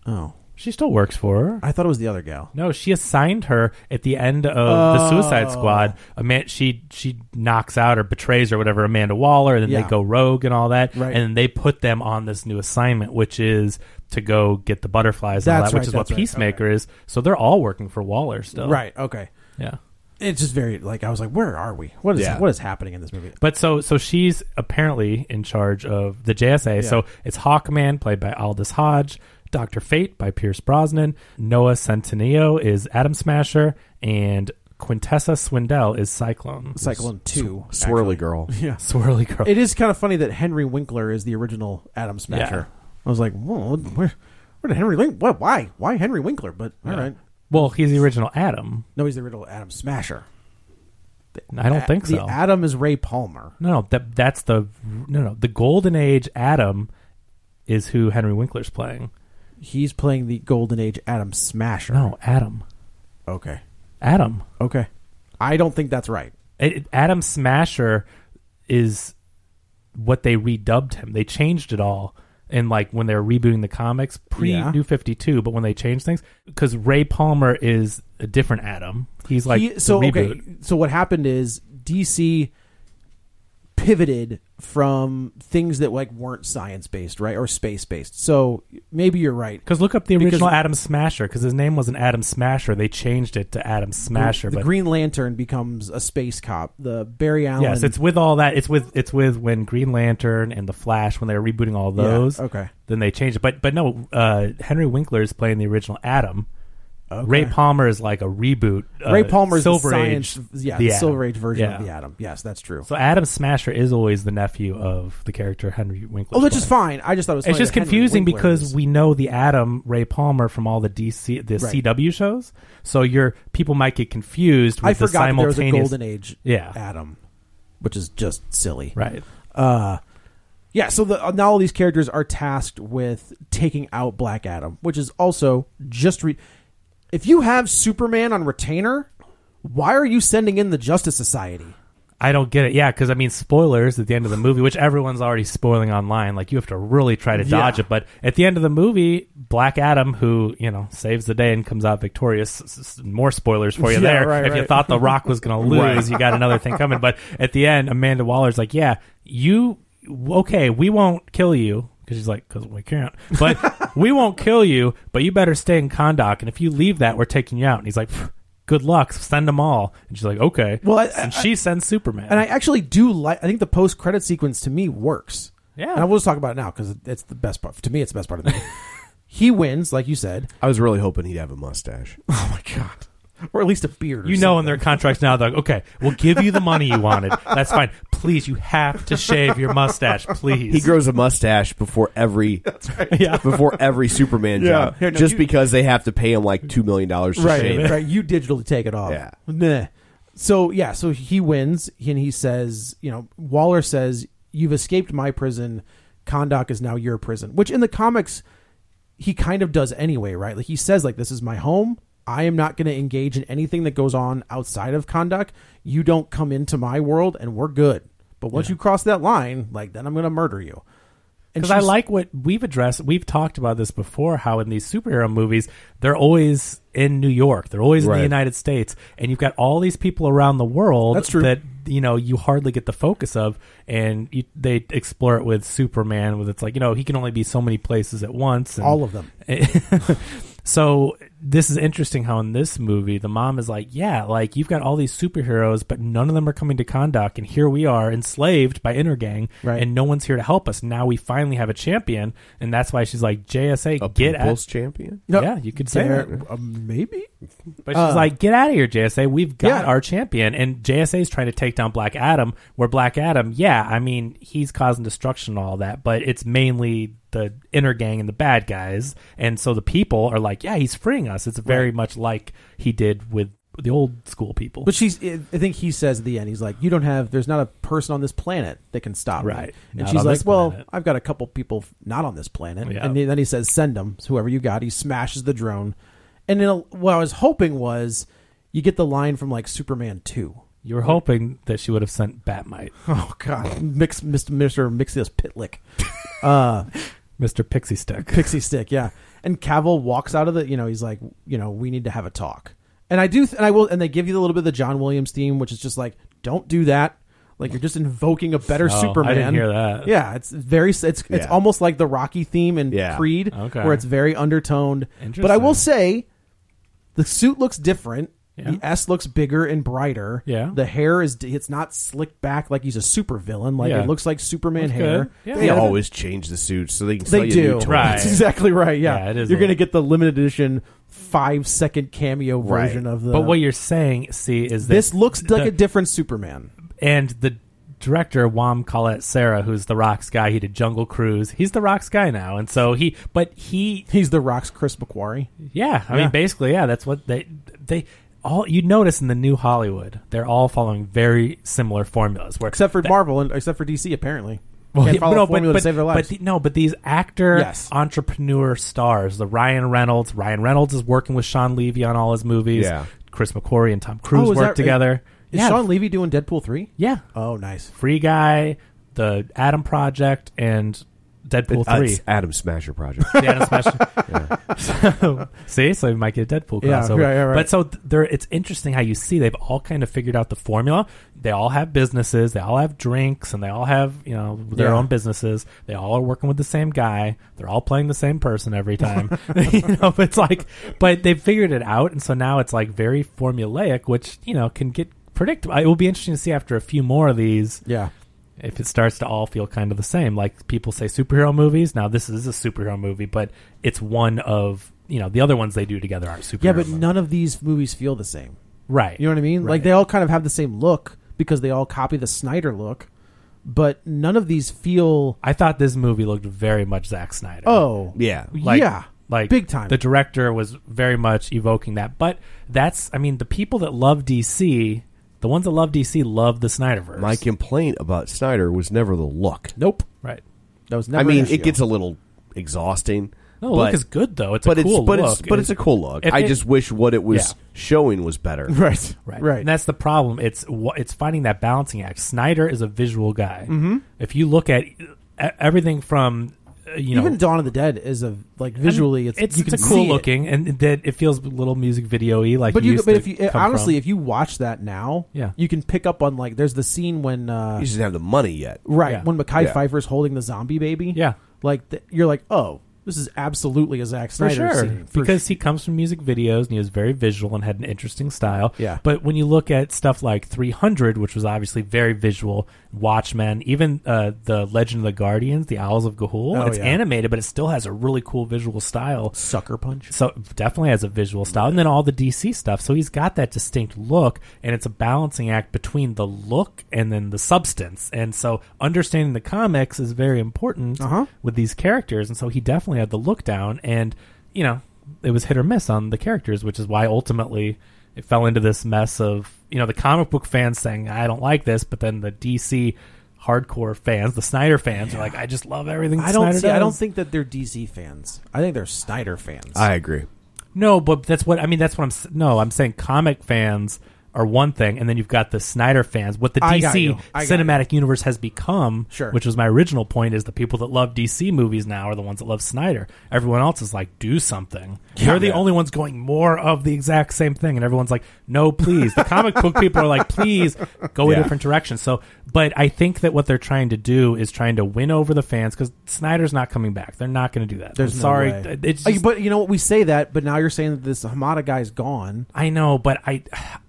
[SPEAKER 6] Oh,
[SPEAKER 5] she still works for her.
[SPEAKER 6] I thought it was the other gal.
[SPEAKER 5] No, she assigned her at the end of the
[SPEAKER 6] Oh.
[SPEAKER 5] Suicide Squad. Ama- she she knocks out or betrays or whatever Amanda Waller, and then
[SPEAKER 6] Yeah.
[SPEAKER 5] they go rogue and all that.
[SPEAKER 6] Right.
[SPEAKER 5] And then they put them on this new assignment, which is to go get the butterflies and all
[SPEAKER 6] That's
[SPEAKER 5] that,
[SPEAKER 6] right,
[SPEAKER 5] which is
[SPEAKER 6] that's
[SPEAKER 5] what
[SPEAKER 6] right,
[SPEAKER 5] Peacemaker is. So they're all working for Waller still.
[SPEAKER 6] Right. Okay.
[SPEAKER 5] Yeah.
[SPEAKER 6] It's just very like I was like, where are we? What is
[SPEAKER 4] Yeah.
[SPEAKER 6] what is happening in this movie?
[SPEAKER 5] But so so she's apparently in charge of the JSA. So it's Hawkman played by Aldous Hodge, Doctor Fate by Pierce Brosnan, Noah Centineo is Atom Smasher, and Quintessa Swindell is Cyclone. [LAUGHS]
[SPEAKER 6] Cyclone Two,
[SPEAKER 4] Swirly
[SPEAKER 6] actually.
[SPEAKER 4] girl.
[SPEAKER 5] Swirly Girl.
[SPEAKER 6] It is kind of funny that Henry Winkler is the original Adam Smasher. I was like, whoa, where, where did Henry Winkler? What? Why? Why Henry Winkler? But all right,
[SPEAKER 5] well, he's the original Adam.
[SPEAKER 6] no, he's the original Adam Smasher.
[SPEAKER 5] I don't think
[SPEAKER 6] the
[SPEAKER 5] so.
[SPEAKER 6] Adam is Ray Palmer.
[SPEAKER 5] no, no, that that's the no no the Golden Age Adam is who Henry Winkler's playing.
[SPEAKER 6] He's playing the Golden Age Adam Smasher.
[SPEAKER 5] No, Adam,
[SPEAKER 6] Okay.
[SPEAKER 5] Adam,
[SPEAKER 6] Okay. I don't think that's right.
[SPEAKER 5] It- it- Adam Smasher is what they redubbed him. They changed it all. in like when they were rebooting the comics pre
[SPEAKER 6] Yeah.
[SPEAKER 5] New Fifty Two, but when they changed things, because Ray Palmer is a different Adam. He's like
[SPEAKER 6] He-
[SPEAKER 5] the
[SPEAKER 6] so
[SPEAKER 5] reboot.
[SPEAKER 6] okay. So what happened is DC pivoted from things that like weren't science based, right, or space based. So maybe you're right.
[SPEAKER 5] Because look up the
[SPEAKER 6] Because-
[SPEAKER 5] original Adam Smasher, because his name wasn't Adam Smasher. They changed it to Adam Smasher.
[SPEAKER 6] The
[SPEAKER 5] but
[SPEAKER 6] Green Lantern becomes a space cop. The Barry Allen.
[SPEAKER 5] yes, it's with all that. It's with it's with when Green Lantern and the Flash when they were rebooting all
[SPEAKER 6] Yeah,
[SPEAKER 5] those.
[SPEAKER 6] okay.
[SPEAKER 5] Then they changed it, but but no, uh, Henry Winkler is playing the original Adam, Ray Palmer is like a reboot. uh,
[SPEAKER 6] Ray Palmer's
[SPEAKER 5] Silver
[SPEAKER 6] the
[SPEAKER 5] Age,
[SPEAKER 6] science, yeah,
[SPEAKER 5] the
[SPEAKER 6] the
[SPEAKER 5] Atom.
[SPEAKER 6] Silver Age version
[SPEAKER 5] Yeah.
[SPEAKER 6] of the Atom. Yes, that's true.
[SPEAKER 5] So Adam Smasher is always the nephew of the character Henry Winkler.
[SPEAKER 6] oh, which is fine. I just thought it was.
[SPEAKER 5] It's
[SPEAKER 6] funny
[SPEAKER 5] just
[SPEAKER 6] that Henry
[SPEAKER 5] confusing
[SPEAKER 6] Winkler
[SPEAKER 5] because
[SPEAKER 6] is-
[SPEAKER 5] we know the Adam Ray Palmer from all the DC the
[SPEAKER 6] Right.
[SPEAKER 5] CW shows, so your people might get confused with
[SPEAKER 6] I
[SPEAKER 5] the
[SPEAKER 6] forgot that there was a
[SPEAKER 5] simultaneous
[SPEAKER 6] Golden Age
[SPEAKER 5] Yeah.
[SPEAKER 6] Atom, which is just silly.
[SPEAKER 5] right.
[SPEAKER 6] Yeah, so the, now all these characters are tasked with taking out Black Adam, which is also just re- if you have Superman on retainer, why are you sending in the Justice Society?
[SPEAKER 5] I don't get it. Yeah, because I mean, spoilers at the end of the movie, which everyone's already spoiling online. Like you have to really try to dodge
[SPEAKER 6] Yeah.
[SPEAKER 5] it. But at the end of the movie, Black Adam, who you know saves the day and comes out victorious, s- s- more spoilers for you
[SPEAKER 6] Yeah,
[SPEAKER 5] there.
[SPEAKER 6] right,
[SPEAKER 5] if you
[SPEAKER 6] right.
[SPEAKER 5] thought The Rock was
[SPEAKER 6] [LAUGHS]
[SPEAKER 5] going to lose, you got another thing coming. But at the end, Amanda Waller's like, "Yeah, you okay? We won't kill you." Because she's like, because we can't,
[SPEAKER 6] [LAUGHS]
[SPEAKER 5] but we won't kill you. But you better stay in Kondak, and if you leave that, we're taking you out. And he's like, "Pff, "Good luck, send them all." And she's like, "Okay."
[SPEAKER 6] Well, I-
[SPEAKER 5] and she sends Superman.
[SPEAKER 6] And I actually do like. I think the post credit sequence to me works.
[SPEAKER 5] Yeah.
[SPEAKER 6] and I will just talk about it now because it's the best part. To me, it's the best part of the movie. [LAUGHS] he wins, like you said,
[SPEAKER 4] [LAUGHS] I was really hoping he'd have a mustache.
[SPEAKER 5] [LAUGHS]
[SPEAKER 6] Oh my god! Or at least a beard. Or
[SPEAKER 5] You know, in their contracts now, they're like, okay, we'll give you the money you wanted. That's fine. Please, you have to shave your mustache, please.
[SPEAKER 4] He grows a mustache before every
[SPEAKER 5] [LAUGHS] yeah.
[SPEAKER 4] before every Superman
[SPEAKER 6] Yeah.
[SPEAKER 4] job,
[SPEAKER 6] Here, no,
[SPEAKER 4] just
[SPEAKER 6] you-
[SPEAKER 4] because they have to pay him like two million dollars to
[SPEAKER 6] right,
[SPEAKER 4] shave. it.
[SPEAKER 6] right. You digitally take it off.
[SPEAKER 4] Yeah.
[SPEAKER 6] Nah. So yeah, so he wins, and he says, you know, Waller says, "You've escaped my prison. Kondak is now your prison." Which in the comics, he kind of does anyway, right? Like he says, like this is my home. I am not going to engage in anything that goes on outside of Kondak. You don't come into my world, and we're good. But once you cross that line, like then I'm going to murder you. And
[SPEAKER 5] Because I
[SPEAKER 6] she's-
[SPEAKER 5] like what we've addressed. We've talked about this before. How in these superhero movies, they're always in New York. They're always in
[SPEAKER 4] Right.
[SPEAKER 5] the United States, and you've got all these people around the world.
[SPEAKER 6] That's true.
[SPEAKER 5] That you know you hardly get the focus of, and you, they explore it with Superman. With it's like you know he can only be so many places at once. And,
[SPEAKER 6] all of them.
[SPEAKER 5] [LAUGHS] so this is interesting how in this movie the mom is like yeah like you've got all these superheroes but none of them are coming to Kondak and here we are enslaved by Intergang
[SPEAKER 6] Right.
[SPEAKER 5] and no one's here to help us now we finally have a champion and that's why she's like JSA
[SPEAKER 4] A
[SPEAKER 5] get
[SPEAKER 4] people's
[SPEAKER 5] out
[SPEAKER 4] champion.
[SPEAKER 5] yeah you could say
[SPEAKER 6] They're-
[SPEAKER 5] that
[SPEAKER 6] uh, maybe.
[SPEAKER 5] but she's
[SPEAKER 6] uh,
[SPEAKER 5] like get out of here JSA we've got
[SPEAKER 6] Yeah.
[SPEAKER 5] our champion and JSA is trying to take down Black Adam where Black Adam yeah I mean he's causing destruction and all that but it's mainly the inner gang and the bad guys and so the people are like yeah he's freeing us it's very much like he did with the old school people
[SPEAKER 6] But she's. I think he says at the end, he's like, "You don't have. There's not a person on this planet that can stop me."
[SPEAKER 5] Right.
[SPEAKER 6] And
[SPEAKER 5] Not
[SPEAKER 6] she's
[SPEAKER 5] on
[SPEAKER 6] like,
[SPEAKER 5] this
[SPEAKER 6] "Well,
[SPEAKER 5] planet."
[SPEAKER 6] I've got a couple people f- not on this planet."
[SPEAKER 5] Yeah.
[SPEAKER 6] And then he says, "Send them. whoever you got." He smashes the drone. And then uh, what I was hoping was, you get the line from like Superman
[SPEAKER 5] [LAUGHS]
[SPEAKER 6] two.
[SPEAKER 5] you were hoping that she would have sent Batmite
[SPEAKER 6] Oh God, mix Mister Mixius Pitlick,
[SPEAKER 5] Mr. Pixie Stick
[SPEAKER 6] [LAUGHS] pixie stick, yeah. And Cavill walks out of the. You know, he's like, you know, we need to have a talk. And I do, th- and I will, and they give you a little bit of the John Williams theme, which is just like, don't do that. Like you're just invoking a better
[SPEAKER 5] Oh,
[SPEAKER 6] Superman.
[SPEAKER 5] I didn't hear that
[SPEAKER 6] Yeah, it's very it's it's
[SPEAKER 4] Yeah.
[SPEAKER 6] almost like the Rocky theme in
[SPEAKER 4] Yeah.
[SPEAKER 6] Creed,
[SPEAKER 5] Okay.
[SPEAKER 6] where it's very undertoned.
[SPEAKER 5] Interesting.
[SPEAKER 6] But I will say, the suit looks different.
[SPEAKER 5] Yeah.
[SPEAKER 6] The S looks bigger and brighter.
[SPEAKER 5] Yeah.
[SPEAKER 6] the hair is it's not slicked back like he's a supervillain. Like
[SPEAKER 5] Yeah.
[SPEAKER 6] it looks like Superman
[SPEAKER 5] That's
[SPEAKER 6] hair.
[SPEAKER 5] good. Yeah.
[SPEAKER 4] They
[SPEAKER 5] Yeah.
[SPEAKER 4] always change the suits so they can sell
[SPEAKER 6] They
[SPEAKER 4] you
[SPEAKER 6] do.
[SPEAKER 4] new toys.
[SPEAKER 5] Right.
[SPEAKER 6] That's exactly right. Yeah,
[SPEAKER 5] Yeah, it is
[SPEAKER 6] You're
[SPEAKER 5] a
[SPEAKER 6] gonna
[SPEAKER 5] little-
[SPEAKER 6] get the limited edition five second cameo
[SPEAKER 4] Right.
[SPEAKER 6] version of the.
[SPEAKER 5] but what you're saying see is that
[SPEAKER 6] this looks like
[SPEAKER 5] the-
[SPEAKER 6] a different Superman.
[SPEAKER 5] and the director Wam Collette Sarah, who's the Rock's guy, he did Jungle Cruise. He's the Rock's guy now, and so he, but he,
[SPEAKER 6] He's the Rock's Chris McQuarrie.
[SPEAKER 5] yeah, I
[SPEAKER 6] Yeah.
[SPEAKER 5] mean, basically, yeah, that's what they they all you notice in the new Hollywood, they're all following very similar formulas. Where
[SPEAKER 6] except for
[SPEAKER 5] that-
[SPEAKER 6] Marvel and except for DC apparently.
[SPEAKER 5] Well,
[SPEAKER 6] Can't
[SPEAKER 5] yeah,
[SPEAKER 6] follow
[SPEAKER 5] no,
[SPEAKER 6] a formula to save their lives.
[SPEAKER 5] But the- no, but these actor
[SPEAKER 6] Yes.
[SPEAKER 5] entrepreneur stars, the Ryan Reynolds. Ryan Reynolds is working with Sean Levy on all his movies.
[SPEAKER 4] Yeah.
[SPEAKER 5] Chris McQuarrie and Tom Cruise
[SPEAKER 6] Oh, is
[SPEAKER 5] work
[SPEAKER 6] that-
[SPEAKER 5] together.
[SPEAKER 6] is
[SPEAKER 5] yeah,
[SPEAKER 6] Sean Levy doing Deadpool three?
[SPEAKER 5] yeah.
[SPEAKER 6] Oh, nice.
[SPEAKER 5] Free Guy, the Atom Project, and Deadpool
[SPEAKER 4] Uh,
[SPEAKER 5] three.
[SPEAKER 4] it's Adam Smasher
[SPEAKER 5] [LAUGHS]
[SPEAKER 4] project.
[SPEAKER 5] The Atom Smash. [LAUGHS] so, see, so we might get a Deadpool
[SPEAKER 6] Yeah,
[SPEAKER 5] crossover.
[SPEAKER 6] right, right, right.
[SPEAKER 5] But so th- there, it's interesting how you see they've all kind of figured out the formula. They all have businesses. They all have drinks, and they all have you know their
[SPEAKER 6] Yeah.
[SPEAKER 5] own businesses. They all are working with the same guy. They're all playing the same person every time. [LAUGHS] you know, it's like, but they figured it out, and so now it's like very formulaic, which you know can get predictable. It will be interesting to see after a few more of these
[SPEAKER 6] Yeah.
[SPEAKER 5] if it starts to all feel kind of the same like people say superhero movies now this is a superhero movie but it's one of you know the other ones they do together aren't super.
[SPEAKER 6] Yeah, but none of these movies feel the same.
[SPEAKER 5] right.
[SPEAKER 6] You know what I mean? Like
[SPEAKER 5] Right.
[SPEAKER 6] they all kind of have the same look because they all copy the Snyder look, but none of these feel
[SPEAKER 5] I thought this movie looked very much Zack Snyder.
[SPEAKER 6] oh
[SPEAKER 4] Yeah.
[SPEAKER 5] like,
[SPEAKER 6] yeah
[SPEAKER 5] like
[SPEAKER 6] big time.
[SPEAKER 5] The director was very much evoking that, but that's I mean the people that love DC, the ones that love DC love the Snyderverse.
[SPEAKER 4] My complaint about Snyder was never the look.
[SPEAKER 6] nope.
[SPEAKER 5] right?
[SPEAKER 6] That was never.
[SPEAKER 4] I
[SPEAKER 6] an
[SPEAKER 4] mean,
[SPEAKER 6] issue.
[SPEAKER 4] it gets a little exhausting.
[SPEAKER 5] No,
[SPEAKER 4] but,
[SPEAKER 5] the look is good though. It's
[SPEAKER 4] but
[SPEAKER 5] a cool
[SPEAKER 4] it's but
[SPEAKER 5] look.
[SPEAKER 4] it's but it's a cool look.
[SPEAKER 5] If
[SPEAKER 4] I
[SPEAKER 5] it-
[SPEAKER 4] just wish what it was
[SPEAKER 5] Yeah.
[SPEAKER 4] showing was better.
[SPEAKER 6] right,
[SPEAKER 5] [LAUGHS] Right.
[SPEAKER 6] right.
[SPEAKER 5] And that's the problem. It's wha- it's finding that balancing act. Snyder is a visual guy. Mm-hmm. If you look at e- everything from uh, you know
[SPEAKER 6] Even Dawn of the Dead is a like visually, it's
[SPEAKER 5] it's,
[SPEAKER 6] you
[SPEAKER 5] it's
[SPEAKER 6] can
[SPEAKER 5] a cool
[SPEAKER 6] see it.
[SPEAKER 5] looking and that it feels a little music video y like
[SPEAKER 6] But
[SPEAKER 5] you
[SPEAKER 6] you,
[SPEAKER 5] used
[SPEAKER 6] but
[SPEAKER 5] to
[SPEAKER 6] if you
[SPEAKER 5] come
[SPEAKER 6] honestly,
[SPEAKER 5] from.
[SPEAKER 6] if you watch that now,
[SPEAKER 5] Yeah.
[SPEAKER 6] you can pick up on like there's the scene when uh,
[SPEAKER 4] He just didn't have the money yet.
[SPEAKER 6] right
[SPEAKER 5] Yeah.
[SPEAKER 6] when Mackay
[SPEAKER 4] Yeah.
[SPEAKER 6] Pfeiffer's holding the zombie baby.
[SPEAKER 5] Yeah.
[SPEAKER 6] like th- you're like, oh, this is absolutely a Zack
[SPEAKER 5] for
[SPEAKER 6] Snyder
[SPEAKER 5] sure
[SPEAKER 6] scene For
[SPEAKER 5] because he comes from music videos and he was very visual and had an interesting style
[SPEAKER 6] Yeah.
[SPEAKER 5] but when you look at stuff like 300 which was obviously very visual watchmen even uh, the legend of the guardians the owls of gahul
[SPEAKER 6] Oh,
[SPEAKER 5] it's
[SPEAKER 6] yeah.
[SPEAKER 5] animated but it still has a really cool visual style
[SPEAKER 6] sucker punch.
[SPEAKER 5] so definitely has a visual style and then all the dc stuff so he's got that distinct look and it's a balancing act between the look and then the substance and so understanding the comics is very important
[SPEAKER 6] Uh-huh.
[SPEAKER 5] with these characters and so he definitely had the look down and you know it was hit or miss on the characters which is why ultimately it fell into this mess of you know the comic book fans saying i don't like this but then the dc hardcore fans the snyder fans are like i just love everything
[SPEAKER 6] I don't.
[SPEAKER 5] Snyder
[SPEAKER 6] See, I
[SPEAKER 5] does."
[SPEAKER 6] don't think that they're DC fans. I think they're Snyder fans.
[SPEAKER 4] I agree.
[SPEAKER 5] No, but that's what I mean. That's what I'm. s- No, I'm saying comic fans are one thing, and then you've got the Snyder fans. What the
[SPEAKER 6] I got you.
[SPEAKER 5] DC
[SPEAKER 6] I got
[SPEAKER 5] cinematic universe has become,
[SPEAKER 6] Sure.
[SPEAKER 5] which was my original point, is the people that love DC movies now are the ones that love Snyder. Everyone else is like, do something. They're the only ones going more of the exact same thing, and everyone's like, no, please. The comic book people are like, please go
[SPEAKER 4] Yeah.
[SPEAKER 5] a different direction. So, but I think that what they're trying to do is trying to win over the fans because Snyder's not coming back. They're not going to do that.
[SPEAKER 6] There's
[SPEAKER 5] I'm
[SPEAKER 6] no
[SPEAKER 5] sorry,
[SPEAKER 6] way.
[SPEAKER 5] Th- it's
[SPEAKER 6] Uh,
[SPEAKER 5] just-
[SPEAKER 6] but you know what? We say that, but now you're saying that this Hamada guy's gone.
[SPEAKER 5] I know, but I,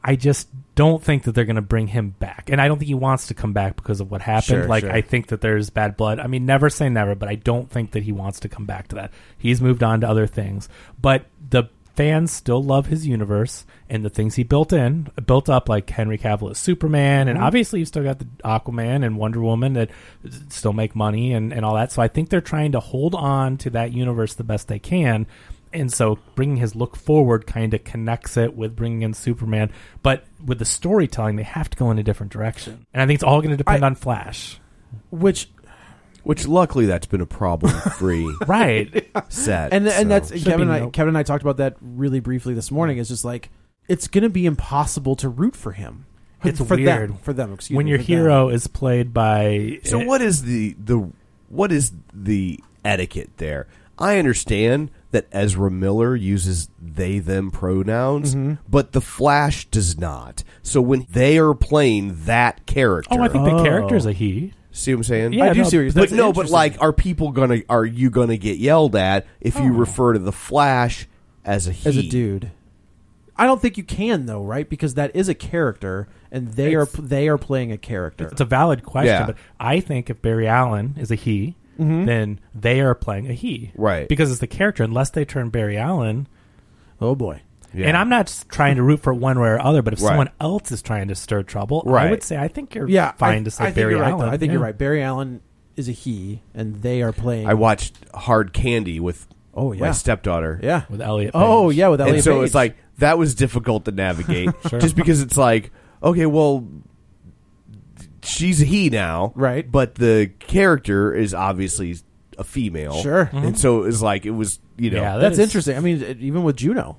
[SPEAKER 5] I just don't think that they're going to bring him back, and I don't think he wants to come back because of what happened.
[SPEAKER 6] Sure,
[SPEAKER 5] like
[SPEAKER 6] sure.
[SPEAKER 5] I think that there's bad blood. I mean, never say never, but I don't think that he wants to come back to that. He's moved on to other things, but the fans still love his universe and the things he built in, built up, like Henry Cavill as Superman, and obviously you've still got the Aquaman and Wonder Woman that s- still make money and and all that. So I think they're trying to hold on to that universe the best they can and so bringing his look forward kind of connects it with bringing in Superman. But with the storytelling, they have to go in a different direction, and I think it's all going to depend
[SPEAKER 6] I-
[SPEAKER 5] on Flash,
[SPEAKER 6] Which
[SPEAKER 4] Which luckily that's been a problem [LAUGHS] free
[SPEAKER 5] [LAUGHS] right?
[SPEAKER 4] set.
[SPEAKER 6] and
[SPEAKER 4] so.
[SPEAKER 6] and that's Kevin and
[SPEAKER 5] be
[SPEAKER 6] I.
[SPEAKER 5] no-
[SPEAKER 6] Kevin and I talked about that really briefly this morning. Is just like it's going to be impossible to root for him.
[SPEAKER 5] It's
[SPEAKER 6] for
[SPEAKER 5] weird.
[SPEAKER 6] them, for them. Excuse
[SPEAKER 5] when
[SPEAKER 6] me,
[SPEAKER 5] your
[SPEAKER 6] for them.
[SPEAKER 5] hero is played by
[SPEAKER 4] So
[SPEAKER 5] eh,
[SPEAKER 4] what is the the what is the etiquette there? I understand that Ezra Miller uses they them pronouns, but the Flash does not. So when they are playing that character,
[SPEAKER 5] Oh, I think the
[SPEAKER 6] Oh.
[SPEAKER 5] character is a he.
[SPEAKER 4] see what I'm saying?
[SPEAKER 5] Yeah, I do no,
[SPEAKER 6] see what you're
[SPEAKER 4] But
[SPEAKER 6] saying.
[SPEAKER 4] no,
[SPEAKER 6] That's
[SPEAKER 4] but
[SPEAKER 6] interesting.
[SPEAKER 4] like, are people gonna are you gonna get yelled at if you refer to the Flash as a he?
[SPEAKER 6] as a dude. E. I don't think you can though, right? Because that is a character, and they
[SPEAKER 5] It's-
[SPEAKER 6] are they are playing a character.
[SPEAKER 5] It's a valid question,
[SPEAKER 4] Yeah. Mm-hmm.
[SPEAKER 5] but I think if Barry Allen is a he, then they are playing a he,
[SPEAKER 4] Right.
[SPEAKER 5] Because it's the character. Unless they turn Barry Allen
[SPEAKER 6] oh boy,
[SPEAKER 4] Yeah.
[SPEAKER 5] And I'm not s- trying to root for one way or other, but if
[SPEAKER 4] Right.
[SPEAKER 5] someone else is trying to stir trouble, I
[SPEAKER 4] Right.
[SPEAKER 5] would say I think you're
[SPEAKER 6] yeah,
[SPEAKER 5] fine
[SPEAKER 6] I,
[SPEAKER 5] to say
[SPEAKER 6] I think
[SPEAKER 5] Barry
[SPEAKER 6] you're right,
[SPEAKER 5] Allen.
[SPEAKER 6] though. I think
[SPEAKER 5] Yeah.
[SPEAKER 6] you're right. Barry Allen is a he, and they are playing.
[SPEAKER 4] I watched Hard Candy with
[SPEAKER 6] Oh, yeah.
[SPEAKER 4] my stepdaughter.
[SPEAKER 6] yeah,
[SPEAKER 5] With Elliot
[SPEAKER 6] Oh
[SPEAKER 5] Page.
[SPEAKER 6] yeah, with Elliot.
[SPEAKER 4] and so
[SPEAKER 6] Page.
[SPEAKER 4] it's like that was difficult to
[SPEAKER 6] [LAUGHS]
[SPEAKER 4] navigate
[SPEAKER 5] Sure.
[SPEAKER 4] just because it's like okay well she's a he now
[SPEAKER 6] Right.
[SPEAKER 4] but the character is obviously a female
[SPEAKER 6] Sure. Mm-hmm.
[SPEAKER 4] and so it was like it was you know
[SPEAKER 5] Yeah,
[SPEAKER 4] yeah,
[SPEAKER 5] that
[SPEAKER 6] that's
[SPEAKER 5] is-
[SPEAKER 6] interesting. I mean, it- even with Juno,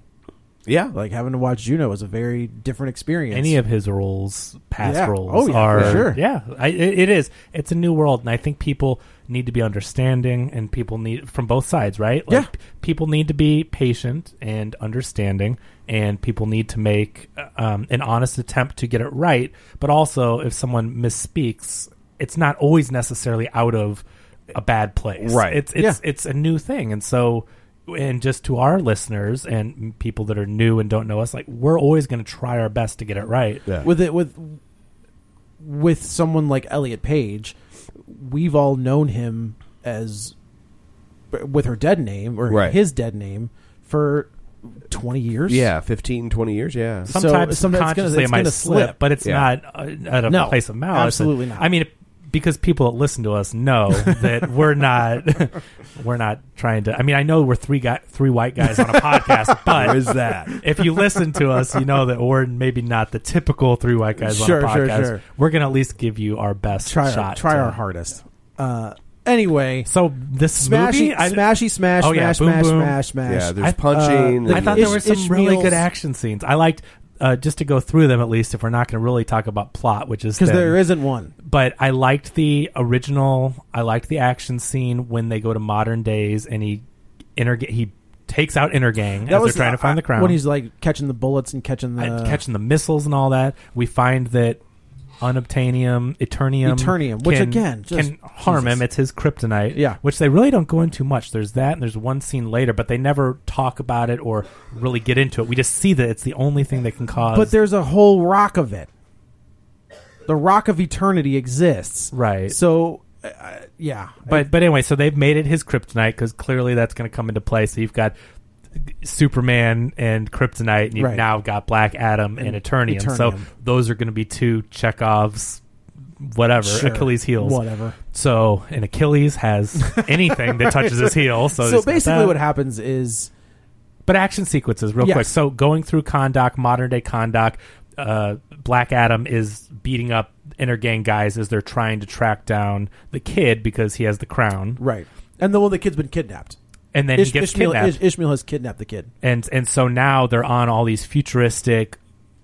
[SPEAKER 6] like having to watch Juno was a very different experience.
[SPEAKER 5] Any of his roles, past
[SPEAKER 6] Yeah.
[SPEAKER 5] roles,
[SPEAKER 6] Oh, yeah, for
[SPEAKER 5] are
[SPEAKER 6] sure.
[SPEAKER 5] yeah. I, it, it is. It's a new world, and I think people need to be understanding, and people need from both sides, right? Like,
[SPEAKER 6] Yeah.
[SPEAKER 5] p- People need to be patient and understanding, and people need to make uh, um, an honest attempt to get it right. But also, if someone misspeaks, it's not always necessarily out of a bad place,
[SPEAKER 4] Right.
[SPEAKER 5] It's it's it's a new thing, and so and just to our listeners and people that are new and don't know us, like we're always going to try our best to get it right.
[SPEAKER 4] Yeah.
[SPEAKER 6] with it with with someone like Elliot Page, we've all known him as with her dead name or
[SPEAKER 4] Right.
[SPEAKER 6] his dead name for twenty years.
[SPEAKER 4] Yeah, 15, 20 years. Yeah.
[SPEAKER 6] So-
[SPEAKER 5] Sometimes
[SPEAKER 6] sometimes it's gonna-
[SPEAKER 5] subconsciously
[SPEAKER 6] it's
[SPEAKER 5] it might
[SPEAKER 6] gonna
[SPEAKER 5] slip,
[SPEAKER 6] slip.
[SPEAKER 5] but it's
[SPEAKER 4] Yeah.
[SPEAKER 5] not uh, out of
[SPEAKER 6] No,
[SPEAKER 5] a place of malice.
[SPEAKER 6] absolutely not.
[SPEAKER 5] I mean, because people that listen to us
[SPEAKER 6] [LAUGHS]
[SPEAKER 5] know that we're not [LAUGHS] we're not trying to. I mean, I know we're three guy, three white guys on a
[SPEAKER 6] [LAUGHS]
[SPEAKER 5] podcast, but
[SPEAKER 4] Where is that?
[SPEAKER 5] if you listen to us, you know that we're maybe not the typical three white guys
[SPEAKER 6] Sure,
[SPEAKER 5] on a
[SPEAKER 6] sure,
[SPEAKER 5] podcast.
[SPEAKER 6] sure.
[SPEAKER 5] We're gonna at least give you our best
[SPEAKER 6] try
[SPEAKER 5] shot.
[SPEAKER 6] our, try
[SPEAKER 5] to-
[SPEAKER 6] our hardest. Uh, anyway,
[SPEAKER 5] So this
[SPEAKER 6] smashy,
[SPEAKER 5] movie, I-
[SPEAKER 6] smashy, smash,
[SPEAKER 5] Oh, yeah,
[SPEAKER 6] smash,
[SPEAKER 5] boom,
[SPEAKER 6] smash,
[SPEAKER 5] boom.
[SPEAKER 6] smash, smash.
[SPEAKER 4] yeah, there's
[SPEAKER 5] I-
[SPEAKER 4] punching.
[SPEAKER 6] uh,
[SPEAKER 5] I
[SPEAKER 4] and-
[SPEAKER 5] thought
[SPEAKER 6] Ish-
[SPEAKER 5] there were some really
[SPEAKER 6] Ishmael's-
[SPEAKER 5] good action scenes. I liked uh, just to go through them at least. If we're not going to really talk about plot, which is
[SPEAKER 6] Because
[SPEAKER 5] thin.
[SPEAKER 6] there isn't one.
[SPEAKER 5] but I liked the original. I liked the action scene when they go to modern days and he inter he takes out Intergang as they're trying to find the crown.
[SPEAKER 6] when he's like catching the bullets and catching the
[SPEAKER 5] And catching the missiles and all that. We find that unobtainium, eternium,
[SPEAKER 6] Eternium, which
[SPEAKER 5] can-
[SPEAKER 6] again, just-
[SPEAKER 5] can harm
[SPEAKER 6] Jesus.
[SPEAKER 5] him. It's his kryptonite.
[SPEAKER 6] Yeah.
[SPEAKER 5] which they really don't go into much. There's that, and there's one scene later, but they never talk about it or really get into it. We just see that it's the only thing that can cause.
[SPEAKER 6] But there's a whole rock of it. The rock of eternity exists.
[SPEAKER 5] Right.
[SPEAKER 6] So, uh, yeah.
[SPEAKER 5] But but anyway, so they've made it his kryptonite because clearly that's going to come into play. So you've got uh, Superman and kryptonite, and you've
[SPEAKER 6] Right.
[SPEAKER 5] now got Black Adam and,
[SPEAKER 6] And
[SPEAKER 5] Eternium. So
[SPEAKER 6] Eternium.
[SPEAKER 5] those are going to be two Chekhov's, whatever
[SPEAKER 6] Sure.
[SPEAKER 5] Achilles heels,
[SPEAKER 6] Whatever.
[SPEAKER 5] So an Achilles
[SPEAKER 6] [LAUGHS]
[SPEAKER 5] has anything that touches his heel. So,
[SPEAKER 6] So,
[SPEAKER 5] he's got
[SPEAKER 6] basically,
[SPEAKER 5] that.
[SPEAKER 6] what happens is
[SPEAKER 5] But action sequences, real
[SPEAKER 6] Yes.
[SPEAKER 5] quick. So going through Kondak, modern day Kondak, uh, Black Adam is beating up inner gang guys as they're trying to track down the kid because he has the crown.
[SPEAKER 6] right, and the one the kid's been kidnapped.
[SPEAKER 5] and then
[SPEAKER 6] Ish-
[SPEAKER 5] he gets
[SPEAKER 6] Ishmael,
[SPEAKER 5] kidnapped.
[SPEAKER 6] Ish- Ishmael has kidnapped the kid.
[SPEAKER 5] and and so now they're on all these futuristic,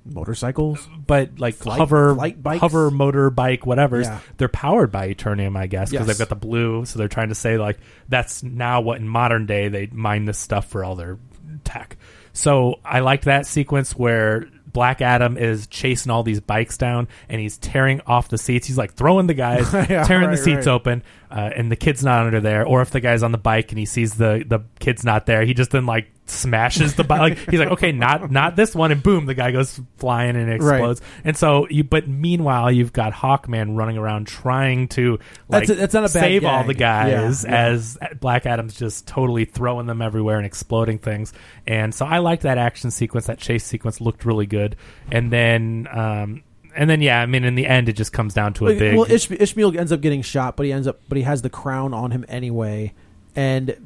[SPEAKER 6] Motorcycles.
[SPEAKER 5] but like
[SPEAKER 6] Flight-
[SPEAKER 5] hover
[SPEAKER 6] flight bikes?
[SPEAKER 5] hover motor bike whatever's.
[SPEAKER 6] Yeah.
[SPEAKER 5] They're powered by Eternium, I guess,
[SPEAKER 6] Yes.
[SPEAKER 5] because they've got the blue. So they're trying to say like that's now what in modern day they mine this stuff for all their tech. So I liked that sequence where. Black Adam is chasing all these bikes down, and he's tearing off the seats. He's like throwing the guys,
[SPEAKER 6] [LAUGHS] Yeah,
[SPEAKER 5] tearing
[SPEAKER 6] right,
[SPEAKER 5] the seats
[SPEAKER 6] right.
[SPEAKER 5] open, uh, and the kid's not under there. Or if the guy's on the bike and he sees the the kid's not there, he just then like smashes the bike. like he's like, okay, not not this one, and boom, the guy goes flying and
[SPEAKER 6] Right.
[SPEAKER 5] explodes. And so you, but meanwhile, you've got Hawkman running around trying to like
[SPEAKER 6] That's a- that's not a bad
[SPEAKER 5] save all
[SPEAKER 6] gag.
[SPEAKER 5] the guys
[SPEAKER 6] Yeah, yeah.
[SPEAKER 5] as Black Adam's just totally throwing them everywhere and exploding things. And so I liked that action sequence. That chase sequence looked really good. And then. um and then yeah, I mean, in the end, it just comes down to a
[SPEAKER 6] Like,
[SPEAKER 5] big.
[SPEAKER 6] well, Ish- Ishmael ends up getting shot, but he ends up, but he has the crown on him anyway, and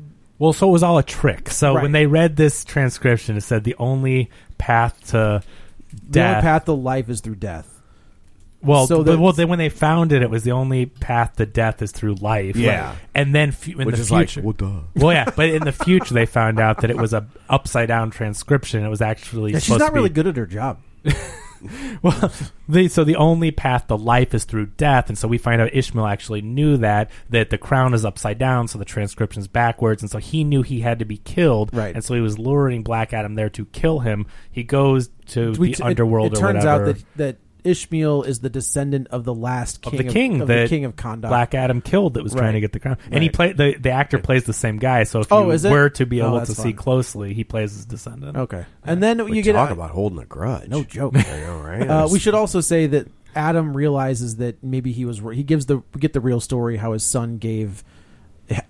[SPEAKER 5] Well, so it was all a trick. So
[SPEAKER 6] Right.
[SPEAKER 5] when they read this transcription, it said the only path to
[SPEAKER 6] the only
[SPEAKER 5] death.
[SPEAKER 6] path to life is through death.
[SPEAKER 5] well,
[SPEAKER 6] so
[SPEAKER 5] but-
[SPEAKER 6] that's-
[SPEAKER 5] well, then when they found it, it was the only path to death is through life.
[SPEAKER 4] Yeah.
[SPEAKER 5] Like, and then fu- in
[SPEAKER 4] Which
[SPEAKER 5] the
[SPEAKER 4] is like,
[SPEAKER 5] future,
[SPEAKER 4] well, duh.
[SPEAKER 5] well, yeah, but in the future they found out that it was a upside down transcription. It was actually
[SPEAKER 6] Yeah, she's
[SPEAKER 5] supposed
[SPEAKER 6] not
[SPEAKER 5] to
[SPEAKER 6] really
[SPEAKER 5] be,
[SPEAKER 6] good at her job.
[SPEAKER 5] Well, [LAUGHS] the, so the only path to life is through death, and so we find out Ishmael actually knew that that the crown is upside down, so the transcription's backwards, and so he knew he had to be killed,
[SPEAKER 6] Right.
[SPEAKER 5] And so he was luring Black Adam there to kill him. He goes to
[SPEAKER 6] We-
[SPEAKER 5] the underworld.
[SPEAKER 6] It, it
[SPEAKER 5] or
[SPEAKER 6] turns
[SPEAKER 5] whatever
[SPEAKER 6] out that that Ishmael is the descendant of the last
[SPEAKER 5] of
[SPEAKER 6] king
[SPEAKER 5] the king
[SPEAKER 6] of,
[SPEAKER 5] that
[SPEAKER 6] the king of Kondak.
[SPEAKER 5] Black Adam killed that was
[SPEAKER 6] Right.
[SPEAKER 5] trying to get the crown, and he
[SPEAKER 6] Right.
[SPEAKER 5] played the the actor plays the same guy. So if
[SPEAKER 6] Oh,
[SPEAKER 5] you
[SPEAKER 6] is it?
[SPEAKER 5] were to be
[SPEAKER 6] Oh,
[SPEAKER 5] able
[SPEAKER 6] that's
[SPEAKER 5] to
[SPEAKER 6] fun.
[SPEAKER 5] see closely, he plays his descendant.
[SPEAKER 6] okay, and then
[SPEAKER 4] We
[SPEAKER 6] you get
[SPEAKER 4] talk about holding a grudge.
[SPEAKER 6] no [LAUGHS] joke.
[SPEAKER 4] I know, right?
[SPEAKER 6] uh, we should also say that Adam realizes that maybe he was he gives the we get the real story how his son gave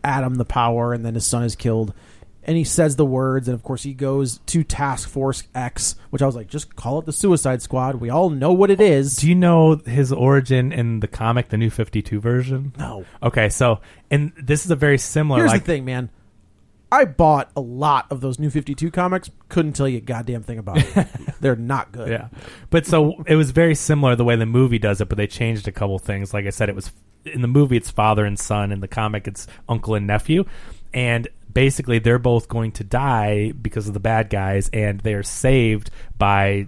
[SPEAKER 6] Adam the power, and then his son is killed. And he says the words, and of course he goes to Task Force X, which I was like, just call it the Suicide Squad. We all know what it is.
[SPEAKER 5] Oh, Do you know his origin in the comic, the New Fifty Two version?
[SPEAKER 6] No.
[SPEAKER 5] Okay, so and this is a very similar.
[SPEAKER 6] Here's
[SPEAKER 5] like,
[SPEAKER 6] the thing, man. I bought a lot of those new 52 comics. Couldn't tell you a goddamn thing
[SPEAKER 5] [LAUGHS]
[SPEAKER 6] about it. They're not good.
[SPEAKER 5] Yeah, but so it was very similar the way the movie does it, but they changed a couple things. Like I said, it was in the movie it's father and son, in the comic it's uncle and nephew, and basically they're both going to die because of the bad guys, and they are saved by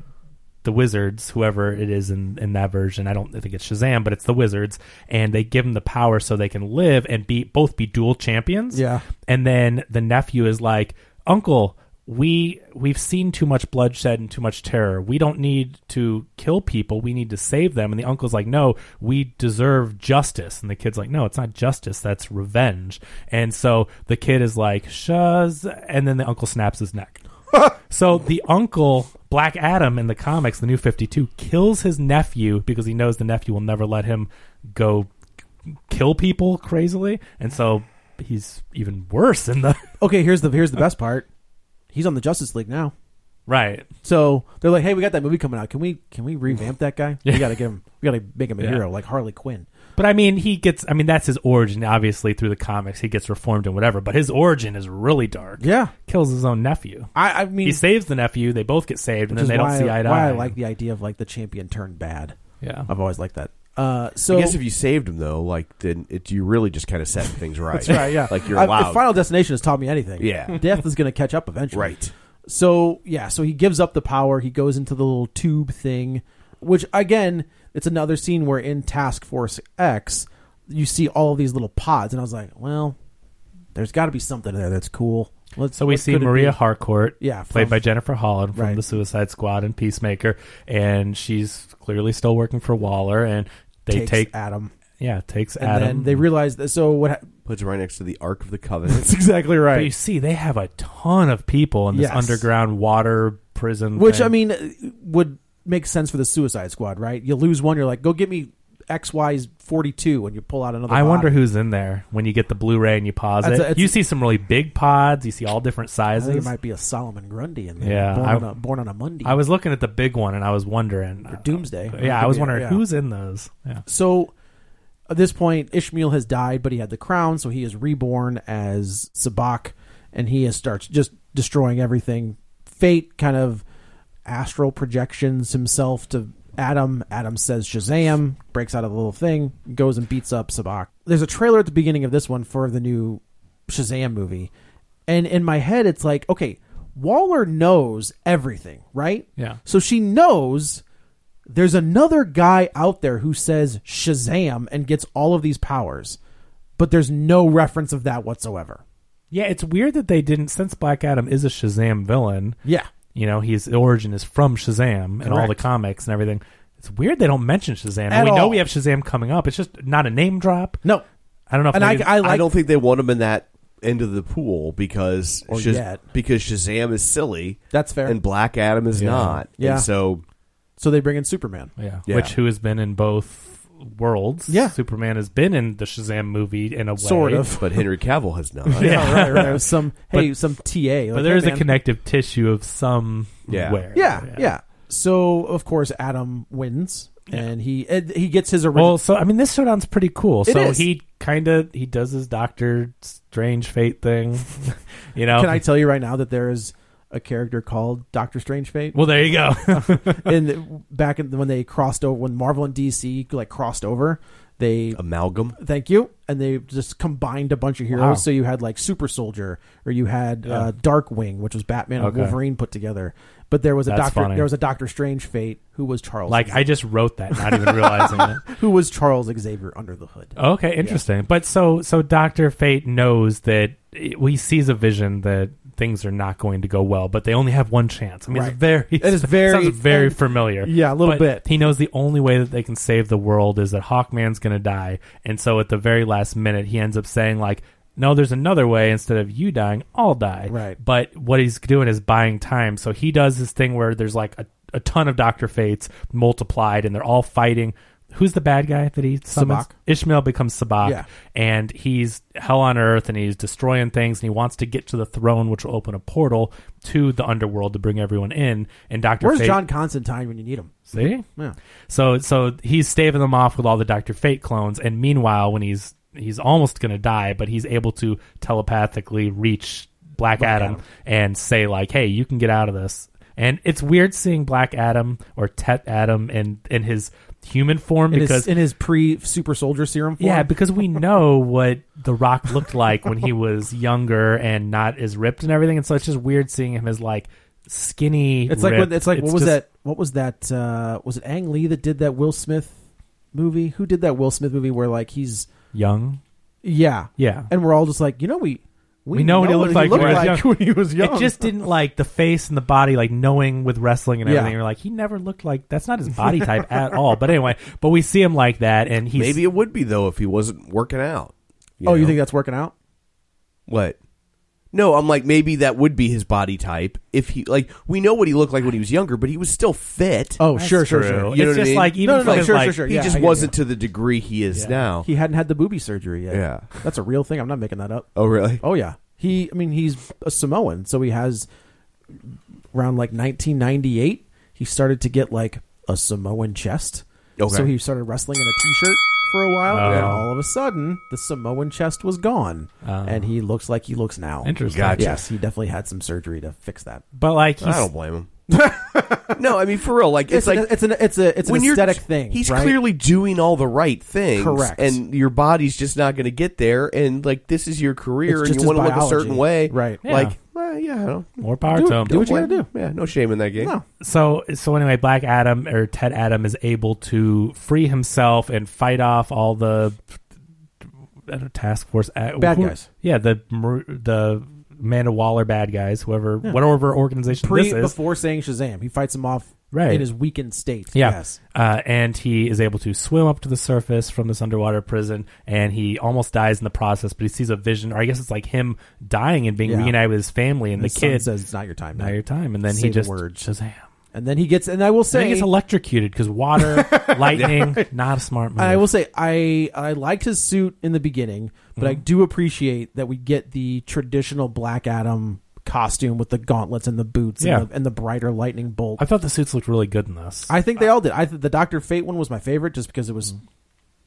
[SPEAKER 5] the wizards, whoever it is in, in that version. I don't think it's Shazam, but it's the wizards, and they give them the power so they can live and be both be dual champions.
[SPEAKER 6] Yeah.
[SPEAKER 5] And then the nephew is like, "Uncle, we we've seen too much bloodshed and too much terror. We don't need to kill people. We need to save them." And the uncle's like, "No, we deserve justice." And the kid's like, "No, it's not justice. That's revenge." And so the kid is like, "Shuz," and then the uncle snaps his neck. So the uncle, Black Adam, in the comics, the new 52, kills his nephew because he knows the nephew will never let him go k- kill people crazily. And so he's even worse in the. [LAUGHS] Uh,
[SPEAKER 6] Okay, here's the here's the best part. he's on the Justice League now.
[SPEAKER 5] Right.
[SPEAKER 6] So they're like, hey, we got that movie coming out. Can we can we revamp that guy?
[SPEAKER 5] Yeah.
[SPEAKER 6] We gotta get him. We gotta make him a
[SPEAKER 5] Yeah.
[SPEAKER 6] hero like Harley Quinn.
[SPEAKER 5] But I mean, he gets. I mean, that's his origin. Obviously, through the comics, he gets reformed and whatever. But his origin is really dark.
[SPEAKER 6] Yeah,
[SPEAKER 5] Kills his own nephew.
[SPEAKER 6] I I mean,
[SPEAKER 5] He saves the nephew. They both get saved, and
[SPEAKER 6] Mm.
[SPEAKER 5] then
[SPEAKER 6] which is
[SPEAKER 5] they don't
[SPEAKER 6] why,
[SPEAKER 5] see eye to
[SPEAKER 6] why
[SPEAKER 5] eye.
[SPEAKER 6] I like the idea of like the champion turned bad.
[SPEAKER 5] yeah.
[SPEAKER 6] I've always liked that. Uh, so
[SPEAKER 4] I guess if you saved him though, like then it, you really just kind of set
[SPEAKER 6] [LAUGHS]
[SPEAKER 4] things right.
[SPEAKER 6] That's right. Yeah.
[SPEAKER 4] like you're
[SPEAKER 6] I-
[SPEAKER 4] allowed.
[SPEAKER 6] If Final Destination has taught me anything.
[SPEAKER 4] Yeah.
[SPEAKER 6] [LAUGHS] Death is going to catch up eventually.
[SPEAKER 4] Right.
[SPEAKER 6] So yeah. So he gives up the power. He goes into the little tube thing, which again, it's another scene where in Task Force X, you see all of these little pods, and I was like, well, there's got to be something there that's cool. Let's,
[SPEAKER 5] So we
[SPEAKER 6] what
[SPEAKER 5] see
[SPEAKER 6] could it
[SPEAKER 5] Maria
[SPEAKER 6] be?
[SPEAKER 5] Harcourt,
[SPEAKER 6] Yeah,
[SPEAKER 5] played
[SPEAKER 6] from-
[SPEAKER 5] by Jennifer Holland from
[SPEAKER 6] Right.
[SPEAKER 5] the Suicide Squad and Peacemaker, and she's clearly still working for Waller. And they
[SPEAKER 6] takes
[SPEAKER 5] take,
[SPEAKER 6] Adam,
[SPEAKER 5] yeah, takes
[SPEAKER 6] and
[SPEAKER 5] Adam.
[SPEAKER 6] then they realize that. So what? Ha- [LAUGHS]
[SPEAKER 4] Puts him right next to the Ark of the Covenant.
[SPEAKER 6] that's exactly right.
[SPEAKER 5] But you see, they have a ton of people in this
[SPEAKER 6] Yes.
[SPEAKER 5] underground water prison.
[SPEAKER 6] Which
[SPEAKER 5] thing.
[SPEAKER 6] I mean would make sense for the Suicide Squad, right? You lose one, you're like, go get me XY's forty two, and you pull out another.
[SPEAKER 5] I
[SPEAKER 6] body.
[SPEAKER 5] wonder who's in there when you get the Blu-ray and you pause
[SPEAKER 6] That's
[SPEAKER 5] it.
[SPEAKER 6] a- it's-
[SPEAKER 5] you see some really big pods. You see all different
[SPEAKER 6] I think it
[SPEAKER 5] sizes. I,
[SPEAKER 6] might be a Solomon Grundy in there.
[SPEAKER 5] Yeah,
[SPEAKER 6] born,
[SPEAKER 5] I-
[SPEAKER 6] on a, born on a Monday.
[SPEAKER 5] was looking at the big one and I was wondering. uh,
[SPEAKER 6] Doomsday.
[SPEAKER 5] Yeah, I was wondering
[SPEAKER 6] Yeah.
[SPEAKER 5] who's in those. Yeah.
[SPEAKER 6] so. At this point, Ishmael has died, but he had the crown, so he is reborn as Sabak, and he is, starts just destroying everything. Fate kind of astral projections himself to Adam. Adam says Shazam, breaks out of the little thing, goes and beats up Sabak. There's a trailer at the beginning of this one for the new Shazam movie. And in my head, it's like, okay, Waller knows everything, right?
[SPEAKER 5] Yeah.
[SPEAKER 6] So she knows there's another guy out there who says Shazam and gets all of these powers, but there's no reference of that whatsoever.
[SPEAKER 5] Yeah, it's weird that they didn't since Black Adam is a Shazam villain.
[SPEAKER 6] Yeah.
[SPEAKER 5] You know, his origin is from Shazam and all the
[SPEAKER 6] Correct.
[SPEAKER 5] comics and everything. It's weird they don't mention Shazam. And
[SPEAKER 6] At
[SPEAKER 5] we know
[SPEAKER 6] all.
[SPEAKER 5] we have Shazam coming up. It's just not a name drop.
[SPEAKER 6] No.
[SPEAKER 5] I don't know if
[SPEAKER 6] And
[SPEAKER 5] they
[SPEAKER 6] I,
[SPEAKER 5] didn't-
[SPEAKER 6] I
[SPEAKER 4] I
[SPEAKER 6] like
[SPEAKER 4] don't think they want him in that end of the pool because
[SPEAKER 6] Or
[SPEAKER 4] Shaz-
[SPEAKER 6] yet.
[SPEAKER 4] because Shazam is silly.
[SPEAKER 6] That's fair.
[SPEAKER 4] And Black Adam is
[SPEAKER 5] Yeah.
[SPEAKER 4] not.
[SPEAKER 6] Yeah.
[SPEAKER 4] And so
[SPEAKER 6] so they bring
[SPEAKER 5] [LAUGHS]
[SPEAKER 6] in Superman.
[SPEAKER 5] Yeah.
[SPEAKER 4] Yeah.
[SPEAKER 5] Which who has been in both worlds.
[SPEAKER 6] Yeah.
[SPEAKER 5] Superman has been in the Shazam movie in a way.
[SPEAKER 6] Sort of.
[SPEAKER 4] but Henry Cavill has not.
[SPEAKER 6] Yeah, right, [LAUGHS] right. It was Some hey, some TA. like,
[SPEAKER 5] But there
[SPEAKER 6] hey,
[SPEAKER 5] is a
[SPEAKER 6] man.
[SPEAKER 5] connective tissue of some
[SPEAKER 4] Yeah.
[SPEAKER 5] where.
[SPEAKER 6] Yeah, yeah, So of course Adam wins, and he and he gets his original.
[SPEAKER 5] Well, so I mean this showdown's pretty cool.
[SPEAKER 6] It
[SPEAKER 5] so
[SPEAKER 6] is.
[SPEAKER 5] he kinda he does his Doctor Strange Fate thing. [LAUGHS] you know
[SPEAKER 6] Can I tell you right now that there is a character called Doctor Strange Fate?
[SPEAKER 5] Well there you
[SPEAKER 6] [LAUGHS]
[SPEAKER 5] go.
[SPEAKER 6] and back in, when they crossed over, when Marvel and DC like crossed over,
[SPEAKER 5] Oh,
[SPEAKER 6] they
[SPEAKER 4] Amalgam.
[SPEAKER 6] thank you, and they just combined a bunch of heroes.
[SPEAKER 5] Wow.
[SPEAKER 6] So you had like Super Soldier, or you had
[SPEAKER 5] Yeah.
[SPEAKER 6] uh, Darkwing, which was Batman
[SPEAKER 5] Okay.
[SPEAKER 6] and Wolverine put together. But there was a
[SPEAKER 5] That's
[SPEAKER 6] doctor.
[SPEAKER 5] funny.
[SPEAKER 6] There was a Doctor Strange Fate who was Charles.
[SPEAKER 5] like I just wrote that not even realizing
[SPEAKER 6] [LAUGHS]
[SPEAKER 5] it.
[SPEAKER 6] who was Charles Xavier under the hood.
[SPEAKER 5] Okay, interesting. But so so Doctor Fate knows that it, well, he sees a vision that things are not going to go well, but they only have one chance. I mean,
[SPEAKER 6] Right.
[SPEAKER 5] it's very [LAUGHS]
[SPEAKER 6] It is very-
[SPEAKER 5] sounds very
[SPEAKER 6] and-
[SPEAKER 5] familiar.
[SPEAKER 6] Yeah, a little
[SPEAKER 5] But
[SPEAKER 6] bit.
[SPEAKER 5] He knows the only way that they can save the world is that Hawkman's going to die, and so at the very last minute, he ends up saying like. No, there's another way. Instead of you dying, I'll die.
[SPEAKER 6] Right.
[SPEAKER 5] But what he's doing is buying time. So he does this thing where there's like a, a ton of Doctor Fates multiplied, and they're all fighting. Who's the bad guy that he summons?
[SPEAKER 6] Sabacc.
[SPEAKER 5] Ishmael becomes Sabacc,
[SPEAKER 6] Yeah.
[SPEAKER 5] and he's hell on earth, and he's destroying things, and he wants to get to the throne, which will open a portal to the underworld to bring everyone in. And Doctor
[SPEAKER 6] Where's
[SPEAKER 5] Fate,
[SPEAKER 6] John Constantine when you need him?
[SPEAKER 5] see,
[SPEAKER 6] Yeah.
[SPEAKER 5] so so he's staving them off with all the Doctor Fate clones, and meanwhile, when he's he's almost gonna die, but he's able to telepathically reach Black, Adam, and say like, "Hey, you can get out of this." And it's weird seeing Black Adam or Tet Adam in in his human form
[SPEAKER 6] In
[SPEAKER 5] because
[SPEAKER 6] his, in his pre super soldier serum form.
[SPEAKER 5] yeah, because we know what The Rock looked like when he was younger and not as ripped and everything, and so it's just weird seeing him as like skinny.
[SPEAKER 6] it's like
[SPEAKER 5] ripped.
[SPEAKER 6] when, it's like what was
[SPEAKER 5] just-
[SPEAKER 6] that? What was that? Uh, was it Ang Lee that did that Will Smith movie? Who did that Will Smith movie where like he's
[SPEAKER 5] young?
[SPEAKER 6] yeah
[SPEAKER 5] Yeah.
[SPEAKER 6] and we're all just like you know we we,
[SPEAKER 5] We know what he looked like when he was young.
[SPEAKER 6] [LAUGHS] when he was young.
[SPEAKER 5] It just didn't like the face and the body, like knowing with wrestling and
[SPEAKER 6] Yeah.
[SPEAKER 5] everything. You're like, he never looked like that's not his body type at all. But anyway, but we see him like that, and he's
[SPEAKER 4] Maybe it would be though if he wasn't working out.
[SPEAKER 6] oh, you
[SPEAKER 4] know?
[SPEAKER 6] think that's working out?
[SPEAKER 4] What? No, I'm like maybe that would be his body type if he like we know what he looked like when he was younger, but he was still fit.
[SPEAKER 6] Oh,
[SPEAKER 5] That's
[SPEAKER 6] sure, sure,
[SPEAKER 5] true.
[SPEAKER 6] sure.
[SPEAKER 5] It's
[SPEAKER 4] You know what I
[SPEAKER 5] just
[SPEAKER 4] mean?
[SPEAKER 5] like even
[SPEAKER 6] No, no,
[SPEAKER 5] for
[SPEAKER 6] no,
[SPEAKER 5] his,
[SPEAKER 6] sure,
[SPEAKER 5] like,
[SPEAKER 6] sure, sure.
[SPEAKER 4] he
[SPEAKER 6] yeah, I
[SPEAKER 4] just
[SPEAKER 6] get
[SPEAKER 4] wasn't to the degree he is
[SPEAKER 5] Yeah.
[SPEAKER 4] now.
[SPEAKER 6] He hadn't had the booby surgery yet.
[SPEAKER 4] Yeah.
[SPEAKER 6] that's a real thing. I'm not making that up.
[SPEAKER 4] oh, really?
[SPEAKER 6] Oh yeah, he. I mean, he's a Samoan, so he has around like 1998, he started to get like a Samoan chest.
[SPEAKER 4] Okay.
[SPEAKER 6] So he started wrestling in a t-shirt for a while, and
[SPEAKER 5] Oh.
[SPEAKER 6] all of a sudden, the Samoan chest was gone,
[SPEAKER 5] Oh.
[SPEAKER 6] and he looks like he looks now.
[SPEAKER 5] Interesting.
[SPEAKER 4] Gotcha.
[SPEAKER 6] Yes, he definitely had some surgery to fix that.
[SPEAKER 5] But like he's
[SPEAKER 4] I don't blame him. [LAUGHS] no, I mean for real. Like it's,
[SPEAKER 6] It's,
[SPEAKER 4] like
[SPEAKER 6] an, it's an it's a it's an
[SPEAKER 4] when you're-
[SPEAKER 6] aesthetic thing.
[SPEAKER 4] He's
[SPEAKER 6] right?
[SPEAKER 4] clearly doing all the right things,
[SPEAKER 6] Correct.
[SPEAKER 4] And your body's just not going to get there. And like this is your career,
[SPEAKER 6] It's
[SPEAKER 4] and
[SPEAKER 6] just
[SPEAKER 4] you want to
[SPEAKER 6] his
[SPEAKER 4] look a certain
[SPEAKER 6] biology.
[SPEAKER 4] way,
[SPEAKER 6] Right.
[SPEAKER 5] Yeah.
[SPEAKER 4] Like, well, yeah, I don't,
[SPEAKER 5] more power
[SPEAKER 6] Do it.
[SPEAKER 5] to him.
[SPEAKER 6] Do what you gotta
[SPEAKER 4] blame-
[SPEAKER 6] do.
[SPEAKER 4] Yeah, no shame in that game.
[SPEAKER 6] No.
[SPEAKER 5] So so anyway, Black Adam or Ted Adam is able to free himself and fight off all the I don't know, task force uh,
[SPEAKER 6] Bad guys.
[SPEAKER 5] Yeah, the Mar- the Amanda Waller bad guys, whoever whatever organization
[SPEAKER 6] pre
[SPEAKER 5] this is.
[SPEAKER 6] before saying Shazam. He fights him off
[SPEAKER 5] Right.
[SPEAKER 6] in his weakened state.
[SPEAKER 5] Yeah.
[SPEAKER 6] Yes.
[SPEAKER 5] Uh, and he is able to swim up to the surface from this underwater prison, and he almost dies in the process. But he sees a vision, or I guess it's like him dying and being
[SPEAKER 6] Yeah.
[SPEAKER 5] reunited with his family and
[SPEAKER 6] And
[SPEAKER 5] the
[SPEAKER 6] his son
[SPEAKER 5] kid.
[SPEAKER 6] says it's not your time.
[SPEAKER 5] "Now
[SPEAKER 6] man."
[SPEAKER 5] your time," and then he
[SPEAKER 6] Say the
[SPEAKER 5] just
[SPEAKER 6] word.
[SPEAKER 5] Shazam.
[SPEAKER 6] And then he gets and I will
[SPEAKER 5] Then he
[SPEAKER 6] say
[SPEAKER 5] gets electrocuted because
[SPEAKER 6] [LAUGHS]
[SPEAKER 5] water, lightning, not a smart move.
[SPEAKER 6] I will say I I liked his suit in the beginning, but
[SPEAKER 5] Mhm.
[SPEAKER 6] I do appreciate that we get the traditional Black Adam costume with the gauntlets and the boots
[SPEAKER 5] Yeah.
[SPEAKER 6] and, the, and the brighter lightning bolt.
[SPEAKER 5] I thought the suits looked really good in this.
[SPEAKER 6] I think they all did. I th- the Doctor Fate one was my favorite just because it was
[SPEAKER 5] Mm-hmm.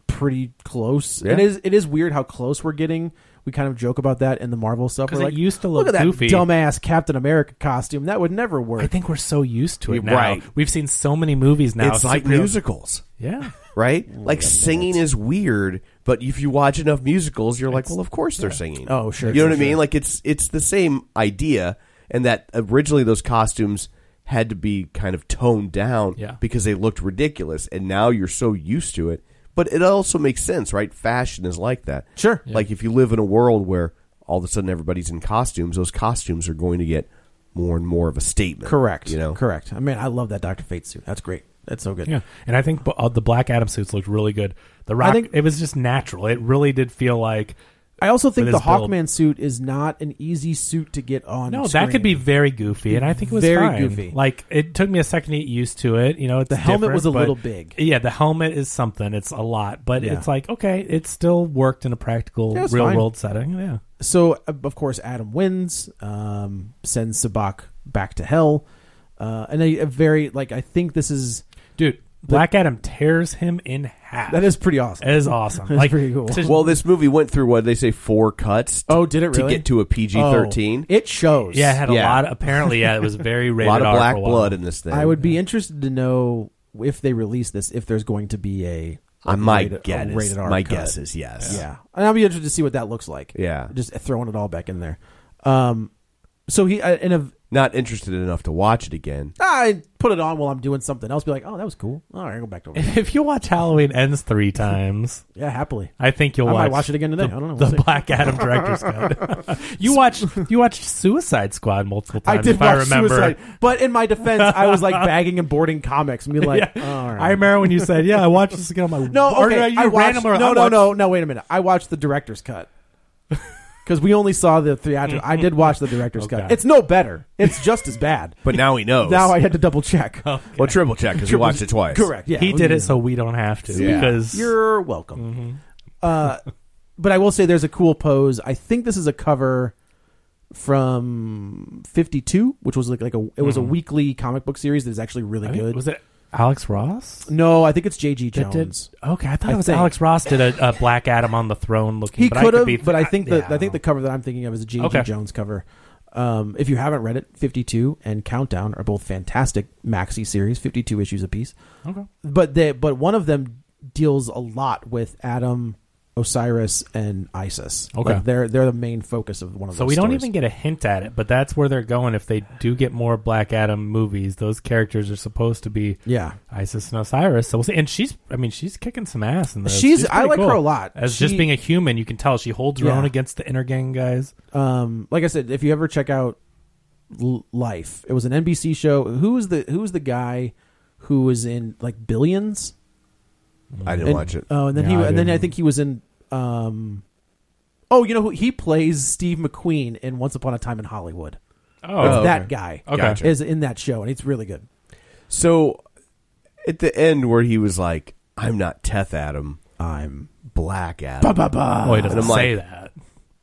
[SPEAKER 6] pretty close.
[SPEAKER 4] Yeah.
[SPEAKER 6] It is it is weird how close we're getting. We kind of joke about that in the Marvel stuff.
[SPEAKER 5] 'Cause
[SPEAKER 6] We're
[SPEAKER 5] it used to look
[SPEAKER 6] at
[SPEAKER 5] goofy."
[SPEAKER 6] that dumbass Captain America costume. That would never work.
[SPEAKER 5] I think we're so used to it
[SPEAKER 4] You're
[SPEAKER 5] now.
[SPEAKER 4] right.
[SPEAKER 5] We've seen so many movies now.
[SPEAKER 4] it's like
[SPEAKER 5] superhero-
[SPEAKER 4] musicals,
[SPEAKER 5] Yeah.
[SPEAKER 4] right? like singing is weird, but if you watch enough musicals, you're like, well, of course they're singing.
[SPEAKER 6] Oh, sure,
[SPEAKER 4] You know
[SPEAKER 6] sure,
[SPEAKER 4] what I mean?
[SPEAKER 6] sure.
[SPEAKER 4] Like it's it's the same idea, and that originally those costumes had to be kind of toned down
[SPEAKER 5] Yeah.
[SPEAKER 4] because they looked ridiculous, and now you're so used to it. But it also makes sense, right? Fashion is like that.
[SPEAKER 6] Sure.
[SPEAKER 4] Like if you live in a world where all of a sudden everybody's in costumes, those costumes are going to get more and more of a statement.
[SPEAKER 6] correct.
[SPEAKER 4] You know.
[SPEAKER 6] correct. I mean, I love that Doctor Fate suit. That's great. That's so good.
[SPEAKER 5] [LAUGHS] Yeah. And I think bo- uh, the Black Adam suits looked really good. The Rock,
[SPEAKER 6] think-
[SPEAKER 5] it was just natural. It really did feel like.
[SPEAKER 6] I also think
[SPEAKER 5] With
[SPEAKER 6] the
[SPEAKER 5] his build.
[SPEAKER 6] Hawkman suit is not an easy suit to get on.
[SPEAKER 5] No,
[SPEAKER 6] screen.
[SPEAKER 5] that could be very goofy, and I think it was
[SPEAKER 6] Very
[SPEAKER 5] fine.
[SPEAKER 6] goofy.
[SPEAKER 5] Like it took me a second to get used to it. You know, it's
[SPEAKER 6] The helmet
[SPEAKER 5] different,
[SPEAKER 6] was a
[SPEAKER 5] but-
[SPEAKER 6] little big.
[SPEAKER 5] Yeah, the helmet is something. It's a lot, but
[SPEAKER 6] Yeah.
[SPEAKER 5] it's like okay, it still worked in a practical,
[SPEAKER 6] Yeah, it's
[SPEAKER 5] real
[SPEAKER 6] fine.
[SPEAKER 5] world setting. Yeah,
[SPEAKER 6] So uh, of course Adam wins, um, sends Sabak back to hell, uh, and a, a very like I think this is
[SPEAKER 5] dude, Black Adam tears him in half.
[SPEAKER 6] that is pretty awesome.
[SPEAKER 5] That is awesome.
[SPEAKER 6] That's
[SPEAKER 5] like
[SPEAKER 6] pretty cool.
[SPEAKER 5] to-
[SPEAKER 4] Well, this movie went through what did they say four cuts. to-
[SPEAKER 6] Oh, did it really?
[SPEAKER 4] to get to a PG
[SPEAKER 6] Oh,
[SPEAKER 4] thirteen?
[SPEAKER 6] it shows.
[SPEAKER 5] yeah, it had a
[SPEAKER 4] yeah.
[SPEAKER 5] lot. apparently, yeah, it was very
[SPEAKER 4] [LAUGHS] a
[SPEAKER 5] rated
[SPEAKER 4] lot of
[SPEAKER 5] R
[SPEAKER 4] black
[SPEAKER 5] for a while.
[SPEAKER 4] blood in this thing.
[SPEAKER 6] I would be interested to know if they release this if there's going to be a
[SPEAKER 4] I
[SPEAKER 6] like,
[SPEAKER 4] might
[SPEAKER 6] rated-
[SPEAKER 4] guess.
[SPEAKER 6] a rated R
[SPEAKER 4] My
[SPEAKER 6] cut.
[SPEAKER 4] guess is yes.
[SPEAKER 6] Yeah. And I'll be interested to see what that looks like.
[SPEAKER 4] Yeah.
[SPEAKER 6] Just throwing it all back in there. Um, so he, I, and a,
[SPEAKER 4] Not interested enough to watch it again.
[SPEAKER 6] I put it on while I'm doing something else, be like, oh, that was cool. All right, I'll go back to it.
[SPEAKER 5] If you watch Halloween Ends three times,
[SPEAKER 6] yeah, happily.
[SPEAKER 5] I think you'll
[SPEAKER 6] I
[SPEAKER 5] watch,
[SPEAKER 6] might watch it again today.
[SPEAKER 5] The,
[SPEAKER 6] I don't know. We'll
[SPEAKER 5] the
[SPEAKER 6] see.
[SPEAKER 5] Black Adam
[SPEAKER 6] [LAUGHS]
[SPEAKER 5] director's cut. you watched you watched Suicide Squad multiple times.
[SPEAKER 6] I did
[SPEAKER 5] if
[SPEAKER 6] watch
[SPEAKER 5] I remember. [LAUGHS]
[SPEAKER 6] Suicide, but in my defense, I was like bagging and boarding comics and be like,
[SPEAKER 5] Yeah.
[SPEAKER 6] all right.
[SPEAKER 5] I remember when you said, "Yeah, I watched this again." I'm like,
[SPEAKER 6] No,
[SPEAKER 5] or,
[SPEAKER 6] okay.
[SPEAKER 5] uh, you
[SPEAKER 6] I watched,
[SPEAKER 5] randomly-
[SPEAKER 6] no,
[SPEAKER 5] I
[SPEAKER 6] no,
[SPEAKER 5] watched-
[SPEAKER 6] no, no. Wait a minute. I watched the director's cut [LAUGHS] because we only saw the theatrical. I did watch the director's cut.
[SPEAKER 5] Okay.
[SPEAKER 6] It's no better. It's just as bad.
[SPEAKER 4] But
[SPEAKER 6] [LAUGHS]
[SPEAKER 4] now he knows.
[SPEAKER 6] now I had to double check.
[SPEAKER 4] well triple check because we watched it twice.
[SPEAKER 6] [LAUGHS] Correct. Yeah,
[SPEAKER 5] He did it so we don't have to
[SPEAKER 4] Yeah.
[SPEAKER 5] because Mm-hmm.
[SPEAKER 6] You're welcome. Uh, [LAUGHS] but I will say there's a cool pose. I think this is a cover from 52, which was like like a it was a weekly comic book series that is actually really
[SPEAKER 5] Mm-hmm. I think-
[SPEAKER 6] good.
[SPEAKER 5] was it Alex Ross?
[SPEAKER 6] No, I think it's J.G.
[SPEAKER 5] that did-
[SPEAKER 6] Jones.
[SPEAKER 5] okay, I thought
[SPEAKER 6] I
[SPEAKER 5] it was
[SPEAKER 6] think.
[SPEAKER 5] Alex Ross did a, a Black Adam on the throne looking.
[SPEAKER 6] He
[SPEAKER 5] but
[SPEAKER 6] could have,
[SPEAKER 5] be-
[SPEAKER 6] but I think the
[SPEAKER 5] yeah,
[SPEAKER 6] I think the cover that I'm thinking of is a J.G.
[SPEAKER 5] Okay.
[SPEAKER 6] Jones cover. Um, if you haven't read it, 52 and Countdown are both fantastic maxi series, 52 issues apiece.
[SPEAKER 5] Okay.
[SPEAKER 6] But they but one of them deals a lot with Adam, Osiris, and Isis.
[SPEAKER 5] Okay.
[SPEAKER 6] Like they're they're the main focus of one of.
[SPEAKER 5] So
[SPEAKER 6] those
[SPEAKER 5] we don't
[SPEAKER 6] stories.
[SPEAKER 5] even get a hint at it, but that's where they're going. If they do get more Black Adam movies, those characters are supposed to be
[SPEAKER 6] Yeah.
[SPEAKER 5] Isis and Osiris. So we'll see. And she's, I mean, she's kicking some ass in this.
[SPEAKER 6] She's- I
[SPEAKER 5] pretty
[SPEAKER 6] like her a lot.
[SPEAKER 5] As
[SPEAKER 6] She-
[SPEAKER 5] just being a human, you can tell she holds her
[SPEAKER 6] Yeah.
[SPEAKER 5] own against the inner gang guys.
[SPEAKER 6] Um, like I said, if you ever check out L- Life, it was an NBC show. Who was the Who was the guy who was in like Billions?
[SPEAKER 4] I didn't
[SPEAKER 6] and,
[SPEAKER 4] watch it.
[SPEAKER 6] Oh, and then
[SPEAKER 5] Yeah,
[SPEAKER 6] he
[SPEAKER 5] I
[SPEAKER 6] and then I
[SPEAKER 5] didn't.
[SPEAKER 6] think he was in. Um, oh, you know who he plays? Steve McQueen in Once Upon a Time in Hollywood.
[SPEAKER 5] Oh,
[SPEAKER 4] It's okay.
[SPEAKER 6] That guy
[SPEAKER 5] Okay.
[SPEAKER 4] Gotcha.
[SPEAKER 6] is in that show, and it's really good.
[SPEAKER 4] So at the end where he was like, "I'm not Teth Adam,
[SPEAKER 6] I'm
[SPEAKER 4] Black Adam,"
[SPEAKER 5] Oh, he doesn't
[SPEAKER 4] And I'm
[SPEAKER 5] say
[SPEAKER 4] like-
[SPEAKER 5] that.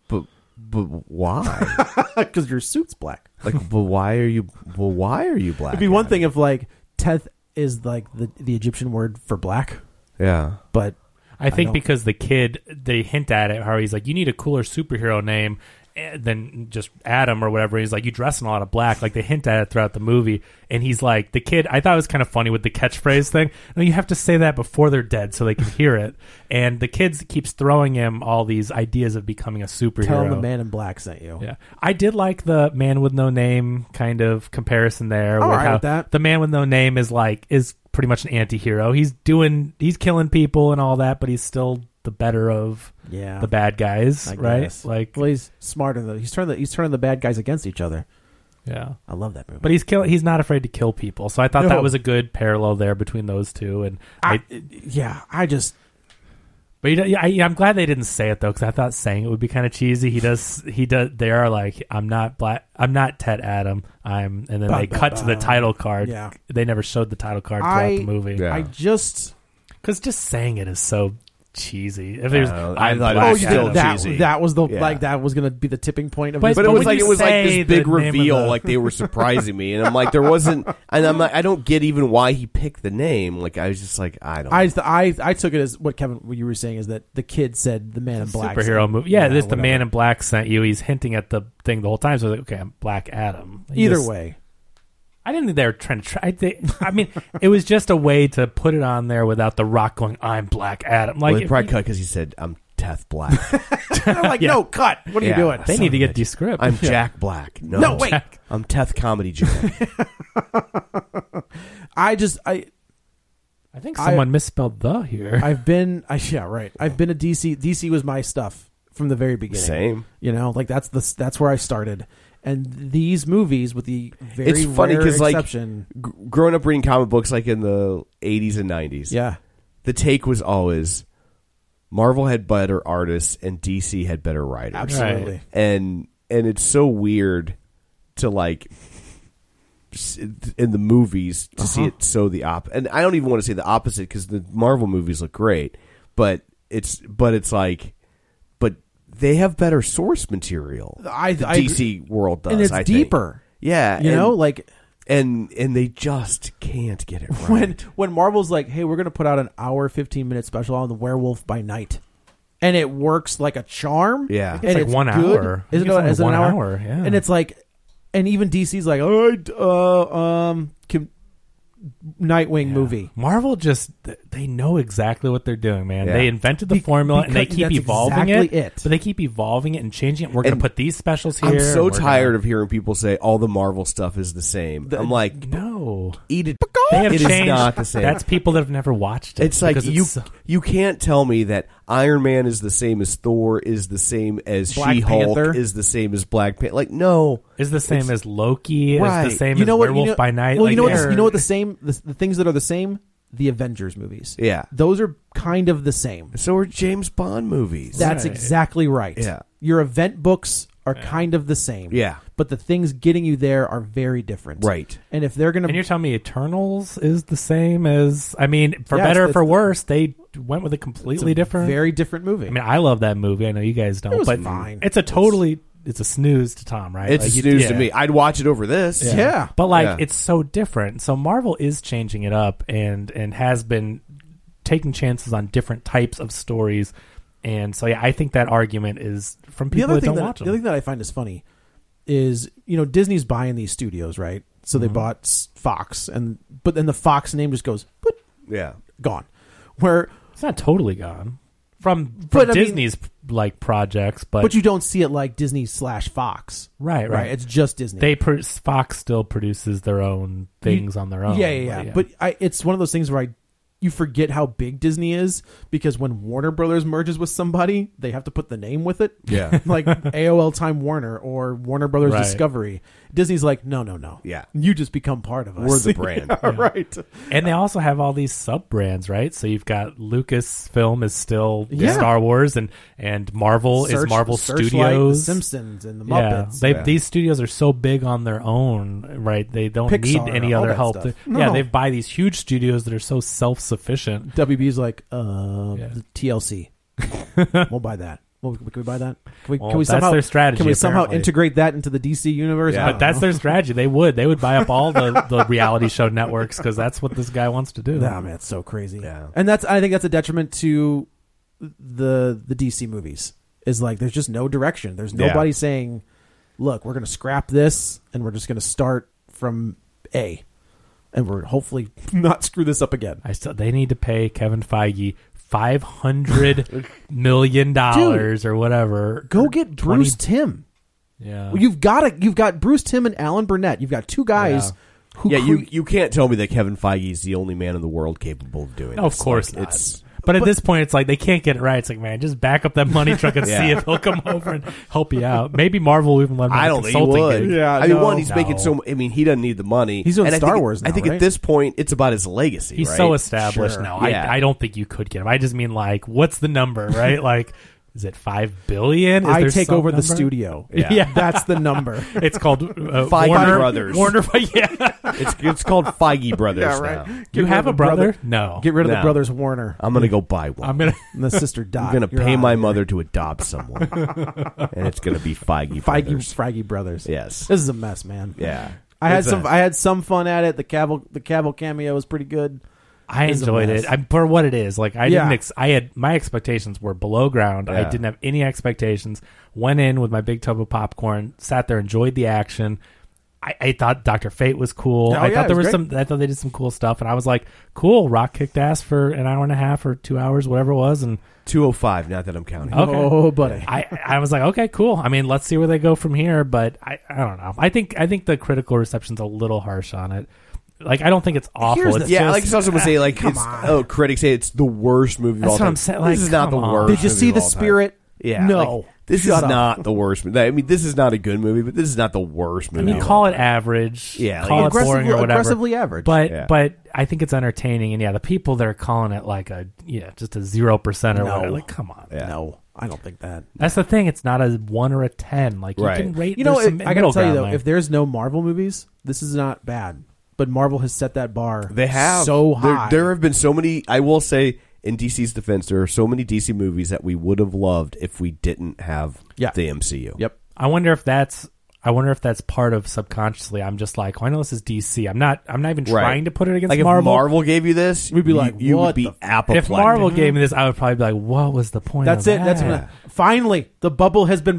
[SPEAKER 4] but but why?
[SPEAKER 6] [LAUGHS] because your suit's black.
[SPEAKER 4] like, but why are you? Well, why are you black?
[SPEAKER 6] It'd be one
[SPEAKER 4] Adam?
[SPEAKER 6] thing if like teth is like the the Egyptian word for black,
[SPEAKER 4] Yeah.
[SPEAKER 6] but
[SPEAKER 5] I think
[SPEAKER 6] don't-
[SPEAKER 5] because the kid, they hint at it, how he's like, you need a cooler superhero name eh, than just Adam or whatever. He's like, you dress in a lot of black. Like, they hint at it throughout the movie. And he's like, the kid, I thought it was kind of funny with the catchphrase thing. No, you have to say that before they're dead so they can hear it. And the kids keeps throwing him all these ideas of becoming a superhero.
[SPEAKER 6] tell him the man in black sent you.
[SPEAKER 5] Yeah, I did like the man with no name kind of comparison there.
[SPEAKER 6] I'm
[SPEAKER 5] with
[SPEAKER 6] alright
[SPEAKER 5] how
[SPEAKER 6] with that.
[SPEAKER 5] The man with no name is like is pretty much an anti-hero. He's doing he's killing people and all that, but he's still the better of
[SPEAKER 6] Yeah.
[SPEAKER 5] the bad guys,
[SPEAKER 6] I
[SPEAKER 5] right?
[SPEAKER 6] guess.
[SPEAKER 5] Like,
[SPEAKER 6] well, he's smarter than he's turning the he's turning the bad guys against each other.
[SPEAKER 5] yeah.
[SPEAKER 6] I love that movie.
[SPEAKER 5] But he's kill. He's not afraid to kill people. So I thought
[SPEAKER 6] No.
[SPEAKER 5] that was a good parallel there between those two. And I,
[SPEAKER 6] I, yeah, I just
[SPEAKER 5] but you know, yeah, I, I'm glad they didn't say it though, because I thought saying it would be kind of cheesy. He does. He does. They are like, I'm not black. I'm not Ted Adam. I'm. And then
[SPEAKER 6] Ba,
[SPEAKER 5] they
[SPEAKER 6] ba,
[SPEAKER 5] cut to the
[SPEAKER 6] ba.
[SPEAKER 5] title card.
[SPEAKER 6] Yeah.
[SPEAKER 5] They never showed the title card throughout
[SPEAKER 6] I-
[SPEAKER 5] the movie.
[SPEAKER 4] Yeah.
[SPEAKER 6] I just
[SPEAKER 5] Because just saying it is so cheesy. If there's,
[SPEAKER 4] Uh, I
[SPEAKER 5] I'm
[SPEAKER 4] thought it
[SPEAKER 5] Black
[SPEAKER 4] was
[SPEAKER 5] Adam.
[SPEAKER 4] still
[SPEAKER 6] Oh, that
[SPEAKER 4] cheesy.
[SPEAKER 6] that was the
[SPEAKER 4] Yeah.
[SPEAKER 6] like that was gonna be the tipping point of
[SPEAKER 5] But-
[SPEAKER 6] this
[SPEAKER 4] but it
[SPEAKER 5] But
[SPEAKER 4] was
[SPEAKER 5] when
[SPEAKER 4] like
[SPEAKER 5] you
[SPEAKER 4] it was like
[SPEAKER 5] say
[SPEAKER 4] this
[SPEAKER 5] the
[SPEAKER 4] big
[SPEAKER 5] name of
[SPEAKER 4] reveal,
[SPEAKER 5] [LAUGHS] the-
[SPEAKER 4] like they were surprising me, and I'm like, there wasn't, and I'm like, I don't get even why he picked the name. Like I was just like, I don't.
[SPEAKER 6] I, just- I I took it as what Kevin what you were saying is that the kid said the man in black
[SPEAKER 5] superhero
[SPEAKER 6] said-
[SPEAKER 5] movie. Yeah, this the
[SPEAKER 6] whatever.
[SPEAKER 5] man in black sent you. He's hinting at the thing the whole time. So I was like, okay, I'm Black Adam. He
[SPEAKER 6] Either
[SPEAKER 5] just- [LAUGHS]
[SPEAKER 6] way,
[SPEAKER 5] I didn't think they were trying to try. I, think, I mean, it was just a way to put it on there without the Rock going, "I'm Black Adam." Like
[SPEAKER 4] well, they
[SPEAKER 5] if
[SPEAKER 4] probably
[SPEAKER 5] you-
[SPEAKER 4] cut because he said I'm Teth
[SPEAKER 5] [LAUGHS]
[SPEAKER 4] Black.
[SPEAKER 6] I'm like no cut. What are
[SPEAKER 4] Yeah.
[SPEAKER 6] you doing?
[SPEAKER 5] They
[SPEAKER 4] Son
[SPEAKER 5] need
[SPEAKER 4] of
[SPEAKER 5] to
[SPEAKER 4] a
[SPEAKER 5] get
[SPEAKER 4] bitch.
[SPEAKER 5] descriptive.
[SPEAKER 4] I'm
[SPEAKER 5] [LAUGHS] Yeah.
[SPEAKER 4] Jack Black. No,
[SPEAKER 6] No, wait.
[SPEAKER 5] Jack.
[SPEAKER 4] I'm Teth Comedy
[SPEAKER 5] [LAUGHS]
[SPEAKER 4] Jack.
[SPEAKER 6] I just I
[SPEAKER 5] I think
[SPEAKER 6] I-
[SPEAKER 5] someone misspelled the here.
[SPEAKER 6] I've been, I, yeah, right. I've been a DC. DC was my stuff from the very beginning.
[SPEAKER 4] Same.
[SPEAKER 6] you know, like that's the that's where I started. And these movies, with the very
[SPEAKER 4] It's funny
[SPEAKER 6] because
[SPEAKER 4] because like
[SPEAKER 6] exception,
[SPEAKER 4] gr- growing up reading comic books like in the 80s and 90s,
[SPEAKER 6] yeah,
[SPEAKER 4] the take was always Marvel had better artists and DC had better writers.
[SPEAKER 6] absolutely.
[SPEAKER 4] and and it's so weird to like s- in the movies to
[SPEAKER 6] Uh-huh.
[SPEAKER 4] see it so the op and I don't even want to say the opposite because the Marvel movies look great, but it's but it's like but they have better source material.
[SPEAKER 6] I-
[SPEAKER 4] the
[SPEAKER 6] I agree.
[SPEAKER 4] DC world does,
[SPEAKER 6] And it's
[SPEAKER 4] I think.
[SPEAKER 6] deeper.
[SPEAKER 4] Yeah,
[SPEAKER 6] You
[SPEAKER 4] and-
[SPEAKER 6] know, like
[SPEAKER 4] and and they just can't get it right.
[SPEAKER 6] [LAUGHS] when when Marvel's like, hey, we're gonna put out an hour, fifteen minute special on the Werewolf by Night, and it works like a charm.
[SPEAKER 4] Yeah. I think
[SPEAKER 5] it's
[SPEAKER 6] And
[SPEAKER 5] like one
[SPEAKER 6] good.
[SPEAKER 5] hour. I
[SPEAKER 6] Isn't
[SPEAKER 5] think it's
[SPEAKER 6] it?
[SPEAKER 5] only
[SPEAKER 6] is it
[SPEAKER 5] one
[SPEAKER 6] an hour?
[SPEAKER 5] hour, yeah.
[SPEAKER 6] And it's like, and even DC's like, all right, uh, um, can, Nightwing movie.
[SPEAKER 5] [LAUGHS] Marvel just th- they know exactly what they're doing, man.
[SPEAKER 4] Yeah.
[SPEAKER 5] They invented the
[SPEAKER 6] Be-
[SPEAKER 5] formula and they
[SPEAKER 6] because
[SPEAKER 5] keep
[SPEAKER 6] that's
[SPEAKER 5] evolving
[SPEAKER 6] exactly
[SPEAKER 5] it,
[SPEAKER 6] it.
[SPEAKER 5] But they keep evolving it and changing it. We're going
[SPEAKER 4] And
[SPEAKER 5] to put these specials here.
[SPEAKER 4] I'm so
[SPEAKER 5] and we're
[SPEAKER 4] tired
[SPEAKER 5] gonna-
[SPEAKER 4] of hearing people say all the Marvel stuff is the same. I'm like,
[SPEAKER 5] No.
[SPEAKER 4] eat it.
[SPEAKER 5] They have
[SPEAKER 4] It is
[SPEAKER 5] changed.
[SPEAKER 4] not the same.
[SPEAKER 5] That's people that have never watched it.
[SPEAKER 4] [LAUGHS] It's like
[SPEAKER 5] because
[SPEAKER 4] you
[SPEAKER 5] so-
[SPEAKER 4] you can't tell me that Iron Man is the same as Thor is the same as
[SPEAKER 6] Black
[SPEAKER 4] She Hulk
[SPEAKER 6] Panther.
[SPEAKER 4] is the same as Black Panther. Like no,
[SPEAKER 5] is the same as Loki.
[SPEAKER 4] Right.
[SPEAKER 5] Is the same
[SPEAKER 6] you know
[SPEAKER 5] as
[SPEAKER 6] what?
[SPEAKER 5] Werewolf
[SPEAKER 6] you know,
[SPEAKER 5] by Night.
[SPEAKER 6] Well,
[SPEAKER 5] like
[SPEAKER 6] you know what?
[SPEAKER 5] they're-
[SPEAKER 6] The, you know what? The same. The, the things that are the same. The Avengers movies.
[SPEAKER 4] Yeah.
[SPEAKER 6] those are kind of the same.
[SPEAKER 4] so are James Bond movies.
[SPEAKER 6] That's
[SPEAKER 5] Right.
[SPEAKER 6] exactly right.
[SPEAKER 4] Yeah.
[SPEAKER 6] your event books are kind of the same.
[SPEAKER 4] Yeah.
[SPEAKER 6] but the things getting you there are very different.
[SPEAKER 4] Right.
[SPEAKER 6] and if they're gonna,
[SPEAKER 5] And you're telling me Eternals is the same as I mean, for
[SPEAKER 6] Yes,
[SPEAKER 5] better or
[SPEAKER 6] it's-
[SPEAKER 5] for worse, they went with a
[SPEAKER 6] it's a
[SPEAKER 5] completely different.
[SPEAKER 6] very different movie.
[SPEAKER 5] I mean, I love that movie. I know you guys don't,
[SPEAKER 6] It was
[SPEAKER 5] but
[SPEAKER 6] fine.
[SPEAKER 5] it's a totally it's a snooze to Tom, right?
[SPEAKER 4] it's
[SPEAKER 5] Like, you-
[SPEAKER 4] news to
[SPEAKER 5] yeah.
[SPEAKER 4] me. I'd watch it over this.
[SPEAKER 6] Yeah. Yeah.
[SPEAKER 5] But like
[SPEAKER 4] Yeah.
[SPEAKER 5] it's so different. So Marvel is changing it up and and has been taking chances on different types of stories. And so yeah, I think that argument is from
[SPEAKER 6] the
[SPEAKER 5] people
[SPEAKER 6] other
[SPEAKER 5] that
[SPEAKER 6] thing
[SPEAKER 5] don't
[SPEAKER 6] that
[SPEAKER 5] watch
[SPEAKER 6] the other thing
[SPEAKER 5] them.
[SPEAKER 6] that I find is funny is you know Disney's buying these studios, right? So they bought S- Fox, and but then the Fox name just goes "Boop,"
[SPEAKER 4] yeah.
[SPEAKER 6] gone. Where
[SPEAKER 5] It's not totally gone from, from
[SPEAKER 6] But, I mean-
[SPEAKER 5] Disney's like projects, but,
[SPEAKER 6] but you don't see it like Disney slash Fox.
[SPEAKER 5] Right, right.
[SPEAKER 6] It's just Disney.
[SPEAKER 5] they pro- Fox still produces their own things on their own.
[SPEAKER 6] Yeah, yeah, yeah. But I, it's one of those things where I, you forget how big Disney is because when Warner Brothers merges with somebody, they have to put the name with it.
[SPEAKER 4] Yeah.
[SPEAKER 6] [LAUGHS] like AOL Time Warner or Warner Brothers
[SPEAKER 5] Right.
[SPEAKER 6] Discovery. Disney's like, no, no, no.
[SPEAKER 4] Yeah.
[SPEAKER 6] you just become part of us.
[SPEAKER 4] We're
[SPEAKER 6] [LAUGHS]
[SPEAKER 4] the brand.
[SPEAKER 6] Yeah, right.
[SPEAKER 5] and they also have all these sub brands, right? So you've got Lucasfilm is still
[SPEAKER 6] Yeah.
[SPEAKER 5] Star Wars, and and Marvel
[SPEAKER 6] Search-
[SPEAKER 5] is Marvel
[SPEAKER 6] Searchlight,
[SPEAKER 5] Studios.
[SPEAKER 6] The Simpsons, and the
[SPEAKER 5] Yeah,
[SPEAKER 6] Muppets.
[SPEAKER 5] they,
[SPEAKER 4] Yeah.
[SPEAKER 5] these studios are so big on their own, right? They don't
[SPEAKER 6] Pixar,
[SPEAKER 5] need any
[SPEAKER 6] all
[SPEAKER 5] other
[SPEAKER 6] that
[SPEAKER 5] help.
[SPEAKER 6] stuff.
[SPEAKER 5] They- Yeah,
[SPEAKER 6] No.
[SPEAKER 5] they buy these huge studios that are so self sufficient.
[SPEAKER 6] WB's like, uh,
[SPEAKER 5] Yeah. [LAUGHS]
[SPEAKER 6] TLC. we'll buy that. Well, can we, can we buy that? Can we,
[SPEAKER 5] Well,
[SPEAKER 6] can we
[SPEAKER 5] that's
[SPEAKER 6] somehow
[SPEAKER 5] their strategy,
[SPEAKER 6] Can we somehow
[SPEAKER 5] apparently.
[SPEAKER 6] integrate that into the DC universe? I
[SPEAKER 5] But
[SPEAKER 6] don't
[SPEAKER 5] that's
[SPEAKER 6] know.
[SPEAKER 5] their strategy. They would. They would buy up all the, the reality show networks because that's what this guy wants to do.
[SPEAKER 6] Nah, man, it's so crazy.
[SPEAKER 4] Yeah.
[SPEAKER 6] And that's I think that's a detriment to the the DC movies. Is like there's just no direction. There's
[SPEAKER 4] Yeah.
[SPEAKER 6] nobody saying, "Look, we're going to scrap this and we're just going to start from A." And we're hopefully [LAUGHS] not screw this up again.
[SPEAKER 5] I still, they need to pay Kevin Feige five hundred million dollars or whatever.
[SPEAKER 6] Go get
[SPEAKER 5] 20
[SPEAKER 6] Bruce Tim.
[SPEAKER 5] Yeah,
[SPEAKER 6] You've got a, you've got Bruce Tim and Alan Burnett. You've got two guys who
[SPEAKER 4] Yeah, you
[SPEAKER 6] cre-
[SPEAKER 4] you can't tell me that Kevin Feige is the only man in the world capable of doing.
[SPEAKER 5] No, of
[SPEAKER 4] this.
[SPEAKER 5] course
[SPEAKER 4] Like,
[SPEAKER 5] not.
[SPEAKER 4] It's
[SPEAKER 5] but at this point, it's like they can't get it right. It's like, man, just back up that money truck and see
[SPEAKER 4] [LAUGHS] Yeah.
[SPEAKER 5] if he'll come [LAUGHS] over and help you out. Maybe Marvel will even let him.
[SPEAKER 4] I
[SPEAKER 5] have a
[SPEAKER 4] don't think he
[SPEAKER 5] consulting
[SPEAKER 4] would.
[SPEAKER 5] gig.
[SPEAKER 6] Yeah,
[SPEAKER 4] I mean,
[SPEAKER 6] no.
[SPEAKER 4] one, he's
[SPEAKER 5] No.
[SPEAKER 4] making so. mu- I mean, he doesn't need the money.
[SPEAKER 6] He's doing
[SPEAKER 4] And I
[SPEAKER 6] Star
[SPEAKER 4] think-
[SPEAKER 6] Wars
[SPEAKER 4] I
[SPEAKER 6] now,
[SPEAKER 4] think
[SPEAKER 6] right?
[SPEAKER 4] at this point, it's about his legacy.
[SPEAKER 5] He's
[SPEAKER 4] right?
[SPEAKER 5] so established
[SPEAKER 6] Sure.
[SPEAKER 5] now.
[SPEAKER 4] Yeah.
[SPEAKER 5] I, I don't think you could get him. I just mean like, what's the number,
[SPEAKER 4] [LAUGHS]
[SPEAKER 5] right? like, is it five billion? Is
[SPEAKER 6] I
[SPEAKER 5] there
[SPEAKER 6] take
[SPEAKER 5] some
[SPEAKER 6] over the
[SPEAKER 5] number?
[SPEAKER 6] studio. [LAUGHS]
[SPEAKER 5] Yeah.
[SPEAKER 6] That's the number.
[SPEAKER 5] It's called uh,
[SPEAKER 4] Feige
[SPEAKER 5] Warner
[SPEAKER 4] Brothers.
[SPEAKER 5] Warner, [LAUGHS] yeah.
[SPEAKER 4] It's, it's called Feige Brothers. now.
[SPEAKER 5] you have a brother? No.
[SPEAKER 6] Get rid of the
[SPEAKER 4] No.
[SPEAKER 6] brothers Warner.
[SPEAKER 4] I'm gonna go buy one.
[SPEAKER 5] I'm gonna.
[SPEAKER 6] And the sister died.
[SPEAKER 4] I'm gonna
[SPEAKER 6] You're
[SPEAKER 4] pay
[SPEAKER 6] out.
[SPEAKER 4] my mother to adopt someone, and it's gonna be Feige
[SPEAKER 6] Feige
[SPEAKER 4] Brothers.
[SPEAKER 6] Feige brothers.
[SPEAKER 4] Yes.
[SPEAKER 6] this is a mess, man.
[SPEAKER 4] Yeah.
[SPEAKER 6] I had
[SPEAKER 4] It's
[SPEAKER 6] some.
[SPEAKER 4] a-
[SPEAKER 6] I had some fun at it. The Cavill, the Cavill cameo was pretty good.
[SPEAKER 5] I
[SPEAKER 6] It's a
[SPEAKER 5] enjoyed
[SPEAKER 6] mess.
[SPEAKER 5] it I, for what it is. Like I
[SPEAKER 6] Yeah.
[SPEAKER 5] didn't. Ex- I had my expectations were below ground. I
[SPEAKER 4] Yeah.
[SPEAKER 5] didn't have any expectations. Went in with my big tub of popcorn. Sat there, enjoyed the action. I, I thought Doctor Fate was cool.
[SPEAKER 6] Oh,
[SPEAKER 5] I
[SPEAKER 6] yeah,
[SPEAKER 5] thought
[SPEAKER 6] it
[SPEAKER 5] there
[SPEAKER 6] was
[SPEAKER 5] was some. I thought they did some cool stuff, and I was like, "Cool, Rock kicked ass for an hour and a half or two hours, whatever it was." And
[SPEAKER 4] 205. Not that I'm counting.
[SPEAKER 5] Okay.
[SPEAKER 6] Oh, buddy.
[SPEAKER 5] I, I was like, okay, cool. I mean, let's see where they go from here. But I, I don't know. I think I think the critical reception's a little harsh on it. Like, I don't think it's awful.
[SPEAKER 6] Here's
[SPEAKER 5] it's
[SPEAKER 4] Yeah,
[SPEAKER 5] just,
[SPEAKER 4] like someone would say, like, it's, oh, critics say it's the worst movie of
[SPEAKER 5] That's
[SPEAKER 4] all
[SPEAKER 5] what
[SPEAKER 4] time.
[SPEAKER 5] I'm saying, like,
[SPEAKER 4] this is not the
[SPEAKER 5] come on.
[SPEAKER 4] worst.
[SPEAKER 6] Did you
[SPEAKER 4] movie
[SPEAKER 6] see
[SPEAKER 4] of
[SPEAKER 6] the
[SPEAKER 4] all time.
[SPEAKER 6] spirit?
[SPEAKER 4] Yeah,
[SPEAKER 6] No.
[SPEAKER 4] like, this
[SPEAKER 6] Shut
[SPEAKER 4] is
[SPEAKER 6] up.
[SPEAKER 4] not the worst. movie. I mean, this is not a good movie, but this is not the worst
[SPEAKER 5] I
[SPEAKER 4] movie.
[SPEAKER 5] mean,
[SPEAKER 4] of
[SPEAKER 5] call
[SPEAKER 4] all
[SPEAKER 5] it
[SPEAKER 4] time.
[SPEAKER 5] average.
[SPEAKER 4] Yeah,
[SPEAKER 5] call
[SPEAKER 4] like-
[SPEAKER 5] it boring or
[SPEAKER 6] Aggressively-
[SPEAKER 5] whatever.
[SPEAKER 6] aggressively average.
[SPEAKER 5] But
[SPEAKER 4] Yeah.
[SPEAKER 5] but I think it's entertaining, and yeah, the people that are calling it like a yeah, just a zero percent or
[SPEAKER 6] No.
[SPEAKER 5] whatever. Like, come on.
[SPEAKER 4] Yeah.
[SPEAKER 6] No, I don't think that.
[SPEAKER 5] That's the thing. It's not a one or a ten. Like
[SPEAKER 4] Right.
[SPEAKER 5] you can rate.
[SPEAKER 6] You know,
[SPEAKER 5] there's some
[SPEAKER 6] I gotta
[SPEAKER 5] middle
[SPEAKER 6] tell you
[SPEAKER 5] ground
[SPEAKER 6] though,
[SPEAKER 5] there.
[SPEAKER 6] if there's no Marvel movies, this is not bad. But Marvel has set that bar.
[SPEAKER 4] They have
[SPEAKER 6] so
[SPEAKER 4] There-
[SPEAKER 6] high.
[SPEAKER 4] There, have been so many. I will say, in DC's defense, there are so many DC movies that we would have loved if we didn't have
[SPEAKER 6] Yeah.
[SPEAKER 4] the MCU.
[SPEAKER 6] yep.
[SPEAKER 5] I wonder if that's I wonder if that's part of subconsciously. I'm just like, well, I know this is DC. I'm not. I'm not even
[SPEAKER 4] Right.
[SPEAKER 5] trying to put it against
[SPEAKER 4] like
[SPEAKER 5] Marvel.
[SPEAKER 4] If Marvel gave you this,
[SPEAKER 6] We'd be
[SPEAKER 4] you-
[SPEAKER 6] like,
[SPEAKER 4] you,
[SPEAKER 6] what
[SPEAKER 4] would be
[SPEAKER 6] the-
[SPEAKER 4] apoplectic.
[SPEAKER 5] if Marvel gave me this, I would probably be like, what was the point?
[SPEAKER 6] That's
[SPEAKER 5] of
[SPEAKER 6] it. That's
[SPEAKER 5] that?
[SPEAKER 6] when I- finally the bubble has been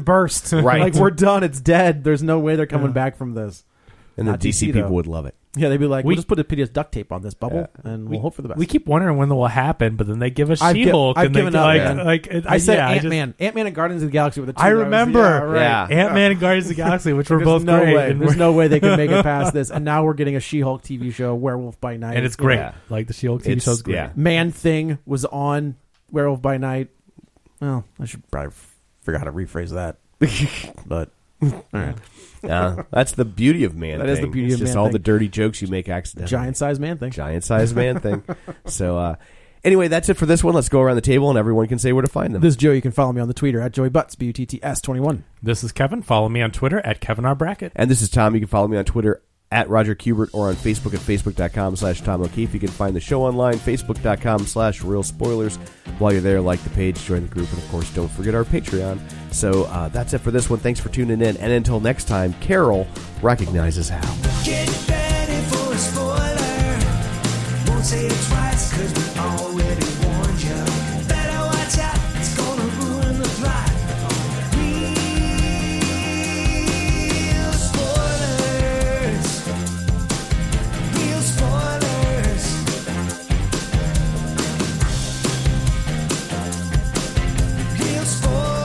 [SPEAKER 4] [LAUGHS]
[SPEAKER 6] burst.
[SPEAKER 4] Right.
[SPEAKER 6] like we're done. It's dead. There's no way they're coming back from this.
[SPEAKER 4] and the
[SPEAKER 6] Not
[SPEAKER 4] DC,
[SPEAKER 6] DC
[SPEAKER 4] people
[SPEAKER 6] though.
[SPEAKER 4] would love it.
[SPEAKER 6] Yeah, they'd be like, we,
[SPEAKER 5] We-
[SPEAKER 6] will just put a PDS duct tape on this bubble, and we'll hope for the best.
[SPEAKER 5] We keep wondering when that will happen, but then they give us
[SPEAKER 6] I've gi-
[SPEAKER 5] She-Hulk,
[SPEAKER 6] I've
[SPEAKER 5] and they
[SPEAKER 6] given up,
[SPEAKER 5] like,
[SPEAKER 6] man.
[SPEAKER 5] like, it-
[SPEAKER 6] I said
[SPEAKER 5] yeah, I
[SPEAKER 6] Ant
[SPEAKER 5] just-
[SPEAKER 6] Man, Ant Man, and Guardians of the Galaxy with the. Two
[SPEAKER 5] I
[SPEAKER 6] that was-
[SPEAKER 5] remember
[SPEAKER 6] yeah, right.
[SPEAKER 4] Yeah.
[SPEAKER 5] Ant Man and Guardians of the Galaxy, which were
[SPEAKER 6] There's
[SPEAKER 5] both
[SPEAKER 6] no
[SPEAKER 5] great,
[SPEAKER 6] way.
[SPEAKER 5] and,
[SPEAKER 6] There's
[SPEAKER 5] we're-
[SPEAKER 6] no way they can make it past this, and now we're getting a She-Hulk TV show, Werewolf by
[SPEAKER 5] [LAUGHS]
[SPEAKER 6] Night,
[SPEAKER 5] and it's great.
[SPEAKER 4] Yeah.
[SPEAKER 5] Like the She-Hulk TV
[SPEAKER 4] It's-
[SPEAKER 5] show's great.
[SPEAKER 4] yeah.
[SPEAKER 6] Man Thing was on Werewolf by Night. Well, I should probably f- figure out how to rephrase that,
[SPEAKER 4] [LAUGHS]
[SPEAKER 6] but
[SPEAKER 4] Uh, that's the beauty of man.
[SPEAKER 6] That is
[SPEAKER 4] Thing.
[SPEAKER 6] the beauty
[SPEAKER 4] It's
[SPEAKER 6] of
[SPEAKER 4] just
[SPEAKER 6] Man
[SPEAKER 4] all
[SPEAKER 6] Thing.
[SPEAKER 4] the dirty jokes you make accidentally.
[SPEAKER 6] giant-sized Man Thing.
[SPEAKER 4] giant sized man
[SPEAKER 6] [LAUGHS]
[SPEAKER 4] thing. So uh, anyway, that's it for this one. Let's go around the table and everyone can say where to find them.
[SPEAKER 6] This is Joe. You can follow me on the Twitter at Joey Butts B U T T S twenty one.
[SPEAKER 5] This is Kevin. Follow me on Twitter at Kevin R Brackett.
[SPEAKER 4] and this is Tom. You can follow me on Twitter at Roger Kubert or on Facebook at Facebook.com slash Tom O'Keefe. You can find the show online, Facebook.com slash Real Spoilers. While you're there, like the page, join the group, and of course, don't forget our Patreon. So uh, that's it for this one. Thanks for tuning in. And until next time, Carol recognizes how.
[SPEAKER 3] Get ready for a spoiler. Won't say it twice, cause we already warned you. Better watch out, it's gonna ruin the plot. Real spoilers. Real spoilers. Real spoilers.